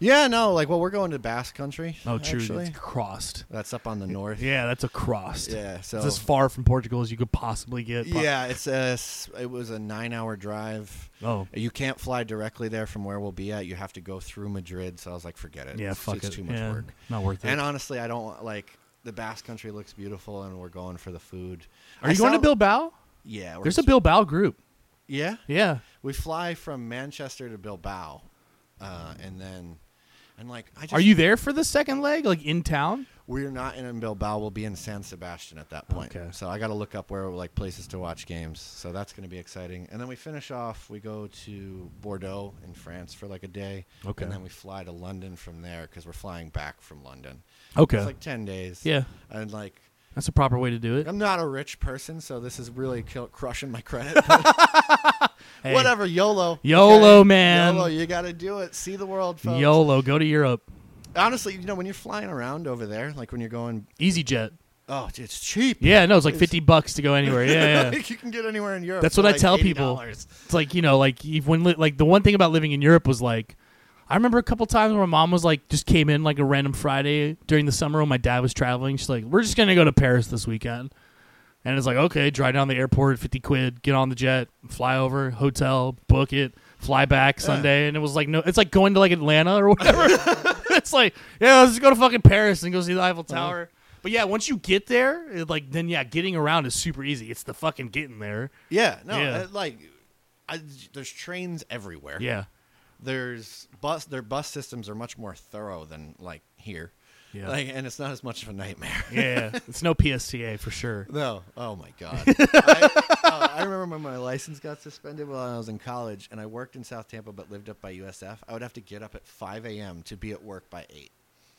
[SPEAKER 1] Yeah, no, like well, we're going to Basque Country.
[SPEAKER 2] Oh, true.
[SPEAKER 1] actually.
[SPEAKER 2] It's crossed.
[SPEAKER 1] That's up on the north.
[SPEAKER 2] Yeah, that's a crossed.
[SPEAKER 1] yeah. So
[SPEAKER 2] It's as far from Portugal as you could possibly get.
[SPEAKER 1] yeah, it's a s- it was a nine hour drive.
[SPEAKER 2] Oh,
[SPEAKER 1] You can't fly directly there from where we'll be at. You have to go through Madrid. So I was like, forget it.
[SPEAKER 2] yeah.
[SPEAKER 1] it's,
[SPEAKER 2] Fuck
[SPEAKER 1] it's
[SPEAKER 2] it.
[SPEAKER 1] too much
[SPEAKER 2] Yeah,
[SPEAKER 1] work.
[SPEAKER 2] Not worth it.
[SPEAKER 1] And honestly, I don't want like the Basque Country looks beautiful, and we're going for the food.
[SPEAKER 2] Are
[SPEAKER 1] I
[SPEAKER 2] you going to
[SPEAKER 1] sound-
[SPEAKER 2] Bilbao?
[SPEAKER 1] Yeah, we're
[SPEAKER 2] There's a Bilbao group.
[SPEAKER 1] Yeah,
[SPEAKER 2] Yeah.
[SPEAKER 1] we fly from Manchester to Bilbao, uh, and then and like I just,
[SPEAKER 2] Are you there for the second leg, like in town?
[SPEAKER 1] We're not in Bilbao. We'll be in San Sebastian at that point.
[SPEAKER 2] Okay.
[SPEAKER 1] So I got to look up where like places to watch games. So that's going to be exciting. And then we finish off. We go to Bordeaux in France for like a day.
[SPEAKER 2] Okay.
[SPEAKER 1] And then we fly to London from there because we're flying back from London.
[SPEAKER 2] Okay.
[SPEAKER 1] It's like ten days.
[SPEAKER 2] yeah,
[SPEAKER 1] And like
[SPEAKER 2] that's a proper way to do it.
[SPEAKER 1] I'm not a rich person, so this is really kill- crushing my credit.
[SPEAKER 2] Hey,
[SPEAKER 1] Whatever, YOLO.
[SPEAKER 2] YOLO, man.
[SPEAKER 1] YOLO, you got to do it. See the world, folks.
[SPEAKER 2] YOLO. Go to Europe.
[SPEAKER 1] Honestly, you know when you're flying around over there, like when you're going,
[SPEAKER 2] EasyJet.
[SPEAKER 1] oh, it's cheap.
[SPEAKER 2] Yeah. No, it's like
[SPEAKER 1] It's-
[SPEAKER 2] fifty bucks to go anywhere. Yeah. yeah.
[SPEAKER 1] Like, you can get anywhere in Europe.
[SPEAKER 2] That's
[SPEAKER 1] for,
[SPEAKER 2] what I
[SPEAKER 1] like,
[SPEAKER 2] tell
[SPEAKER 1] $80.
[SPEAKER 2] people. It's like you know, like if- when li- like the one thing about living in Europe was like, I remember a couple times where my mom was like, just came in like a random Friday during the summer when my dad was traveling. She's like, we're just gonna go to Paris this weekend, and it's like, okay, drive down the airport, fifty quid, get on the jet, fly over, hotel, book it, fly back Sunday, and it was like, no, it's like going to like Atlanta or whatever. it's like, yeah, let's just go to fucking Paris and go see the Eiffel Tower. But yeah, once you get there, it, like then yeah, getting around is super easy. It's the fucking getting there.
[SPEAKER 1] Yeah, no,
[SPEAKER 2] Yeah.
[SPEAKER 1] uh, like I, there's trains everywhere.
[SPEAKER 2] Yeah.
[SPEAKER 1] there's bus. Their bus systems are much more thorough than like here.
[SPEAKER 2] Yeah.
[SPEAKER 1] Like, and it's not as much of a nightmare.
[SPEAKER 2] yeah, it's no PSTA for sure.
[SPEAKER 1] No. Oh my god. I, uh, I remember when my license got suspended while I was in college, and I worked in South Tampa but lived up by USF. I would have to get up at 5 a.m. to be at work by 8.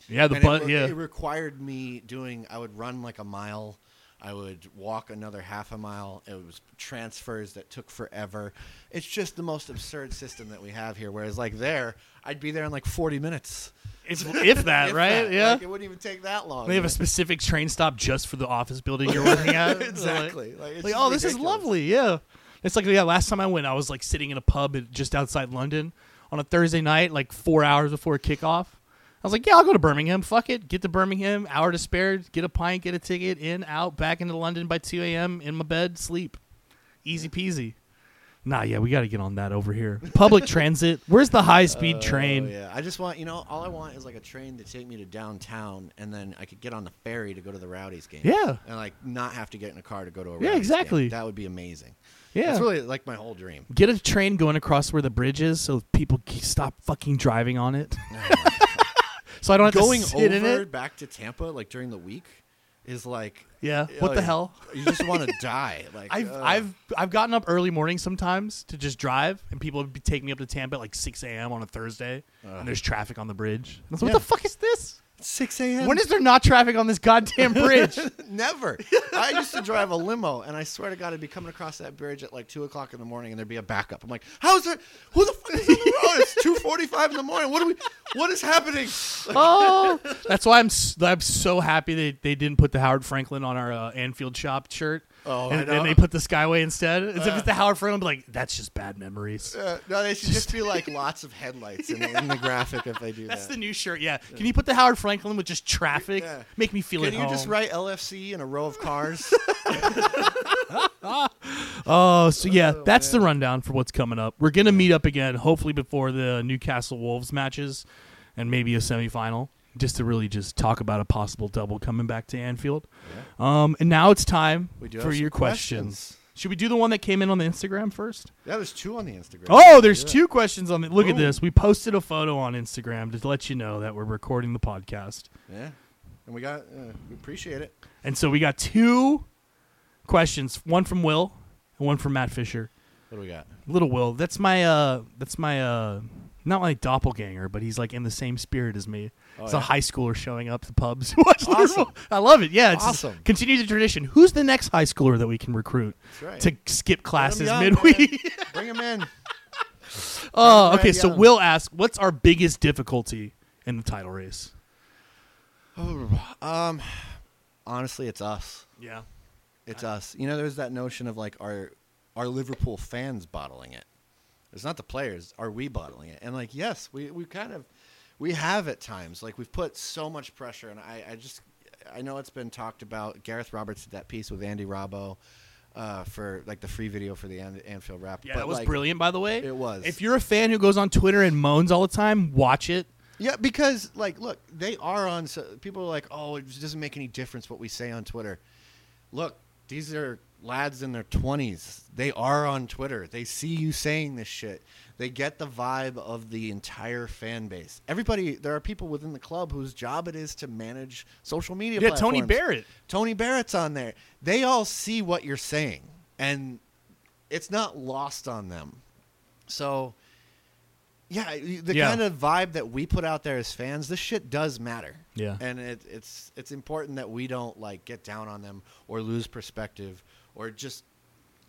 [SPEAKER 2] Yeah, the
[SPEAKER 1] And it
[SPEAKER 2] butt.
[SPEAKER 1] re-
[SPEAKER 2] yeah,
[SPEAKER 1] it required me doing. I would run like a mile. I would walk another half a mile. It was transfers that took forever. It's just the most absurd system that we have here. Whereas like there, I'd be there in like 40 minutes.
[SPEAKER 2] if, if that,
[SPEAKER 1] If
[SPEAKER 2] right?
[SPEAKER 1] that,
[SPEAKER 2] yeah.
[SPEAKER 1] like, it wouldn't even take that long.
[SPEAKER 2] they have a specific train stop just for the office building you're working at. It's like-
[SPEAKER 1] exactly. Like, it's
[SPEAKER 2] like,
[SPEAKER 1] just
[SPEAKER 2] oh, this is
[SPEAKER 1] ridiculous.
[SPEAKER 2] lovely. Yeah. It's like, yeah, last time I went, I was like sitting in a pub at, just outside London on a Thursday night, like four hours before kickoff. I was like, yeah, I'll go to Birmingham. Fuck it. Get to Birmingham, hour to spare, get a pint, get a ticket, in, out, back into London by 2 a.m., in my bed, sleep. Easy peasy. Nah, yeah, we got to get on that over here. Public transit. Where's the high speed train?
[SPEAKER 1] Oh, yeah, I just want you know all I want is like a train to take me to downtown, and then I could get on the ferry to go to the Rowdies game.
[SPEAKER 2] Yeah.
[SPEAKER 1] and like not have to get in a car to go to a Rowdies
[SPEAKER 2] Yeah, exactly.
[SPEAKER 1] Game. That would be amazing.
[SPEAKER 2] Yeah.
[SPEAKER 1] that's really like my whole dream.
[SPEAKER 2] Get a train going across where the bridge is so people c- stop fucking driving on it. so I don't have
[SPEAKER 1] Going
[SPEAKER 2] to sit in
[SPEAKER 1] over
[SPEAKER 2] it.
[SPEAKER 1] back to Tampa like during the week is like
[SPEAKER 2] Yeah.
[SPEAKER 1] oh,
[SPEAKER 2] What the
[SPEAKER 1] you-
[SPEAKER 2] hell?
[SPEAKER 1] You just want to die. Like uh,
[SPEAKER 2] I've
[SPEAKER 1] ugh.
[SPEAKER 2] I've I've gotten up early mornings sometimes to just drive, and people would be- take me up to Tampa at like six a.m. on a Thursday, and there's traffic on the bridge. And I was like,
[SPEAKER 1] Uh. Yeah.
[SPEAKER 2] What the fuck is this?
[SPEAKER 1] six a.m.
[SPEAKER 2] When is there not traffic on this goddamn bridge?
[SPEAKER 1] Never. I used to drive a limo, and I swear to God, I'd be coming across that bridge at like two o'clock in the morning, and there'd be a backup. I'm like, "How is there? Who the fuck is on the road? It's two forty-five in the morning. What are we? What is happening?"
[SPEAKER 2] oh, that's why I'm s- I'm so happy they, they didn't put the Howard Franklin on our uh, Anfield shop shirt.
[SPEAKER 1] Oh, I
[SPEAKER 2] and, and
[SPEAKER 1] know.
[SPEAKER 2] they put the Skyway instead. As if it's the Howard Franklin, I'd be like that's just bad memories.
[SPEAKER 1] Uh, no, they should just be like lots of headlights in, the, in the graphic if they do
[SPEAKER 2] That's the
[SPEAKER 1] that.
[SPEAKER 2] new shirt. Yeah. Can you put the Howard Franklin with just traffic?
[SPEAKER 1] Yeah.
[SPEAKER 2] Make me feel
[SPEAKER 1] Can
[SPEAKER 2] at
[SPEAKER 1] you just
[SPEAKER 2] home.
[SPEAKER 1] write LFC in a row of cars?
[SPEAKER 2] Oh, so yeah, that's the rundown for what's coming up. We're gonna meet up again, hopefully before the Newcastle Wolves matches, and maybe a semifinal, just to really just talk about a possible double coming back to Anfield. Um, and now it's time
[SPEAKER 1] We do
[SPEAKER 2] for
[SPEAKER 1] have some
[SPEAKER 2] your questions.
[SPEAKER 1] questions.
[SPEAKER 2] Should we do the one that came in on the Instagram first?
[SPEAKER 1] yeah, there's two on the Instagram.
[SPEAKER 2] Oh, there's two questions on the. Look at
[SPEAKER 1] Ooh.
[SPEAKER 2] this. We posted a photo on Instagram to let you know that we're recording the podcast,
[SPEAKER 1] Yeah, and we got. Uh, we appreciate it.
[SPEAKER 2] and so we got two questions. One from Will, and one from Matt Fisher.
[SPEAKER 1] What do we got?
[SPEAKER 2] Little Will. That's my uh that's my uh not my doppelganger, but he's like in the same spirit as me.
[SPEAKER 1] Oh,
[SPEAKER 2] it's a
[SPEAKER 1] yeah?
[SPEAKER 2] high schooler showing up to pubs. to watch Little
[SPEAKER 1] Awesome.
[SPEAKER 2] Will. I love it. Yeah, it's just-
[SPEAKER 1] Awesome.
[SPEAKER 2] Continue the tradition. Who's the next high schooler that we can recruit
[SPEAKER 1] That's right.
[SPEAKER 2] to skip classes
[SPEAKER 1] young,
[SPEAKER 2] midweek?
[SPEAKER 1] Bring him in.
[SPEAKER 2] oh,
[SPEAKER 1] Brad
[SPEAKER 2] okay. So
[SPEAKER 1] Young.
[SPEAKER 2] Will asks, "What's our biggest difficulty in the title race?"
[SPEAKER 1] Um, honestly, it's us.
[SPEAKER 2] Yeah.
[SPEAKER 1] It's us. You know, there's that notion of like our our Liverpool fans bottling it. It's not the players. Are we bottling it? And like, yes, we we kind of we have at times. Like we've put so much pressure, and I I just I know it's been talked about. Gareth Roberts did that piece with Andy Robbo. Uh, for like the free video for the An- Anfield rap,
[SPEAKER 2] Yeah,
[SPEAKER 1] But,
[SPEAKER 2] that was
[SPEAKER 1] like,
[SPEAKER 2] brilliant, by the way.
[SPEAKER 1] it was.
[SPEAKER 2] If you're a fan who goes on Twitter and moans all the time, watch it.
[SPEAKER 1] Yeah, because like, look, they are on. So people are like, "Oh, it doesn't make any difference what we say on Twitter." Look, these are lads in their twenties. They are on Twitter. They see you saying this shit. They get the vibe of the entire fan base. Everybody, there are people within the club whose job it is to manage social media.
[SPEAKER 2] Yeah, Tony
[SPEAKER 1] platforms.
[SPEAKER 2] Barrett.
[SPEAKER 1] Tony Barrett's on there. They all see what you're saying, and it's not lost on them. So, yeah, y- the
[SPEAKER 2] Yeah.
[SPEAKER 1] kind of vibe that we put out there as fans, this shit does matter.
[SPEAKER 2] Yeah.
[SPEAKER 1] and it, it's it's important that we don't like get down on them or lose perspective or just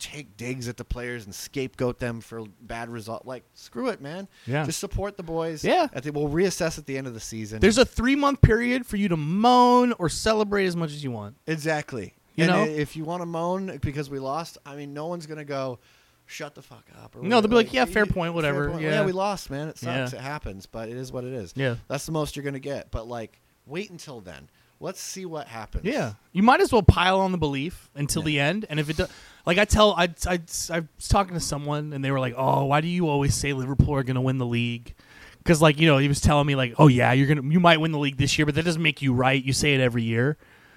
[SPEAKER 1] take digs at the players and scapegoat them for bad result. Like, screw it, man.
[SPEAKER 2] Yeah.
[SPEAKER 1] just support the boys.
[SPEAKER 2] Yeah.
[SPEAKER 1] I think we'll reassess at the end of the season.
[SPEAKER 2] There's a three month period for you to moan or celebrate as much as you want.
[SPEAKER 1] Exactly.
[SPEAKER 2] You
[SPEAKER 1] and
[SPEAKER 2] know?
[SPEAKER 1] i- if you want to moan because we lost, I mean, no one's gonna go, shut the fuck up. Or
[SPEAKER 2] No, they'll be like, yeah, fair
[SPEAKER 1] "You-
[SPEAKER 2] point, whatever, yeah."
[SPEAKER 1] yeah, we lost, man. It sucks.
[SPEAKER 2] Yeah.
[SPEAKER 1] It happens, but it is what it is.
[SPEAKER 2] Yeah.
[SPEAKER 1] that's the most you're gonna get. But like, wait until then. Let's see what happens.
[SPEAKER 2] You might as well pile on the belief until the end. And if it does, like I tell, I, I, I was talking to someone and they were like, oh, why do you always say Liverpool are going to win the league? Because, like, you know, he was telling me, like, oh, yeah, you're going to, you might win the league this year, but that doesn't make you right. You say it every year.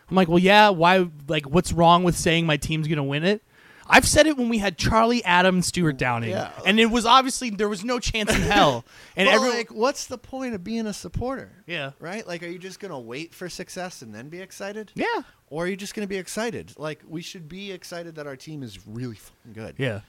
[SPEAKER 2] I'm like, well, yeah, why, like, what's wrong with saying my team's going to win it? I've said it when we had Charlie Adams, Stuart Downing,
[SPEAKER 1] Yeah.
[SPEAKER 2] and it was obviously there was no chance in hell. And
[SPEAKER 1] And
[SPEAKER 2] every
[SPEAKER 1] like, what's the point of being a supporter?
[SPEAKER 2] Yeah.
[SPEAKER 1] Right? Like, are you just gonna wait for success and then be excited?
[SPEAKER 2] yeah,
[SPEAKER 1] Or are you just gonna be excited? Like, we should be excited that our team is really fucking good.
[SPEAKER 2] yeah.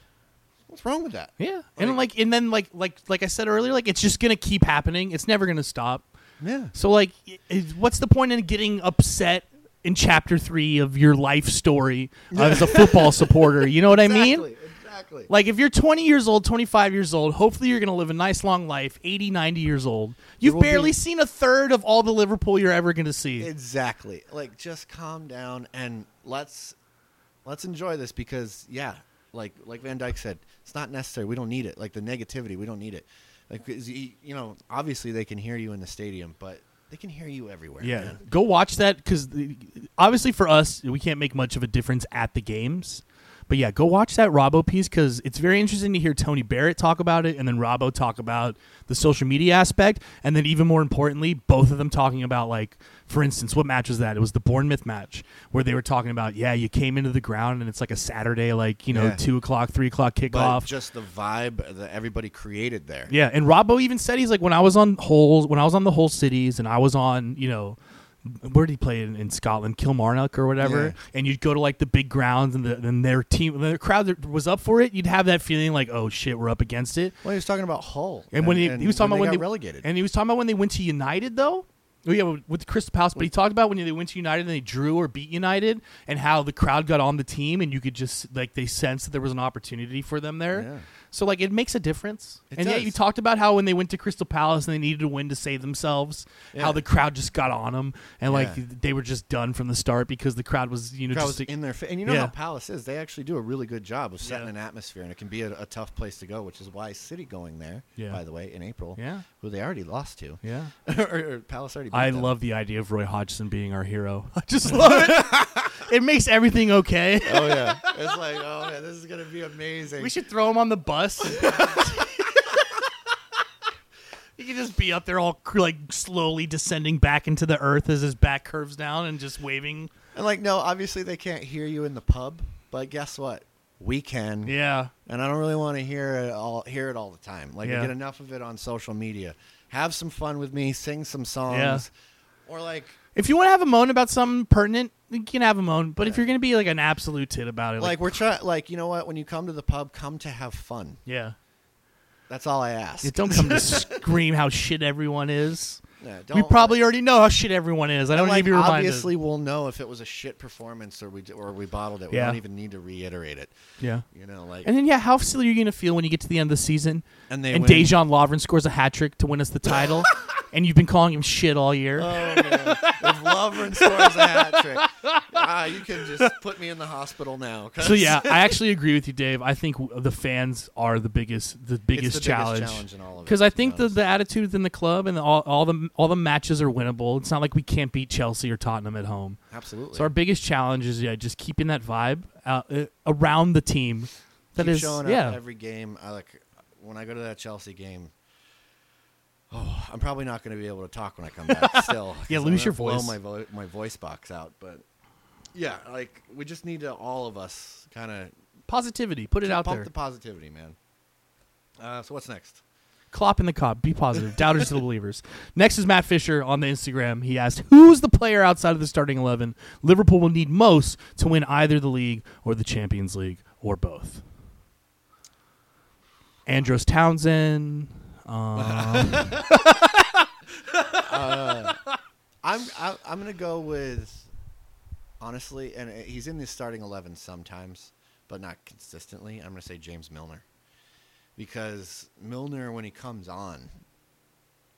[SPEAKER 1] What's wrong with that?
[SPEAKER 2] Yeah, and like, and then like, like, like I said earlier, like it's just gonna keep happening. It's never gonna stop.
[SPEAKER 1] Yeah.
[SPEAKER 2] So like, i- is- what's the point in getting upset in chapter three of your life story uh, as a football supporter? You know what I mean?
[SPEAKER 1] Exactly, Exactly.
[SPEAKER 2] Like if you're 20 years old, 25 years old, hopefully you're going to live a nice long life, 80, 90 years old. You've
[SPEAKER 1] will be-
[SPEAKER 2] barely seen a third of all the Liverpool you're ever going to see.
[SPEAKER 1] Exactly. Like just calm down and let's let's enjoy this because yeah, like like Van Dyke said, it's not necessary. We don't need it. Like the negativity, we don't need it. Like 'cause you you know, obviously they can hear you in the stadium, but they can hear you everywhere.
[SPEAKER 2] yeah.
[SPEAKER 1] man.
[SPEAKER 2] Go watch that cuz obviously for us, we can't make much of a difference at the games. But yeah, go watch that Robbo piece cuz it's very interesting to hear Tony Barrett talk about it and then Robbo talk about the social media aspect and then even more importantly, both of them talking about like for instance, what match was that? It was the Bournemouth match where they were talking about, yeah, you came into the ground and it's like a Saturday, like, you know,
[SPEAKER 1] Yeah.
[SPEAKER 2] two o'clock, three o'clock
[SPEAKER 1] But
[SPEAKER 2] kickoff.
[SPEAKER 1] just the vibe that everybody created there.
[SPEAKER 2] Yeah, and Robbo even said he's like when I was on holes, when I was on the whole cities, and I was on you know where did he play in, in Scotland, Kilmarnock or whatever,
[SPEAKER 1] Yeah.
[SPEAKER 2] and you'd go to like the big grounds and the and their team, the crowd that was up for it, you'd have that feeling like oh shit, we're up against it.
[SPEAKER 1] Well, he was talking about Hull,
[SPEAKER 2] And, when he, he was talking about when
[SPEAKER 1] they
[SPEAKER 2] they
[SPEAKER 1] got relegated.
[SPEAKER 2] and he was talking about when they went to United though. Oh yeah, with- with Crystal Palace. But he talked about when they went to United and they drew or beat United, and how the crowd got on the team, and you could just like they sensed that there was an opportunity for them there.
[SPEAKER 1] Yeah.
[SPEAKER 2] So like it makes a difference.
[SPEAKER 1] It
[SPEAKER 2] and yeah,
[SPEAKER 1] does.
[SPEAKER 2] you talked about how when they went to Crystal Palace and they needed a win to save themselves,
[SPEAKER 1] Yeah.
[SPEAKER 2] how the crowd just got on them, and
[SPEAKER 1] Yeah.
[SPEAKER 2] like they were just done from the start because the crowd was you know
[SPEAKER 1] crowd
[SPEAKER 2] just
[SPEAKER 1] was in their fa- and you know
[SPEAKER 2] yeah.
[SPEAKER 1] how Palace is. They actually do a really good job of setting
[SPEAKER 2] Yeah.
[SPEAKER 1] an atmosphere, and it can be a, a tough place to go, which is why City going there.
[SPEAKER 2] Yeah.
[SPEAKER 1] By the way, in April,
[SPEAKER 2] Yeah.
[SPEAKER 1] who they already lost to,
[SPEAKER 2] yeah.
[SPEAKER 1] or, or Palace already. Beat
[SPEAKER 2] I
[SPEAKER 1] them.
[SPEAKER 2] love the idea of Roy Hodgson being our hero. I just love it. it makes everything okay.
[SPEAKER 1] Oh yeah, it's like oh yeah, this is gonna be amazing.
[SPEAKER 2] We should throw him on the bus. he can just be up there all cr- like slowly descending back into the earth as his back curves down and just waving.
[SPEAKER 1] and like no, obviously they can't hear you in the pub, but guess what? We can.
[SPEAKER 2] Yeah.
[SPEAKER 1] And I don't really want to hear it all hear it all the time. Like I
[SPEAKER 2] Yeah.
[SPEAKER 1] get enough of it on social media. Have some fun with me, sing some songs, or like
[SPEAKER 2] If you want to have a moan about something pertinent, you can have a moan. But if you're going to be like an absolute tit about it, like,
[SPEAKER 1] like we're trying like you know what when you come to the pub come to have fun
[SPEAKER 2] yeah,
[SPEAKER 1] that's all i ask
[SPEAKER 2] Yeah, don't come to scream how shit everyone is.
[SPEAKER 1] Yeah,
[SPEAKER 2] we
[SPEAKER 1] don't-
[SPEAKER 2] probably already know how shit everyone is. I don't
[SPEAKER 1] like,
[SPEAKER 2] need to be reminded.
[SPEAKER 1] obviously we'll know if it was a shit performance or we d- or we bottled it we
[SPEAKER 2] Yeah.
[SPEAKER 1] don't even need to reiterate it
[SPEAKER 2] yeah.
[SPEAKER 1] you know like
[SPEAKER 2] And then yeah, how silly are you gonna feel when you get to the end of the season
[SPEAKER 1] And they
[SPEAKER 2] and
[SPEAKER 1] win.
[SPEAKER 2] Dejan Lovren scores a hat trick to win us the title, and you've been calling him shit all year.
[SPEAKER 1] oh man if Lovren scores a hat trick ah, you can just put me in the hospital now 'cause
[SPEAKER 2] so yeah, I actually agree with you, Dave. I think w- the fans are the biggest, the
[SPEAKER 1] it's the
[SPEAKER 2] biggest
[SPEAKER 1] biggest challenge in all of it
[SPEAKER 2] Because I
[SPEAKER 1] to be
[SPEAKER 2] think the,
[SPEAKER 1] honest.
[SPEAKER 2] the attitude within the club and the, all, all the all the matches are winnable. It's not like we can't beat Chelsea or Tottenham at home.
[SPEAKER 1] absolutely
[SPEAKER 2] So our biggest challenge is yeah, just keeping that vibe uh, uh, around the team. That
[SPEAKER 1] Keep
[SPEAKER 2] is
[SPEAKER 1] showing
[SPEAKER 2] yeah,
[SPEAKER 1] up every game i like when i go to that chelsea game Oh, I'm probably not going to be able to talk when I come back. Still,
[SPEAKER 2] Yeah,
[SPEAKER 1] 'cause
[SPEAKER 2] lose
[SPEAKER 1] I'm
[SPEAKER 2] your
[SPEAKER 1] gonna
[SPEAKER 2] voice.
[SPEAKER 1] Blow my vo- my voice box out, but yeah, like we just need to all of us kind of
[SPEAKER 2] positivity. Put it out
[SPEAKER 1] pump
[SPEAKER 2] there.
[SPEAKER 1] the positivity, man. Uh, so what's next?
[SPEAKER 2] Klopp in the cop. Be positive. Doubters to the believers. Next is Matt Fisher on the Instagram. He asked, "Who's the player outside of the starting eleven Liverpool will need most to win either the league or the Champions League or both?" Andros Townsend. Um,
[SPEAKER 1] I'm I, I'm gonna go with honestly, and uh, he's in the starting eleven sometimes, but not consistently. I'm gonna say James Milner because Milner when he comes on,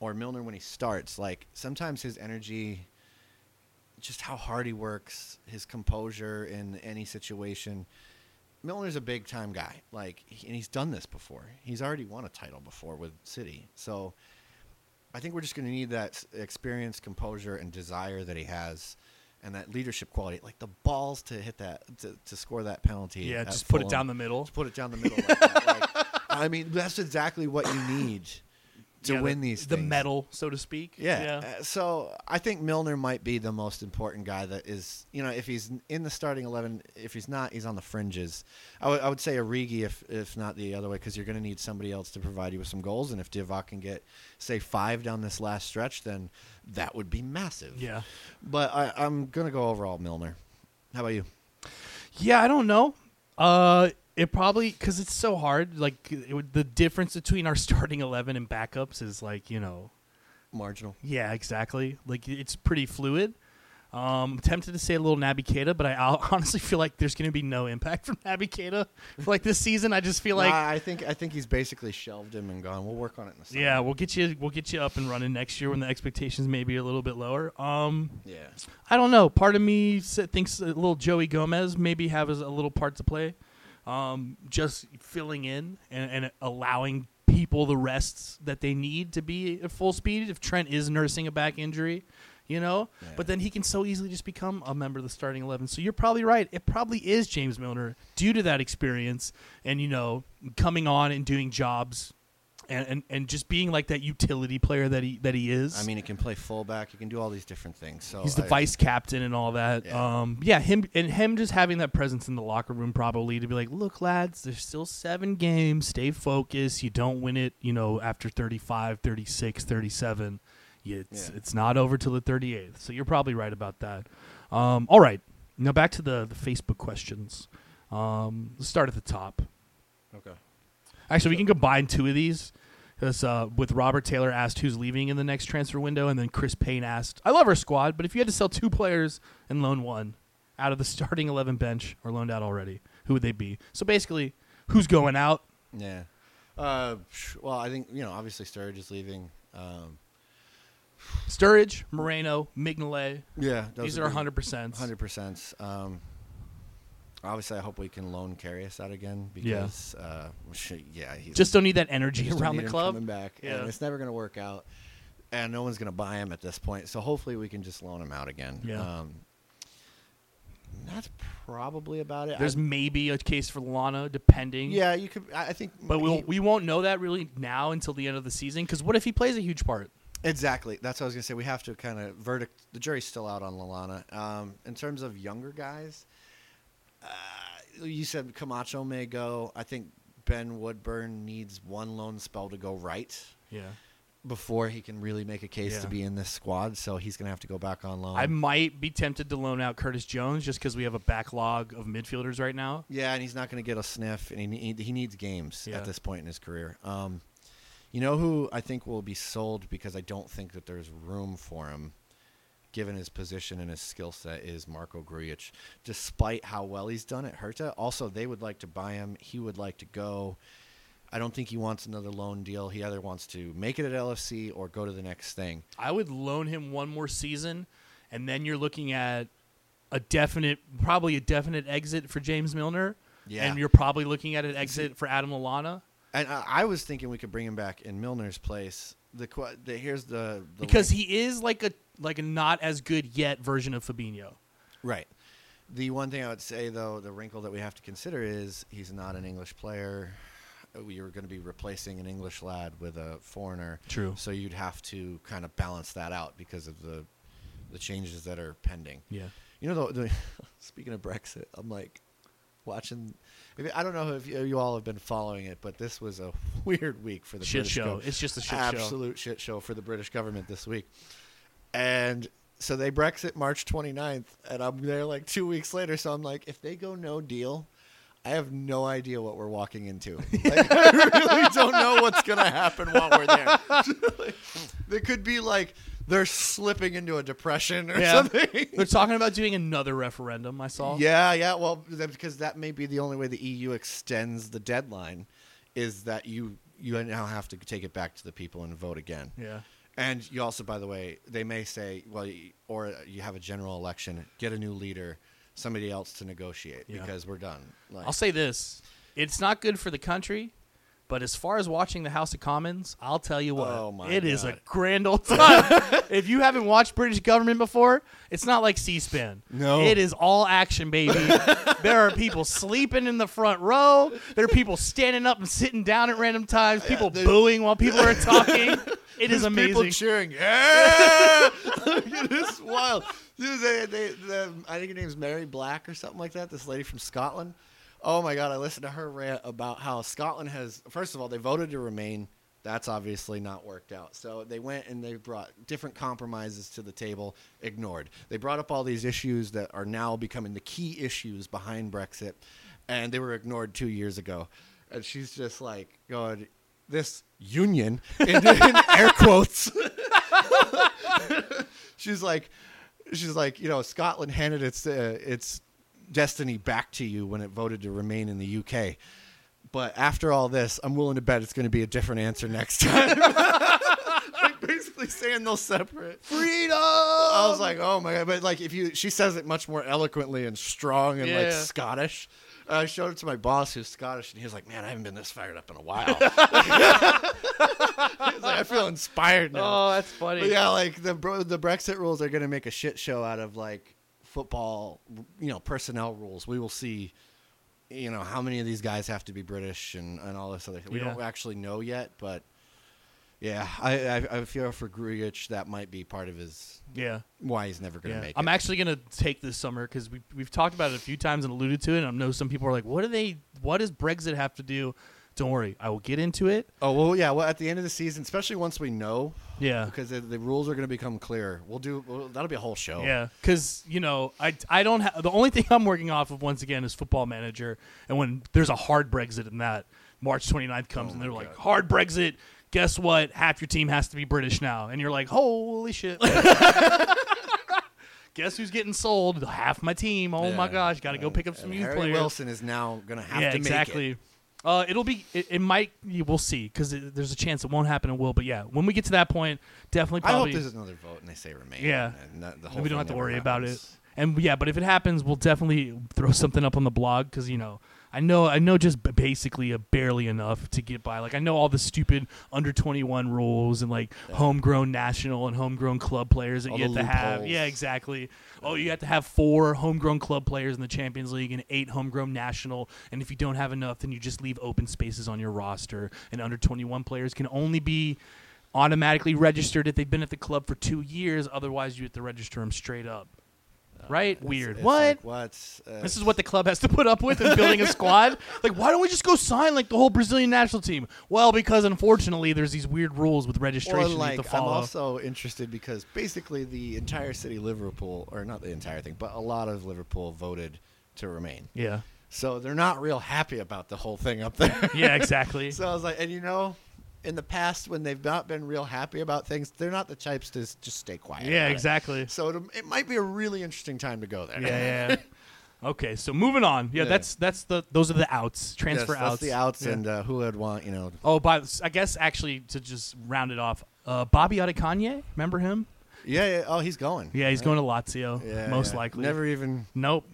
[SPEAKER 1] or Milner when he starts, like sometimes his energy, just how hard he works, his composure in any situation. Milner's a big time guy, like, he- and he's done this before. He's already won a title before with City, so. I think we're just going to need that s- experience, composure, and desire that he has, and that leadership quality, like the balls to hit that to, to score that penalty.
[SPEAKER 2] yeah,
[SPEAKER 1] at
[SPEAKER 2] just put it
[SPEAKER 1] Fulham.
[SPEAKER 2] down the middle.
[SPEAKER 1] Just put it down the middle. Like that. Like, I mean, that's exactly what you need to
[SPEAKER 2] Yeah,
[SPEAKER 1] win
[SPEAKER 2] the,
[SPEAKER 1] these
[SPEAKER 2] the
[SPEAKER 1] things.
[SPEAKER 2] medal, so to speak.
[SPEAKER 1] Yeah. Uh, So I think Milner might be the most important guy that is, you know, if he's in the starting 11, if he's not, he's on the fringes. I would- I would say Origi if, if not the other way, because you're going to need somebody else to provide you with some goals. And if Divock can get, say, five down this last stretch, then that would be massive.
[SPEAKER 2] yeah.
[SPEAKER 1] But I, I'm going to go overall Milner. How about you?
[SPEAKER 2] Yeah, I don't know. Uh, it probably because it's so hard. Like it, would- the difference between our starting eleven and backups is like you know,
[SPEAKER 1] Marginal.
[SPEAKER 2] yeah, exactly. Like it's pretty fluid. Um, I'm tempted to say a little Naby Keita, but I I'll- honestly feel like there's going to be no impact from Naby Keita. Like this season, I just feel like
[SPEAKER 1] Nah, I think I think he's basically shelved him and gone. We'll work on it in the summer.
[SPEAKER 2] yeah, we'll get you we'll get you up and running next year when the expectations may be a little bit lower. Um,
[SPEAKER 1] yeah.
[SPEAKER 2] I don't know. Part of me s- thinks a little Joey Gomez maybe have his- a little part to play, um, just filling in and, and allowing people the rests that they need to be at full speed. If Trent is nursing a back injury, you know,
[SPEAKER 1] Yeah.
[SPEAKER 2] but then he can so easily just become a member of the starting eleven. So you're probably right. It probably is James Milner due to that experience and you know coming on and doing jobs. And, and, and just being like that utility player that he that he is.
[SPEAKER 1] I mean, he can play fullback. He can do all these different things. So
[SPEAKER 2] He's the
[SPEAKER 1] I-
[SPEAKER 2] vice captain and all that.
[SPEAKER 1] Yeah.
[SPEAKER 2] Um, yeah, him and him just having that presence in the locker room probably to be like, look, lads, there's still seven games. Stay focused. You don't win it, you know, after 35, 36, 37. You, it's,
[SPEAKER 1] Yeah.
[SPEAKER 2] it's not over till the 38th. So you're probably right about that. Um, all right. Now back to the, the Facebook questions. Um, let's start at the top.
[SPEAKER 1] Okay.
[SPEAKER 2] Actually, we can combine two of these. 'cause, uh, with Robert Taylor asked who's leaving in the next transfer window, and then Chris Payne asked, "I love our squad, but if you had to sell two players and loan one out of the starting eleven bench or loaned out already, who would they be?" So basically, who's going out?
[SPEAKER 1] Yeah. Uh, psh, well, I think you know. Obviously, Sturridge is leaving. Um,
[SPEAKER 2] Sturridge, Moreno, Mignolet.
[SPEAKER 1] yeah,
[SPEAKER 2] These are hundred percent.
[SPEAKER 1] Hundred percent. Um, obviously, I hope we can loan Karius out again because yeah, uh, shit, yeah he's
[SPEAKER 2] Just don't need that energy
[SPEAKER 1] just don't
[SPEAKER 2] around
[SPEAKER 1] need
[SPEAKER 2] the
[SPEAKER 1] him
[SPEAKER 2] club.
[SPEAKER 1] coming back,
[SPEAKER 2] Yeah.
[SPEAKER 1] and it's never going to work out, and no one's going to buy him at this point. So hopefully, we can just loan him out again.
[SPEAKER 2] Yeah.
[SPEAKER 1] Um, that's probably about it.
[SPEAKER 2] There's
[SPEAKER 1] I,
[SPEAKER 2] maybe a case for Lana, depending.
[SPEAKER 1] yeah, you could. I, I think,
[SPEAKER 2] But we'll,
[SPEAKER 1] he-
[SPEAKER 2] we won't know that really now until the end of the season. Because what if he plays a huge part?
[SPEAKER 1] Exactly. That's what I was gonna say. We have to kind of verdict. The jury's still out on Lalana. Um, in terms of younger guys, uh, you said Camacho may go. I think Ben Woodburn needs one loan spell to go right
[SPEAKER 2] Yeah.
[SPEAKER 1] before he can really make a case
[SPEAKER 2] Yeah.
[SPEAKER 1] to be in this squad. So he's gonna have to go back on loan.
[SPEAKER 2] I might be tempted to loan out Curtis Jones just because we have a backlog of midfielders right now.
[SPEAKER 1] yeah, and he's not gonna get a sniff, and he need, he needs games
[SPEAKER 2] Yeah.
[SPEAKER 1] at this point in his career. Um, you know who I think will be sold because I don't think that there's room for him. given his position and his skill set, is Marco Grujic. Despite how well he's done at Hertha, also they would like to buy him. He would like to go. I don't think he wants another loan deal. He either wants to make it at LFC or go to the next thing.
[SPEAKER 2] I would loan him one more season, and then you're looking at a definite, probably a definite exit for James Milner.
[SPEAKER 1] Yeah.
[SPEAKER 2] And you're probably looking at an exit for Adam Lallana
[SPEAKER 1] And I, I was thinking we could bring him back in Milner's place. The, que- the here's the, the
[SPEAKER 2] because
[SPEAKER 1] link.
[SPEAKER 2] he is like a like a not as good yet version of Fabinho.
[SPEAKER 1] right. The one thing I would say though, the wrinkle that we have to consider is he's not an English player. Uh, We are going to be replacing an English lad with a foreigner.
[SPEAKER 2] True.
[SPEAKER 1] So you'd have to kind of balance that out because of the the changes that are pending.
[SPEAKER 2] Yeah.
[SPEAKER 1] You know, the, the, speaking of Brexit, I'm like watching. if- I don't know if you, you all have been following it, but this was a weird week for the
[SPEAKER 2] shit
[SPEAKER 1] British
[SPEAKER 2] show.
[SPEAKER 1] gov-
[SPEAKER 2] It's just a shit show.
[SPEAKER 1] absolute shit show for the British government this week. And so they Brexit March 29th, and I'm there like two weeks later. So I'm like, if they go no deal, I have no idea what we're walking into. Like, I really don't know what's going to happen while we're there. They could be like they're slipping into a depression or
[SPEAKER 2] Yeah.
[SPEAKER 1] something.
[SPEAKER 2] They're talking about doing another referendum. I saw.
[SPEAKER 1] Yeah, yeah. Well, that- because that may be the only way the EU extends the deadline, is that you you now have to take it back to the people and vote again.
[SPEAKER 2] Yeah.
[SPEAKER 1] And you also, by the way, they may say, well, you- or you have a general election, get a new leader, somebody else to negotiate
[SPEAKER 2] Yeah.
[SPEAKER 1] because we're done. Like,
[SPEAKER 2] I'll say this: it's not good for the country. But as far as watching the House of Commons, I'll tell you what,
[SPEAKER 1] Oh, my
[SPEAKER 2] it is a
[SPEAKER 1] God.
[SPEAKER 2] grand old time. if you haven't watched British government before, it's not like C-SPAN.
[SPEAKER 1] No.
[SPEAKER 2] it is all action, baby. there are people sleeping in the front row. There are people standing up and sitting down at random times. People
[SPEAKER 1] there's-
[SPEAKER 2] booing while people are talking. It is
[SPEAKER 1] There's People
[SPEAKER 2] amazing.
[SPEAKER 1] cheering, yeah! it is wild. Dude, they, they, the, I think her name's Mary Black or something like that. This lady from Scotland. Oh my god, I listened to her rant about how Scotland has. First of all, they voted to remain. That's obviously not worked out. So they went and they brought different compromises to the table, ignored. They brought up all these issues that are now becoming the key issues behind Brexit, and they were ignored two years ago. And she's just like going, "This union," in, in air quotes. She's like, she's like, you know, Scotland handed its uh, its destiny back to you when it voted to remain in the UK. But after all this, I'm willing to bet it's going to be a different answer next time. like basically saying they'll separate.
[SPEAKER 2] Freedom.
[SPEAKER 1] I was like, oh my god! But like, if you, she says it much more eloquently and strong and like
[SPEAKER 2] Yeah.
[SPEAKER 1] Scottish. I showed it to my boss who's Scottish, and he was like, "Man, I haven't been this fired up in a while." He was like, "I feel inspired now."
[SPEAKER 2] Oh, that's funny.
[SPEAKER 1] But yeah, like the bro- the Brexit rules are going to make a shit show out of like football, you know, personnel rules. We will see, you know, how many of these guys have to be British and, and all this other. We
[SPEAKER 2] Yeah.
[SPEAKER 1] don't actually know yet, but yeah, I I, I feel for Grujic that might be part of his
[SPEAKER 2] Yeah.
[SPEAKER 1] why he's never going to
[SPEAKER 2] Yeah.
[SPEAKER 1] make
[SPEAKER 2] I'm
[SPEAKER 1] it.
[SPEAKER 2] actually gonna take this summer because we we've talked about it a few times and alluded to it. And I know some people are like, "What do they? What does Brexit have to do?" Don't worry, I will get into it.
[SPEAKER 1] oh well, yeah. Well, at the end of the season, especially once we know,
[SPEAKER 2] Yeah,
[SPEAKER 1] because the, the rules are going to become clear. We'll do well, that'll be a whole show.
[SPEAKER 2] yeah. Because you know, I I don't have the only thing I'm working off of once again is Football Manager. And when there's a hard Brexit in that, March 29th
[SPEAKER 1] Oh
[SPEAKER 2] comes and they're like, "Hard Brexit." Guess what? Half your team has to be British now, and you're like, "Holy shit!" Guess who's getting sold? Half my team. Oh my
[SPEAKER 1] Yeah.
[SPEAKER 2] gosh, got to go pick up some
[SPEAKER 1] And
[SPEAKER 2] youth
[SPEAKER 1] Harry
[SPEAKER 2] players.
[SPEAKER 1] Wilson is now going to have
[SPEAKER 2] yeah,
[SPEAKER 1] to make
[SPEAKER 2] exactly.
[SPEAKER 1] it.
[SPEAKER 2] Uh, it'll be. It, it might. you- We'll see because there's a chance it won't happen. It will. But yeah, when we get to that point, definitely.
[SPEAKER 1] I
[SPEAKER 2] Probably,
[SPEAKER 1] hope there's another vote and they say remain.
[SPEAKER 2] Yeah.
[SPEAKER 1] and that- the
[SPEAKER 2] and
[SPEAKER 1] whole
[SPEAKER 2] we don't
[SPEAKER 1] thing
[SPEAKER 2] have to
[SPEAKER 1] never
[SPEAKER 2] worry about it.
[SPEAKER 1] happens.
[SPEAKER 2] And yeah, but if it happens, we'll definitely throw something up on the blog because you know. I know, I know, just b- basically a barely enough to get by. Like I know all the stupid under twenty one rules and like homegrown national and homegrown club players that
[SPEAKER 1] All
[SPEAKER 2] you have
[SPEAKER 1] the
[SPEAKER 2] to have.
[SPEAKER 1] loopholes.
[SPEAKER 2] Yeah, exactly. Oh, you have to have four homegrown club players in the Champions League and eight homegrown national. And if you don't have enough, then you just leave open spaces on your roster. And under 21 players can only be automatically registered if they've been at the club for two years. Otherwise, you have to register them straight up. right?
[SPEAKER 1] It's-
[SPEAKER 2] Weird.
[SPEAKER 1] it's
[SPEAKER 2] what?
[SPEAKER 1] like, what? Uh,
[SPEAKER 2] This is what the club has to put up with in building a squad. Like, why don't we just go sign like the whole Brazilian national team? Well, because unfortunately, there's these weird rules with
[SPEAKER 1] or
[SPEAKER 2] registration you
[SPEAKER 1] like,
[SPEAKER 2] have to
[SPEAKER 1] I'm
[SPEAKER 2] follow.
[SPEAKER 1] also interested because basically the entire city, Liverpool, or not the entire thing, but a lot of Liverpool voted to remain.
[SPEAKER 2] yeah,
[SPEAKER 1] So they're not real happy about the whole thing up there.
[SPEAKER 2] yeah, exactly.
[SPEAKER 1] so I was like, and you know, in the past when they've not been real happy about things, they're not the types to s- just stay quiet.
[SPEAKER 2] yeah,
[SPEAKER 1] about it.
[SPEAKER 2] exactly.
[SPEAKER 1] So it, it might be a really interesting time to go there.
[SPEAKER 2] Yeah, yeah. okay, so moving on. Yeah,
[SPEAKER 1] Yeah.
[SPEAKER 2] that's that's the those are the outs.
[SPEAKER 1] Yes,
[SPEAKER 2] Transfer
[SPEAKER 1] that's
[SPEAKER 2] outs.
[SPEAKER 1] the outs
[SPEAKER 2] Yeah.
[SPEAKER 1] and uh, who would want, you know,
[SPEAKER 2] oh, by I guess actually to just round it off, uh, Bobby Adekanye, remember him?
[SPEAKER 1] Yeah, yeah. Oh, he's going.
[SPEAKER 2] Yeah, he's going to Lazio,
[SPEAKER 1] Yeah,
[SPEAKER 2] most
[SPEAKER 1] yeah.
[SPEAKER 2] likely.
[SPEAKER 1] Never even.
[SPEAKER 2] Nope.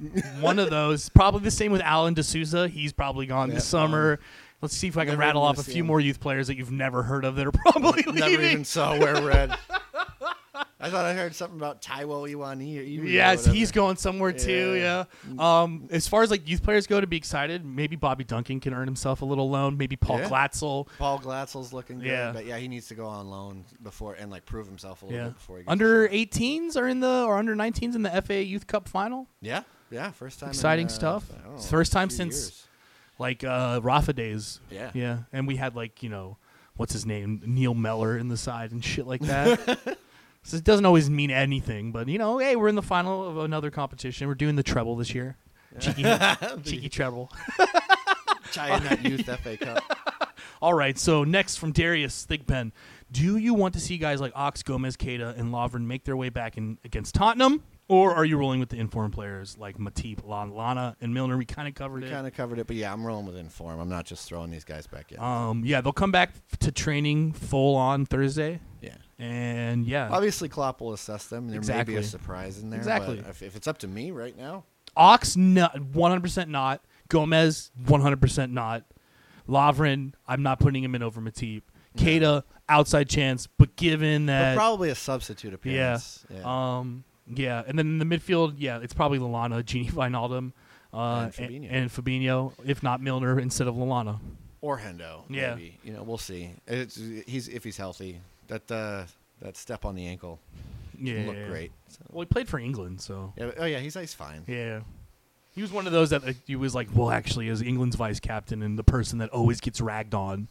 [SPEAKER 2] One of those. Probably the same with Alan D'Souza. He's probably gone
[SPEAKER 1] Yeah,
[SPEAKER 2] this summer. Let's see if I can
[SPEAKER 1] Never
[SPEAKER 2] rattle
[SPEAKER 1] even
[SPEAKER 2] off a
[SPEAKER 1] see
[SPEAKER 2] few
[SPEAKER 1] him.
[SPEAKER 2] more youth players that you've never heard of that are probably leaving.
[SPEAKER 1] Never even saw where we're at. I thought I heard something about Taiwo Iwani. Or Iwi or
[SPEAKER 2] Yes,
[SPEAKER 1] whatever.
[SPEAKER 2] he's going somewhere too. Yeah.
[SPEAKER 1] Yeah.
[SPEAKER 2] Um, as far as like youth players go, to be excited, maybe Bobby Duncan can earn himself a little loan. Maybe Paul
[SPEAKER 1] Yeah.
[SPEAKER 2] Glatzel.
[SPEAKER 1] Paul Glatzel's looking good,
[SPEAKER 2] Yeah.
[SPEAKER 1] but yeah, he needs to go on loan before and like prove himself a little
[SPEAKER 2] Yeah.
[SPEAKER 1] bit before he gets
[SPEAKER 2] Under
[SPEAKER 1] a shot.
[SPEAKER 2] 18s are in the or under 19s in the FA Youth Cup final.
[SPEAKER 1] Yeah, yeah, first time. in,
[SPEAKER 2] Exciting
[SPEAKER 1] uh,
[SPEAKER 2] stuff.
[SPEAKER 1] I don't know,
[SPEAKER 2] It's first time
[SPEAKER 1] few
[SPEAKER 2] since-
[SPEAKER 1] years.
[SPEAKER 2] like uh, Rafa days.
[SPEAKER 1] Yeah.
[SPEAKER 2] yeah. And we had like you know, what's his name, Neil Meller in the side and shit like that. so it doesn't always mean anything, but you know, hey, we're in the final of another competition. We're doing the treble this year. Cheeky, cheeky treble.
[SPEAKER 1] Giant that youth FA Cup.
[SPEAKER 2] All right, so next from Darius Thigpen, do you want to see guys like Ox, Gomez, Keita, and Lovren make their way back in against Tottenham, or are you rolling with the informed players like Matip, Lon, Lana, and Milner? We kind of covered
[SPEAKER 1] We
[SPEAKER 2] it.
[SPEAKER 1] kind of covered it, but yeah, I'm rolling with inform. I'm not just throwing these guys back in.
[SPEAKER 2] Um, yeah, they'll come back to training full on Thursday.
[SPEAKER 1] yeah.
[SPEAKER 2] And yeah,
[SPEAKER 1] Obviously, Klopp will assess them. There may
[SPEAKER 2] Exactly.
[SPEAKER 1] be a surprise in there.
[SPEAKER 2] Exactly.
[SPEAKER 1] But if, if it's up to me right now,
[SPEAKER 2] Ox, not 100% not. Gomez, 100% not. Lovren, I'm not putting him in over Matip. Keita, outside chance, but given
[SPEAKER 1] But
[SPEAKER 2] that,
[SPEAKER 1] probably a substitute
[SPEAKER 2] Uh, yeah,
[SPEAKER 1] appearance. Yeah.
[SPEAKER 2] um, yeah, and then in the midfield, yeah, it's probably Lalana, Genie Vinaldum, uh,
[SPEAKER 1] And Fabinho.
[SPEAKER 2] and, Fabinho, if not Milner instead of Lalana.
[SPEAKER 1] or Hendo.
[SPEAKER 2] yeah.
[SPEAKER 1] Maybe. You know, we'll see. It's, he's if he's healthy. That uh, that step on the ankle
[SPEAKER 2] Yeah,
[SPEAKER 1] looked
[SPEAKER 2] yeah.
[SPEAKER 1] great. So,
[SPEAKER 2] Well, he played for England, so
[SPEAKER 1] yeah, but- oh yeah, he's he's fine.
[SPEAKER 2] Yeah. He was one of those that uh, he was like, well, actually, as England's vice captain and the person that always gets ragged on,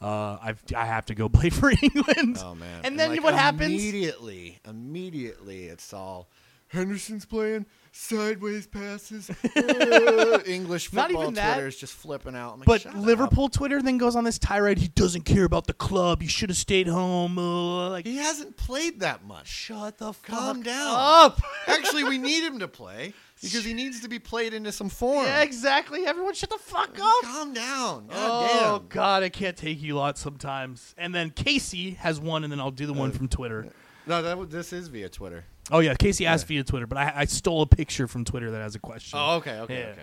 [SPEAKER 2] uh, I've, I have to go play for England.
[SPEAKER 1] Oh man.
[SPEAKER 2] And then what happens?
[SPEAKER 1] Immediately, immediately, it's all Henderson's playing. sideways passes. Uh, English
[SPEAKER 3] Not
[SPEAKER 1] football
[SPEAKER 3] even that.
[SPEAKER 1] Twitter is just flipping out. I'm like,
[SPEAKER 2] But
[SPEAKER 1] "Shut up."
[SPEAKER 2] Liverpool Twitter then goes on this tirade. He doesn't care about the club. He should have stayed home. Uh, like,
[SPEAKER 1] he hasn't played that much.
[SPEAKER 2] shut the
[SPEAKER 1] Calm
[SPEAKER 2] fuck
[SPEAKER 1] down.
[SPEAKER 2] up.
[SPEAKER 1] Actually, we need him to play because he needs to be played into some form.
[SPEAKER 2] Yeah, exactly. Everyone, shut the fuck up.
[SPEAKER 1] Calm down. God
[SPEAKER 2] oh
[SPEAKER 1] damn.
[SPEAKER 2] God, I can't take you lot sometimes. And then Casey has one, and then I'll do the one
[SPEAKER 1] Uh,
[SPEAKER 2] from Twitter.
[SPEAKER 1] No, that was- this is via Twitter.
[SPEAKER 2] Oh yeah, Casey asked via Twitter, but I, I stole a picture from Twitter that has a question.
[SPEAKER 1] Oh, okay, okay,
[SPEAKER 2] Yeah.
[SPEAKER 1] okay.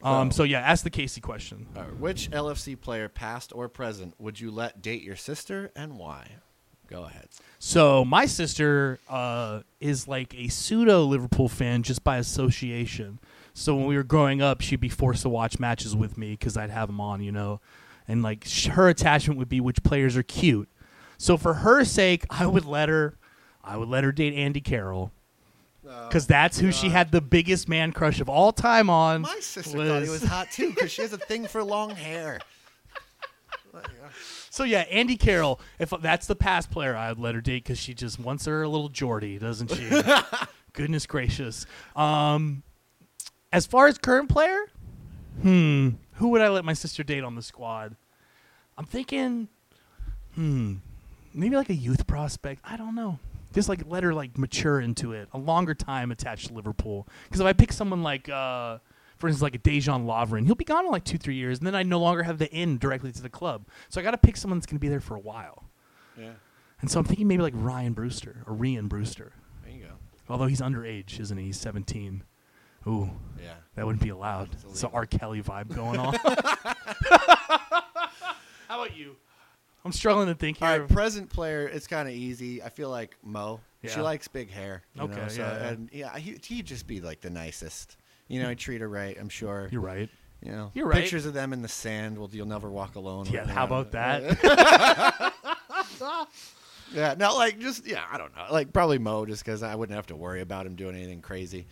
[SPEAKER 2] Um, so yeah, ask the Casey question.
[SPEAKER 1] All right, Which LFC player, past or present, would you let date your sister and why? Go ahead.
[SPEAKER 2] So my sister uh, is like a pseudo Liverpool fan just by association. So when we were growing up, she'd be forced to watch matches with me because I'd have them on, you know, and like sh- her attachment would be which players are cute. So for her sake, I would let her, I would let her date Andy Carroll.
[SPEAKER 1] Oh,
[SPEAKER 2] Because that's who she had the biggest man crush of all time on.
[SPEAKER 1] My sister thought he
[SPEAKER 2] was-
[SPEAKER 1] was hot too because she has a thing for long hair.
[SPEAKER 2] So yeah, Andy Carroll. If that's the past player, I'd let her date because she just wants her a little Geordie, doesn't she? Goodness gracious. Um, as far as current player, hmm, who would I let my sister date on the squad? I'm thinking, hmm, maybe like a youth prospect. I don't know. Just like let her like mature into it, a longer time attached to Liverpool. Because if I pick someone like, uh, for instance, like a Dejan Lovren, he'll be gone in like two, three years, and then I no longer have the in directly to the club. So I got to pick someone that's gonna be there for a while.
[SPEAKER 1] Yeah,
[SPEAKER 2] And so I'm thinking maybe like Ryan Brewster or Rian Brewster,
[SPEAKER 1] there you go.
[SPEAKER 2] although he's underage, isn't he? He's 17. Ooh,
[SPEAKER 1] Yeah.
[SPEAKER 2] that wouldn't be allowed. It's an R. Kelly vibe going on. How about you? I'm struggling to think here.
[SPEAKER 1] All right, present player. It's kind of easy. I feel like Mo. She
[SPEAKER 2] Yeah.
[SPEAKER 1] likes big hair. you know,
[SPEAKER 2] Okay,
[SPEAKER 1] so-
[SPEAKER 2] yeah, yeah.
[SPEAKER 1] and yeah, he, he'd just be like the nicest. You know, he'd treat her right. I'm sure.
[SPEAKER 2] You're right.
[SPEAKER 1] You know,
[SPEAKER 2] You're right.
[SPEAKER 1] Pictures of them in the sand. Well, you'll never walk alone.
[SPEAKER 2] Yeah,
[SPEAKER 1] right
[SPEAKER 2] how
[SPEAKER 1] now.
[SPEAKER 2] about that?
[SPEAKER 1] Yeah, no, like just yeah, I don't know, like probably Mo, just because I wouldn't have to worry about him doing anything crazy.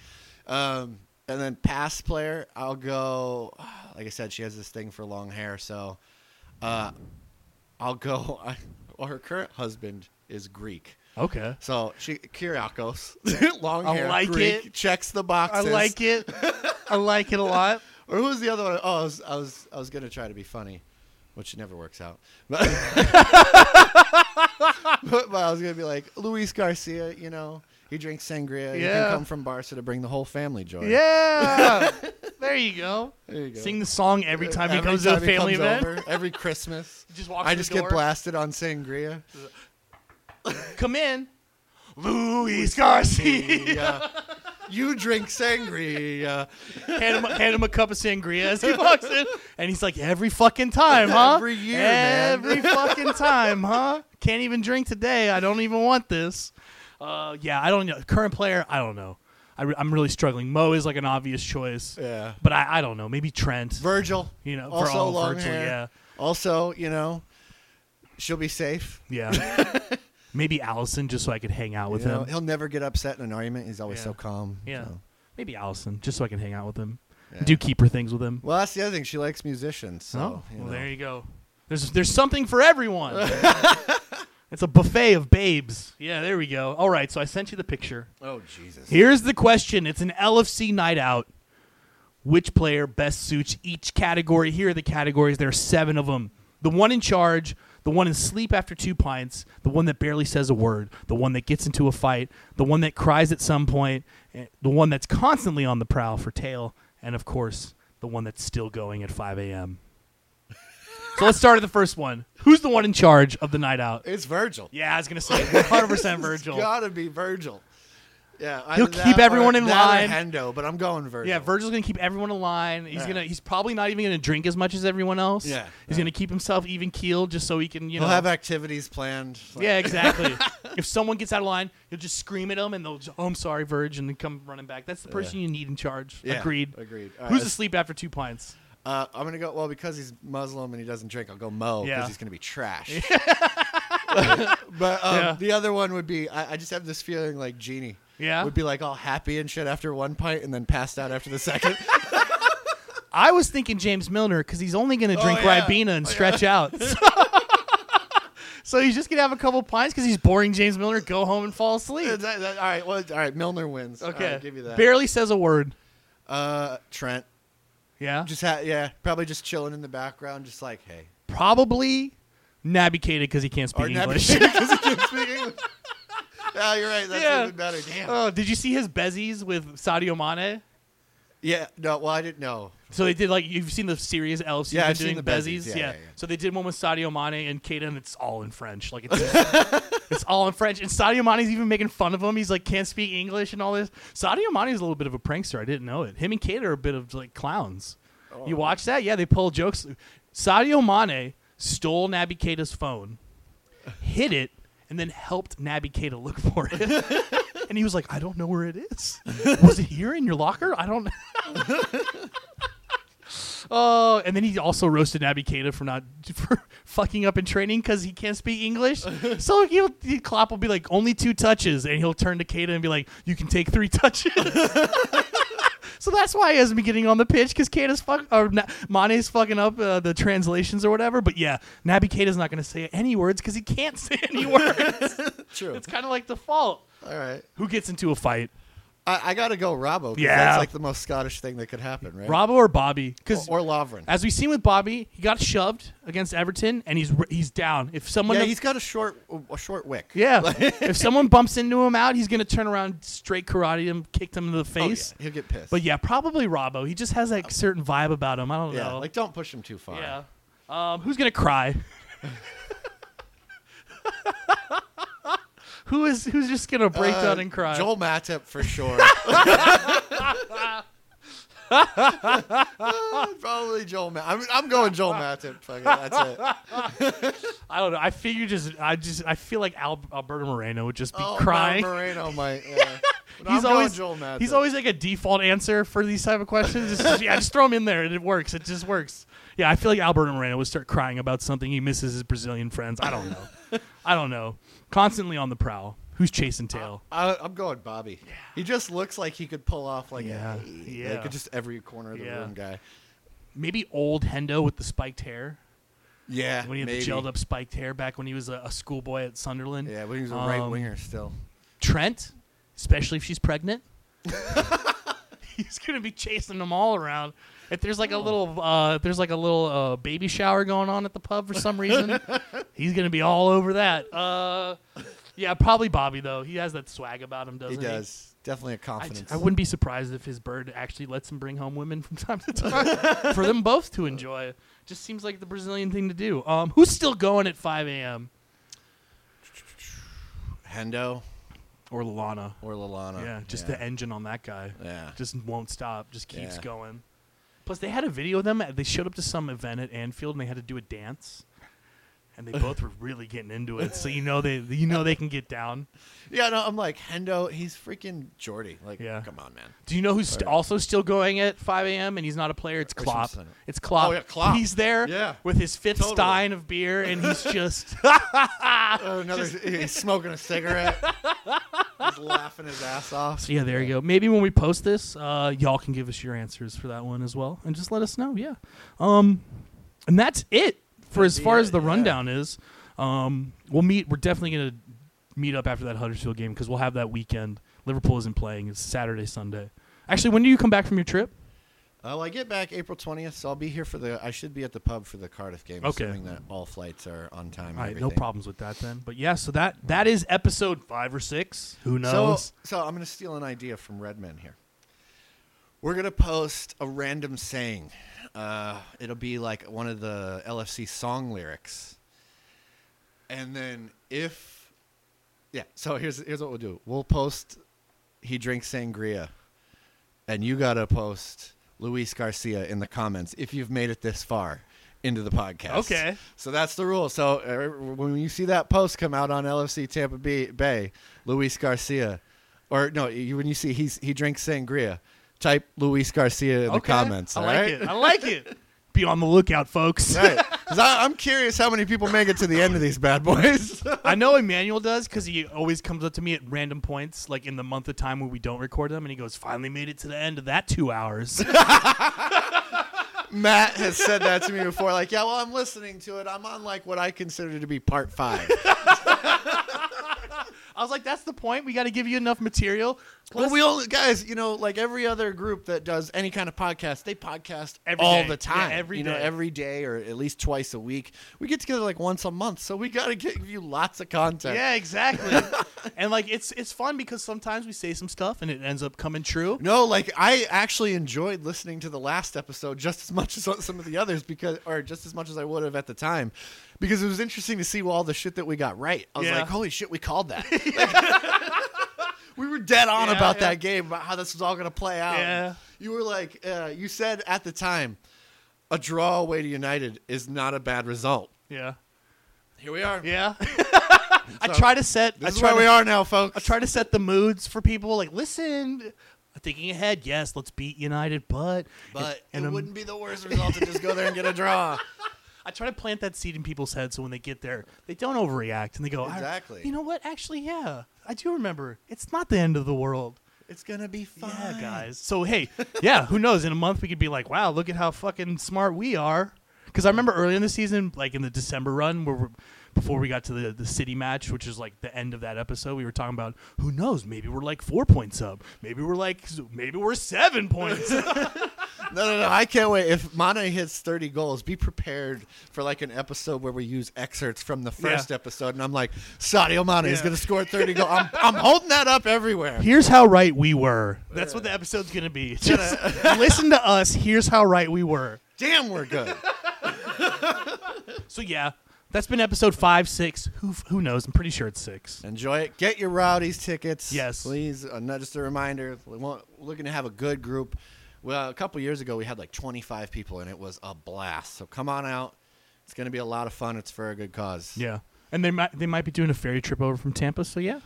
[SPEAKER 1] Um, and then pass player, I'll go. Like I said, she has this thing for long hair, so uh, I'll go. well, her current husband is Greek,
[SPEAKER 2] okay.
[SPEAKER 1] so she Kyriakos, long
[SPEAKER 2] I
[SPEAKER 1] hair,
[SPEAKER 2] like
[SPEAKER 1] Greek,
[SPEAKER 2] it.
[SPEAKER 1] checks the boxes.
[SPEAKER 2] it. I like it a lot.
[SPEAKER 1] Or who was the other one? Oh, I was I was, I was gonna try to be funny, which never works out. But, but, but I was gonna be like Luis Garcia. You know, he drinks sangria. He
[SPEAKER 2] Yeah.
[SPEAKER 1] can come from Barca to bring the whole family joy.
[SPEAKER 2] Yeah. there you go.
[SPEAKER 1] There you go. Uh,
[SPEAKER 2] Sing the song every time he
[SPEAKER 1] Every
[SPEAKER 2] comes to
[SPEAKER 1] time
[SPEAKER 2] the
[SPEAKER 1] he
[SPEAKER 2] family
[SPEAKER 1] comes
[SPEAKER 2] event.
[SPEAKER 1] over, every Christmas.
[SPEAKER 2] Just walks
[SPEAKER 1] I
[SPEAKER 2] in the
[SPEAKER 1] just
[SPEAKER 2] door.
[SPEAKER 1] get blasted on sangria.
[SPEAKER 2] Come in. Luis Garcia.
[SPEAKER 1] Yeah. you drink sangria
[SPEAKER 2] hand, him, hand him a cup of sangria as he walks in. And he's like, every fucking time, huh?
[SPEAKER 1] Every year, man."
[SPEAKER 2] Every fucking time, huh? Can't even drink today. I don't even want this. Uh, yeah, I don't know. Current player, I don't know. I re- I'm really struggling. Mo is like an obvious choice.
[SPEAKER 1] Yeah.
[SPEAKER 2] But I, I don't know. Maybe Trent.
[SPEAKER 1] Virgil.
[SPEAKER 2] You know, for
[SPEAKER 1] also
[SPEAKER 2] all
[SPEAKER 1] long
[SPEAKER 2] Virgil,
[SPEAKER 1] hair.
[SPEAKER 2] yeah.
[SPEAKER 1] Also, you know, she'll be safe.
[SPEAKER 2] yeah. Maybe Allison, just so I could hang out with
[SPEAKER 1] You know,
[SPEAKER 2] him.
[SPEAKER 1] he'll never get upset in an argument. He's always
[SPEAKER 2] Yeah.
[SPEAKER 1] so calm.
[SPEAKER 2] Yeah.
[SPEAKER 1] so.
[SPEAKER 2] Maybe Allison, just so I can hang out with him.
[SPEAKER 1] Yeah.
[SPEAKER 2] Do keeper things with him.
[SPEAKER 1] Well, that's the other thing. She likes musicians. So,
[SPEAKER 2] oh,
[SPEAKER 1] you
[SPEAKER 2] well,
[SPEAKER 1] know.
[SPEAKER 2] there you go. There's there's something for everyone. it's a buffet of babes. Yeah, there we go. All right, so I sent you the picture.
[SPEAKER 1] Oh, Jesus.
[SPEAKER 2] Here's the question. It's an LFC night out. Which player best suits each category? Here are the categories. There are seven of them. The one in charge, the one in sleep after two pints, the one that barely says a word, the one that gets into a fight, the one that cries at some point, and the one that's constantly on the prowl for tail, and of course, the one that's still going at 5 a.m. so let's start at the first one. Who's the one in charge of the night out?
[SPEAKER 1] It's Virgil.
[SPEAKER 2] Yeah, I was going to say 100% Virgil.
[SPEAKER 1] It's gotta be Virgil. Yeah.
[SPEAKER 2] He'll
[SPEAKER 1] either
[SPEAKER 2] keep
[SPEAKER 1] that
[SPEAKER 2] everyone
[SPEAKER 1] or-
[SPEAKER 2] in
[SPEAKER 1] that or
[SPEAKER 2] line.
[SPEAKER 1] Hendo, but I'm going Virgil.
[SPEAKER 2] Yeah, Virgil's gonna keep everyone in line. He's
[SPEAKER 1] Yeah.
[SPEAKER 2] gonna he's probably not even gonna drink as much as everyone else.
[SPEAKER 1] Yeah.
[SPEAKER 2] He's gonna keep himself even keeled just so he can, you
[SPEAKER 1] He'll
[SPEAKER 2] know
[SPEAKER 1] have activities planned. Like,
[SPEAKER 2] Yeah, exactly. if someone gets out of line, you'll just scream at them and they'll just, oh I'm sorry, Virg, and then come running back. That's the person you need in charge.
[SPEAKER 1] Yeah,
[SPEAKER 2] Agreed.
[SPEAKER 1] agreed. All right,
[SPEAKER 2] Who's
[SPEAKER 1] let's-
[SPEAKER 2] asleep after two pints?
[SPEAKER 1] Uh, I'm gonna go. Well, because he's Muslim and he doesn't drink, I'll go Mo because
[SPEAKER 2] Yeah.
[SPEAKER 1] he's gonna be trash. but um,
[SPEAKER 2] Yeah.
[SPEAKER 1] the other one would be. I, I just have this feeling like Genie.
[SPEAKER 2] Yeah?
[SPEAKER 1] Would be like all happy and shit after one pint and then passed out after the second.
[SPEAKER 2] I was thinking James Milner because he's only gonna drink
[SPEAKER 1] Oh, yeah.
[SPEAKER 2] Ribena and stretch out. So, So he's just gonna have a couple pints because he's boring James Milner. Go home and fall asleep.
[SPEAKER 1] That- that- all right, well, all right. Milner wins. All
[SPEAKER 2] Okay,
[SPEAKER 1] right, give you that.
[SPEAKER 2] Barely says a word.
[SPEAKER 1] Uh, Trent
[SPEAKER 2] Yeah,
[SPEAKER 1] just ha- yeah, probably just chilling in the background, just like hey,
[SPEAKER 2] probably navigated because he can't speak
[SPEAKER 1] or not-
[SPEAKER 2] English.
[SPEAKER 1] 'cause he can't speak English. Yeah, you're right. That's
[SPEAKER 2] Yeah.
[SPEAKER 1] even better. Damn.
[SPEAKER 2] oh, did you see his bezies with Sadio Mane?
[SPEAKER 1] yeah. No. Well, I didn't know.
[SPEAKER 2] So they did like you've seen the series Elves.
[SPEAKER 1] Yeah,
[SPEAKER 2] been
[SPEAKER 1] I've
[SPEAKER 2] doing
[SPEAKER 1] seen the
[SPEAKER 2] bezies.
[SPEAKER 1] bezies. Yeah, yeah, yeah.
[SPEAKER 2] So they did one with Sadio Mane and Keita, and it's all in French. Like it's it's all in French. And Sadio Mane's even making fun of him. He's like can't speak English and all this. Sadio Mane's a little bit of a prankster. I didn't know it. Him and Keita are a bit of like clowns. You
[SPEAKER 1] Oh.
[SPEAKER 2] watch that? Yeah, they pull jokes. Sadio Mane stole Naby Keita's phone, hid it, and then helped Naby Keita look for it. and he was like, "I don't know where it is. Was it here in your locker? I don't." Oh, and then he also roasted Naby Keita for not for fucking up in training because he can't speak English. so he'll he, Klopp will be like, only two touches, and he'll turn to Keita and be like, you can take three touches. so that's why he hasn't been getting on the pitch because Keita's fuck or Na- Mane's fucking up uh, the translations or whatever. But yeah, Naby Keita's not going to say any words because he can't say any words.
[SPEAKER 1] True.
[SPEAKER 2] it's kind of like the fault.
[SPEAKER 1] All right.
[SPEAKER 2] Who gets into a fight,
[SPEAKER 1] I, I gotta go, Robbo. 'cause
[SPEAKER 2] Yeah.
[SPEAKER 1] That's like the most Scottish thing that could happen, right?
[SPEAKER 2] Robbo or Bobby? Because
[SPEAKER 1] or, or Lovren.
[SPEAKER 2] As we've seen with Bobby, he got shoved against Everton, and he's he's down. If someone
[SPEAKER 1] Yeah, he's got a short a short wick.
[SPEAKER 2] yeah, if someone bumps into him out, he's gonna turn around, straight karate him, kicked him in the
[SPEAKER 1] Oh, yeah,
[SPEAKER 2] face.
[SPEAKER 1] He'll get pissed.
[SPEAKER 2] But yeah, probably Robbo. He just has that certain vibe about him. I don't
[SPEAKER 1] yeah,
[SPEAKER 2] know.
[SPEAKER 1] like don't push him too far.
[SPEAKER 2] yeah. Um, who's gonna cry? Who is who's just gonna break
[SPEAKER 1] Uh,
[SPEAKER 2] down and cry?
[SPEAKER 1] Joel Matip for sure. Uh, Probably Joel Matip. I'm, I'm going Joel Matip. Fuck it, that's it.
[SPEAKER 2] I don't know. I figure just I just I feel like Al- Alberto Moreno would just be
[SPEAKER 1] Oh,
[SPEAKER 2] crying.
[SPEAKER 1] Matt Moreno might. Yeah. But I'm
[SPEAKER 2] he's
[SPEAKER 1] going
[SPEAKER 2] always
[SPEAKER 1] Joel Matip.
[SPEAKER 2] he's always like a default answer for these type of questions. It's just, yeah, just throw him in there and it works. It just works. Yeah, I feel like Alberto Moreno would start crying about something he misses his Brazilian friends. I don't know. I don't know. Constantly on the prowl. Who's chasing tail?
[SPEAKER 1] I, I'm going Bobby. He just looks like he could pull off like
[SPEAKER 2] Yeah.
[SPEAKER 1] a,
[SPEAKER 2] Yeah.
[SPEAKER 1] like just every corner of the
[SPEAKER 2] Yeah.
[SPEAKER 1] room guy.
[SPEAKER 2] Maybe old Hendo with the spiked hair
[SPEAKER 1] Yeah,
[SPEAKER 2] when he had
[SPEAKER 1] maybe.
[SPEAKER 2] the gelled up spiked hair back when he was a, a schoolboy at Sunderland.
[SPEAKER 1] Yeah, but he was a right
[SPEAKER 2] Um,
[SPEAKER 1] winger still.
[SPEAKER 2] Trent, especially if she's pregnant. He's gonna be chasing them all around. If there's like a little, uh, if there's like a little uh, baby shower going on at the pub for some reason, he's gonna be all over that. Uh, yeah, probably Bobby though. He has that swag about him,
[SPEAKER 1] He
[SPEAKER 2] doesn't he?
[SPEAKER 1] does definitely a
[SPEAKER 2] I,
[SPEAKER 1] confidence.
[SPEAKER 2] I wouldn't be surprised if his bird actually lets him bring home women from time to time for them both to enjoy. Just seems like the Brazilian thing to do. Um, who's still going at 5 a.m.
[SPEAKER 1] Hendo
[SPEAKER 2] or Lalana?
[SPEAKER 1] or Lalana.
[SPEAKER 2] Yeah, just the engine on that guy.
[SPEAKER 1] Yeah.
[SPEAKER 2] just won't stop, just keeps
[SPEAKER 1] Yeah.
[SPEAKER 2] going. Plus, they had a video of them. They showed up to some event at Anfield and they had to do a dance, and they both were really getting into it. So you know they you know they can get down.
[SPEAKER 1] Yeah, no, I'm like Hendo. He's freaking Jordy. Like,
[SPEAKER 2] Yeah.
[SPEAKER 1] come on, man.
[SPEAKER 2] Do you know who's st-
[SPEAKER 1] Right.
[SPEAKER 2] also still going at 5 a.m. and he's not a player? It's Klopp.
[SPEAKER 1] Christensen.
[SPEAKER 2] It's Klopp.
[SPEAKER 1] Oh, yeah, Klopp.
[SPEAKER 2] He's there
[SPEAKER 1] Yeah.
[SPEAKER 2] with his fifth
[SPEAKER 1] Totally.
[SPEAKER 2] stein of beer and he's just
[SPEAKER 1] Oh, another. he's smoking a cigarette. he's laughing his ass off.
[SPEAKER 2] So yeah, there you go. Maybe when we post this, uh, y'all can give us your answers for that one as well, and just let us know. Yeah, um, and that's it for as
[SPEAKER 1] be
[SPEAKER 2] far
[SPEAKER 1] it,
[SPEAKER 2] as the
[SPEAKER 1] yeah.
[SPEAKER 2] rundown is. Um, we'll meet. We're definitely gonna meet up after that Huddersfield game because we'll have that weekend. Liverpool isn't playing. It's Saturday, Sunday. Actually, when do you come back from your trip?
[SPEAKER 1] Uh, well, I get back April 20th, so I'll be here for the. I should be at the pub for the Cardiff game,
[SPEAKER 2] Okay.
[SPEAKER 1] assuming that all flights are on time. and
[SPEAKER 2] All right, no
[SPEAKER 1] everything.
[SPEAKER 2] problems with that then. But yeah, so that that is episode five or six. Who
[SPEAKER 1] So,
[SPEAKER 2] knows?
[SPEAKER 1] so I'm going to steal an idea from Redman here. We're going to post a random saying. Uh, it'll be like one of the LFC song lyrics. And then if yeah, so here's here's what we'll do. We'll post he drinks sangria. And you got to post Luis Garcia in the comments if you've made it this far into the podcast.
[SPEAKER 2] Okay.
[SPEAKER 1] So that's the rule. So uh, when you see that post come out on LFC Tampa Bay, Bay Luis Garcia, or no, you, when you see he's he drinks sangria, type Luis Garcia in the
[SPEAKER 2] Okay,
[SPEAKER 1] comments.
[SPEAKER 2] I
[SPEAKER 1] all
[SPEAKER 2] like
[SPEAKER 1] right?
[SPEAKER 2] it. I like it. Be on the lookout, folks.
[SPEAKER 1] All right. 'Cause I, I'm curious how many people make it to the end of these bad boys.
[SPEAKER 2] I know Emmanuel does because he always comes up to me at random points, like in the month of time when we don't record them, and he goes, "Finally made it to the end of that two hours."
[SPEAKER 1] Matt has said that to me before. Like, yeah, well, I'm listening to it. I'm on like what I consider to be part five.
[SPEAKER 2] I was like, that's the point. We got to give you enough material.
[SPEAKER 1] well,
[SPEAKER 2] Plus-
[SPEAKER 1] we only guys, you know, like every other group that does any kind of podcast, they podcast
[SPEAKER 2] Every
[SPEAKER 1] all
[SPEAKER 2] day.
[SPEAKER 1] the time.
[SPEAKER 2] Yeah, every
[SPEAKER 1] you know,
[SPEAKER 2] day.
[SPEAKER 1] every day or at least twice a week. We get together like once a month, so we got to give you lots of content.
[SPEAKER 2] yeah, exactly. and like, it's it's fun because sometimes we say some stuff and it ends up coming true.
[SPEAKER 1] No, like I actually enjoyed listening to the last episode just as much as some of the others because, or just as much as I would have at the time, because it was interesting to see all the shit that we got right. I was
[SPEAKER 2] Yeah.
[SPEAKER 1] like, holy shit, we called that. we were dead on
[SPEAKER 2] Yeah,
[SPEAKER 1] about
[SPEAKER 2] yeah.
[SPEAKER 1] that game about how this was all going to play out.
[SPEAKER 2] Yeah.
[SPEAKER 1] You were like, uh, you said at the time, a draw away to United is not a bad result.
[SPEAKER 2] Yeah,
[SPEAKER 1] Here we are.
[SPEAKER 2] yeah. I try to set.
[SPEAKER 1] This
[SPEAKER 2] I
[SPEAKER 1] is
[SPEAKER 2] try
[SPEAKER 1] where
[SPEAKER 2] to,
[SPEAKER 1] we are now, folks.
[SPEAKER 2] I try to set the moods for people. Like, listen, thinking ahead. Yes, let's beat United, but
[SPEAKER 1] but
[SPEAKER 2] and
[SPEAKER 1] it
[SPEAKER 2] I'm-
[SPEAKER 1] wouldn't be the worst result to just go there and get a draw.
[SPEAKER 2] I try to plant that seed in people's heads so when they get there, they don't overreact and they go, I-
[SPEAKER 1] Exactly.
[SPEAKER 2] You know what? Actually, yeah, I do remember. It's not the end of the world.
[SPEAKER 1] It's gonna be fun,
[SPEAKER 2] Yeah, guys. So hey, yeah, who knows? In a month, we could be like, wow, look at how fucking smart we are. Because I remember early in the season, like in the December run, where we're, before we got to the, the city match, which is like the end of that episode, we were talking about who knows? Maybe we're like four points up. Maybe we're like maybe we're seven points.
[SPEAKER 1] No, no, no. I can't wait. If Mana hits 30 goals, be prepared for like an episode where we use excerpts from the first
[SPEAKER 2] Yeah.
[SPEAKER 1] episode. And I'm like, Sadio Mana is
[SPEAKER 2] Yeah.
[SPEAKER 1] going to score 30 goals. I'm, I'm holding that up everywhere.
[SPEAKER 2] Here's how right we were. That's what the episode's gonna be. Just listen to us. Here's how right we were.
[SPEAKER 1] Damn, we're good.
[SPEAKER 2] So yeah, that's been episode five, six. Who who knows? I'm pretty sure it's six.
[SPEAKER 1] Enjoy it. Get your Rowdies tickets.
[SPEAKER 2] Yes.
[SPEAKER 1] Please. Uh, not just a reminder. We want, we're looking to have a good group. Well, a couple years ago, we had like 25 people, and it was a blast. So come on out. It's going to be a lot of fun. It's for a good cause.
[SPEAKER 2] Yeah, and they might they might be doing a ferry trip over from Tampa. So yeah,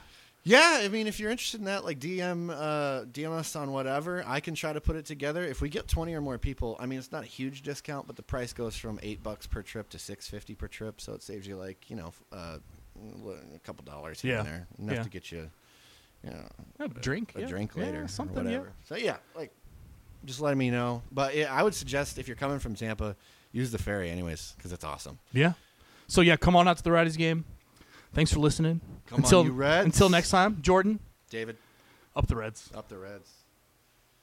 [SPEAKER 1] Yeah, I mean, if you're interested in that, like DM uh, DM us on whatever. I can try to put it together. If we get twenty or more people, I mean, it's not a huge discount, but the price goes from eight bucks per trip to six fifty per trip, so it saves you like you know f- uh, a couple dollars here and
[SPEAKER 2] Yeah.
[SPEAKER 1] there, enough
[SPEAKER 2] Yeah.
[SPEAKER 1] to get you, you know,
[SPEAKER 2] a drink,
[SPEAKER 1] a
[SPEAKER 2] yeah.
[SPEAKER 1] drink
[SPEAKER 2] Yeah,
[SPEAKER 1] later
[SPEAKER 2] something,
[SPEAKER 1] or
[SPEAKER 2] yeah.
[SPEAKER 1] whatever. So yeah, like just let me know. But yeah, I would suggest if you're coming from Tampa, use the ferry anyways because it's awesome.
[SPEAKER 2] Yeah. So yeah, come on out to the Rowdies game. Thanks for listening.
[SPEAKER 1] Come on,
[SPEAKER 2] until,
[SPEAKER 1] you Reds.
[SPEAKER 2] Until next time, Jordan,
[SPEAKER 1] David,
[SPEAKER 2] up the Reds.
[SPEAKER 1] up the Reds.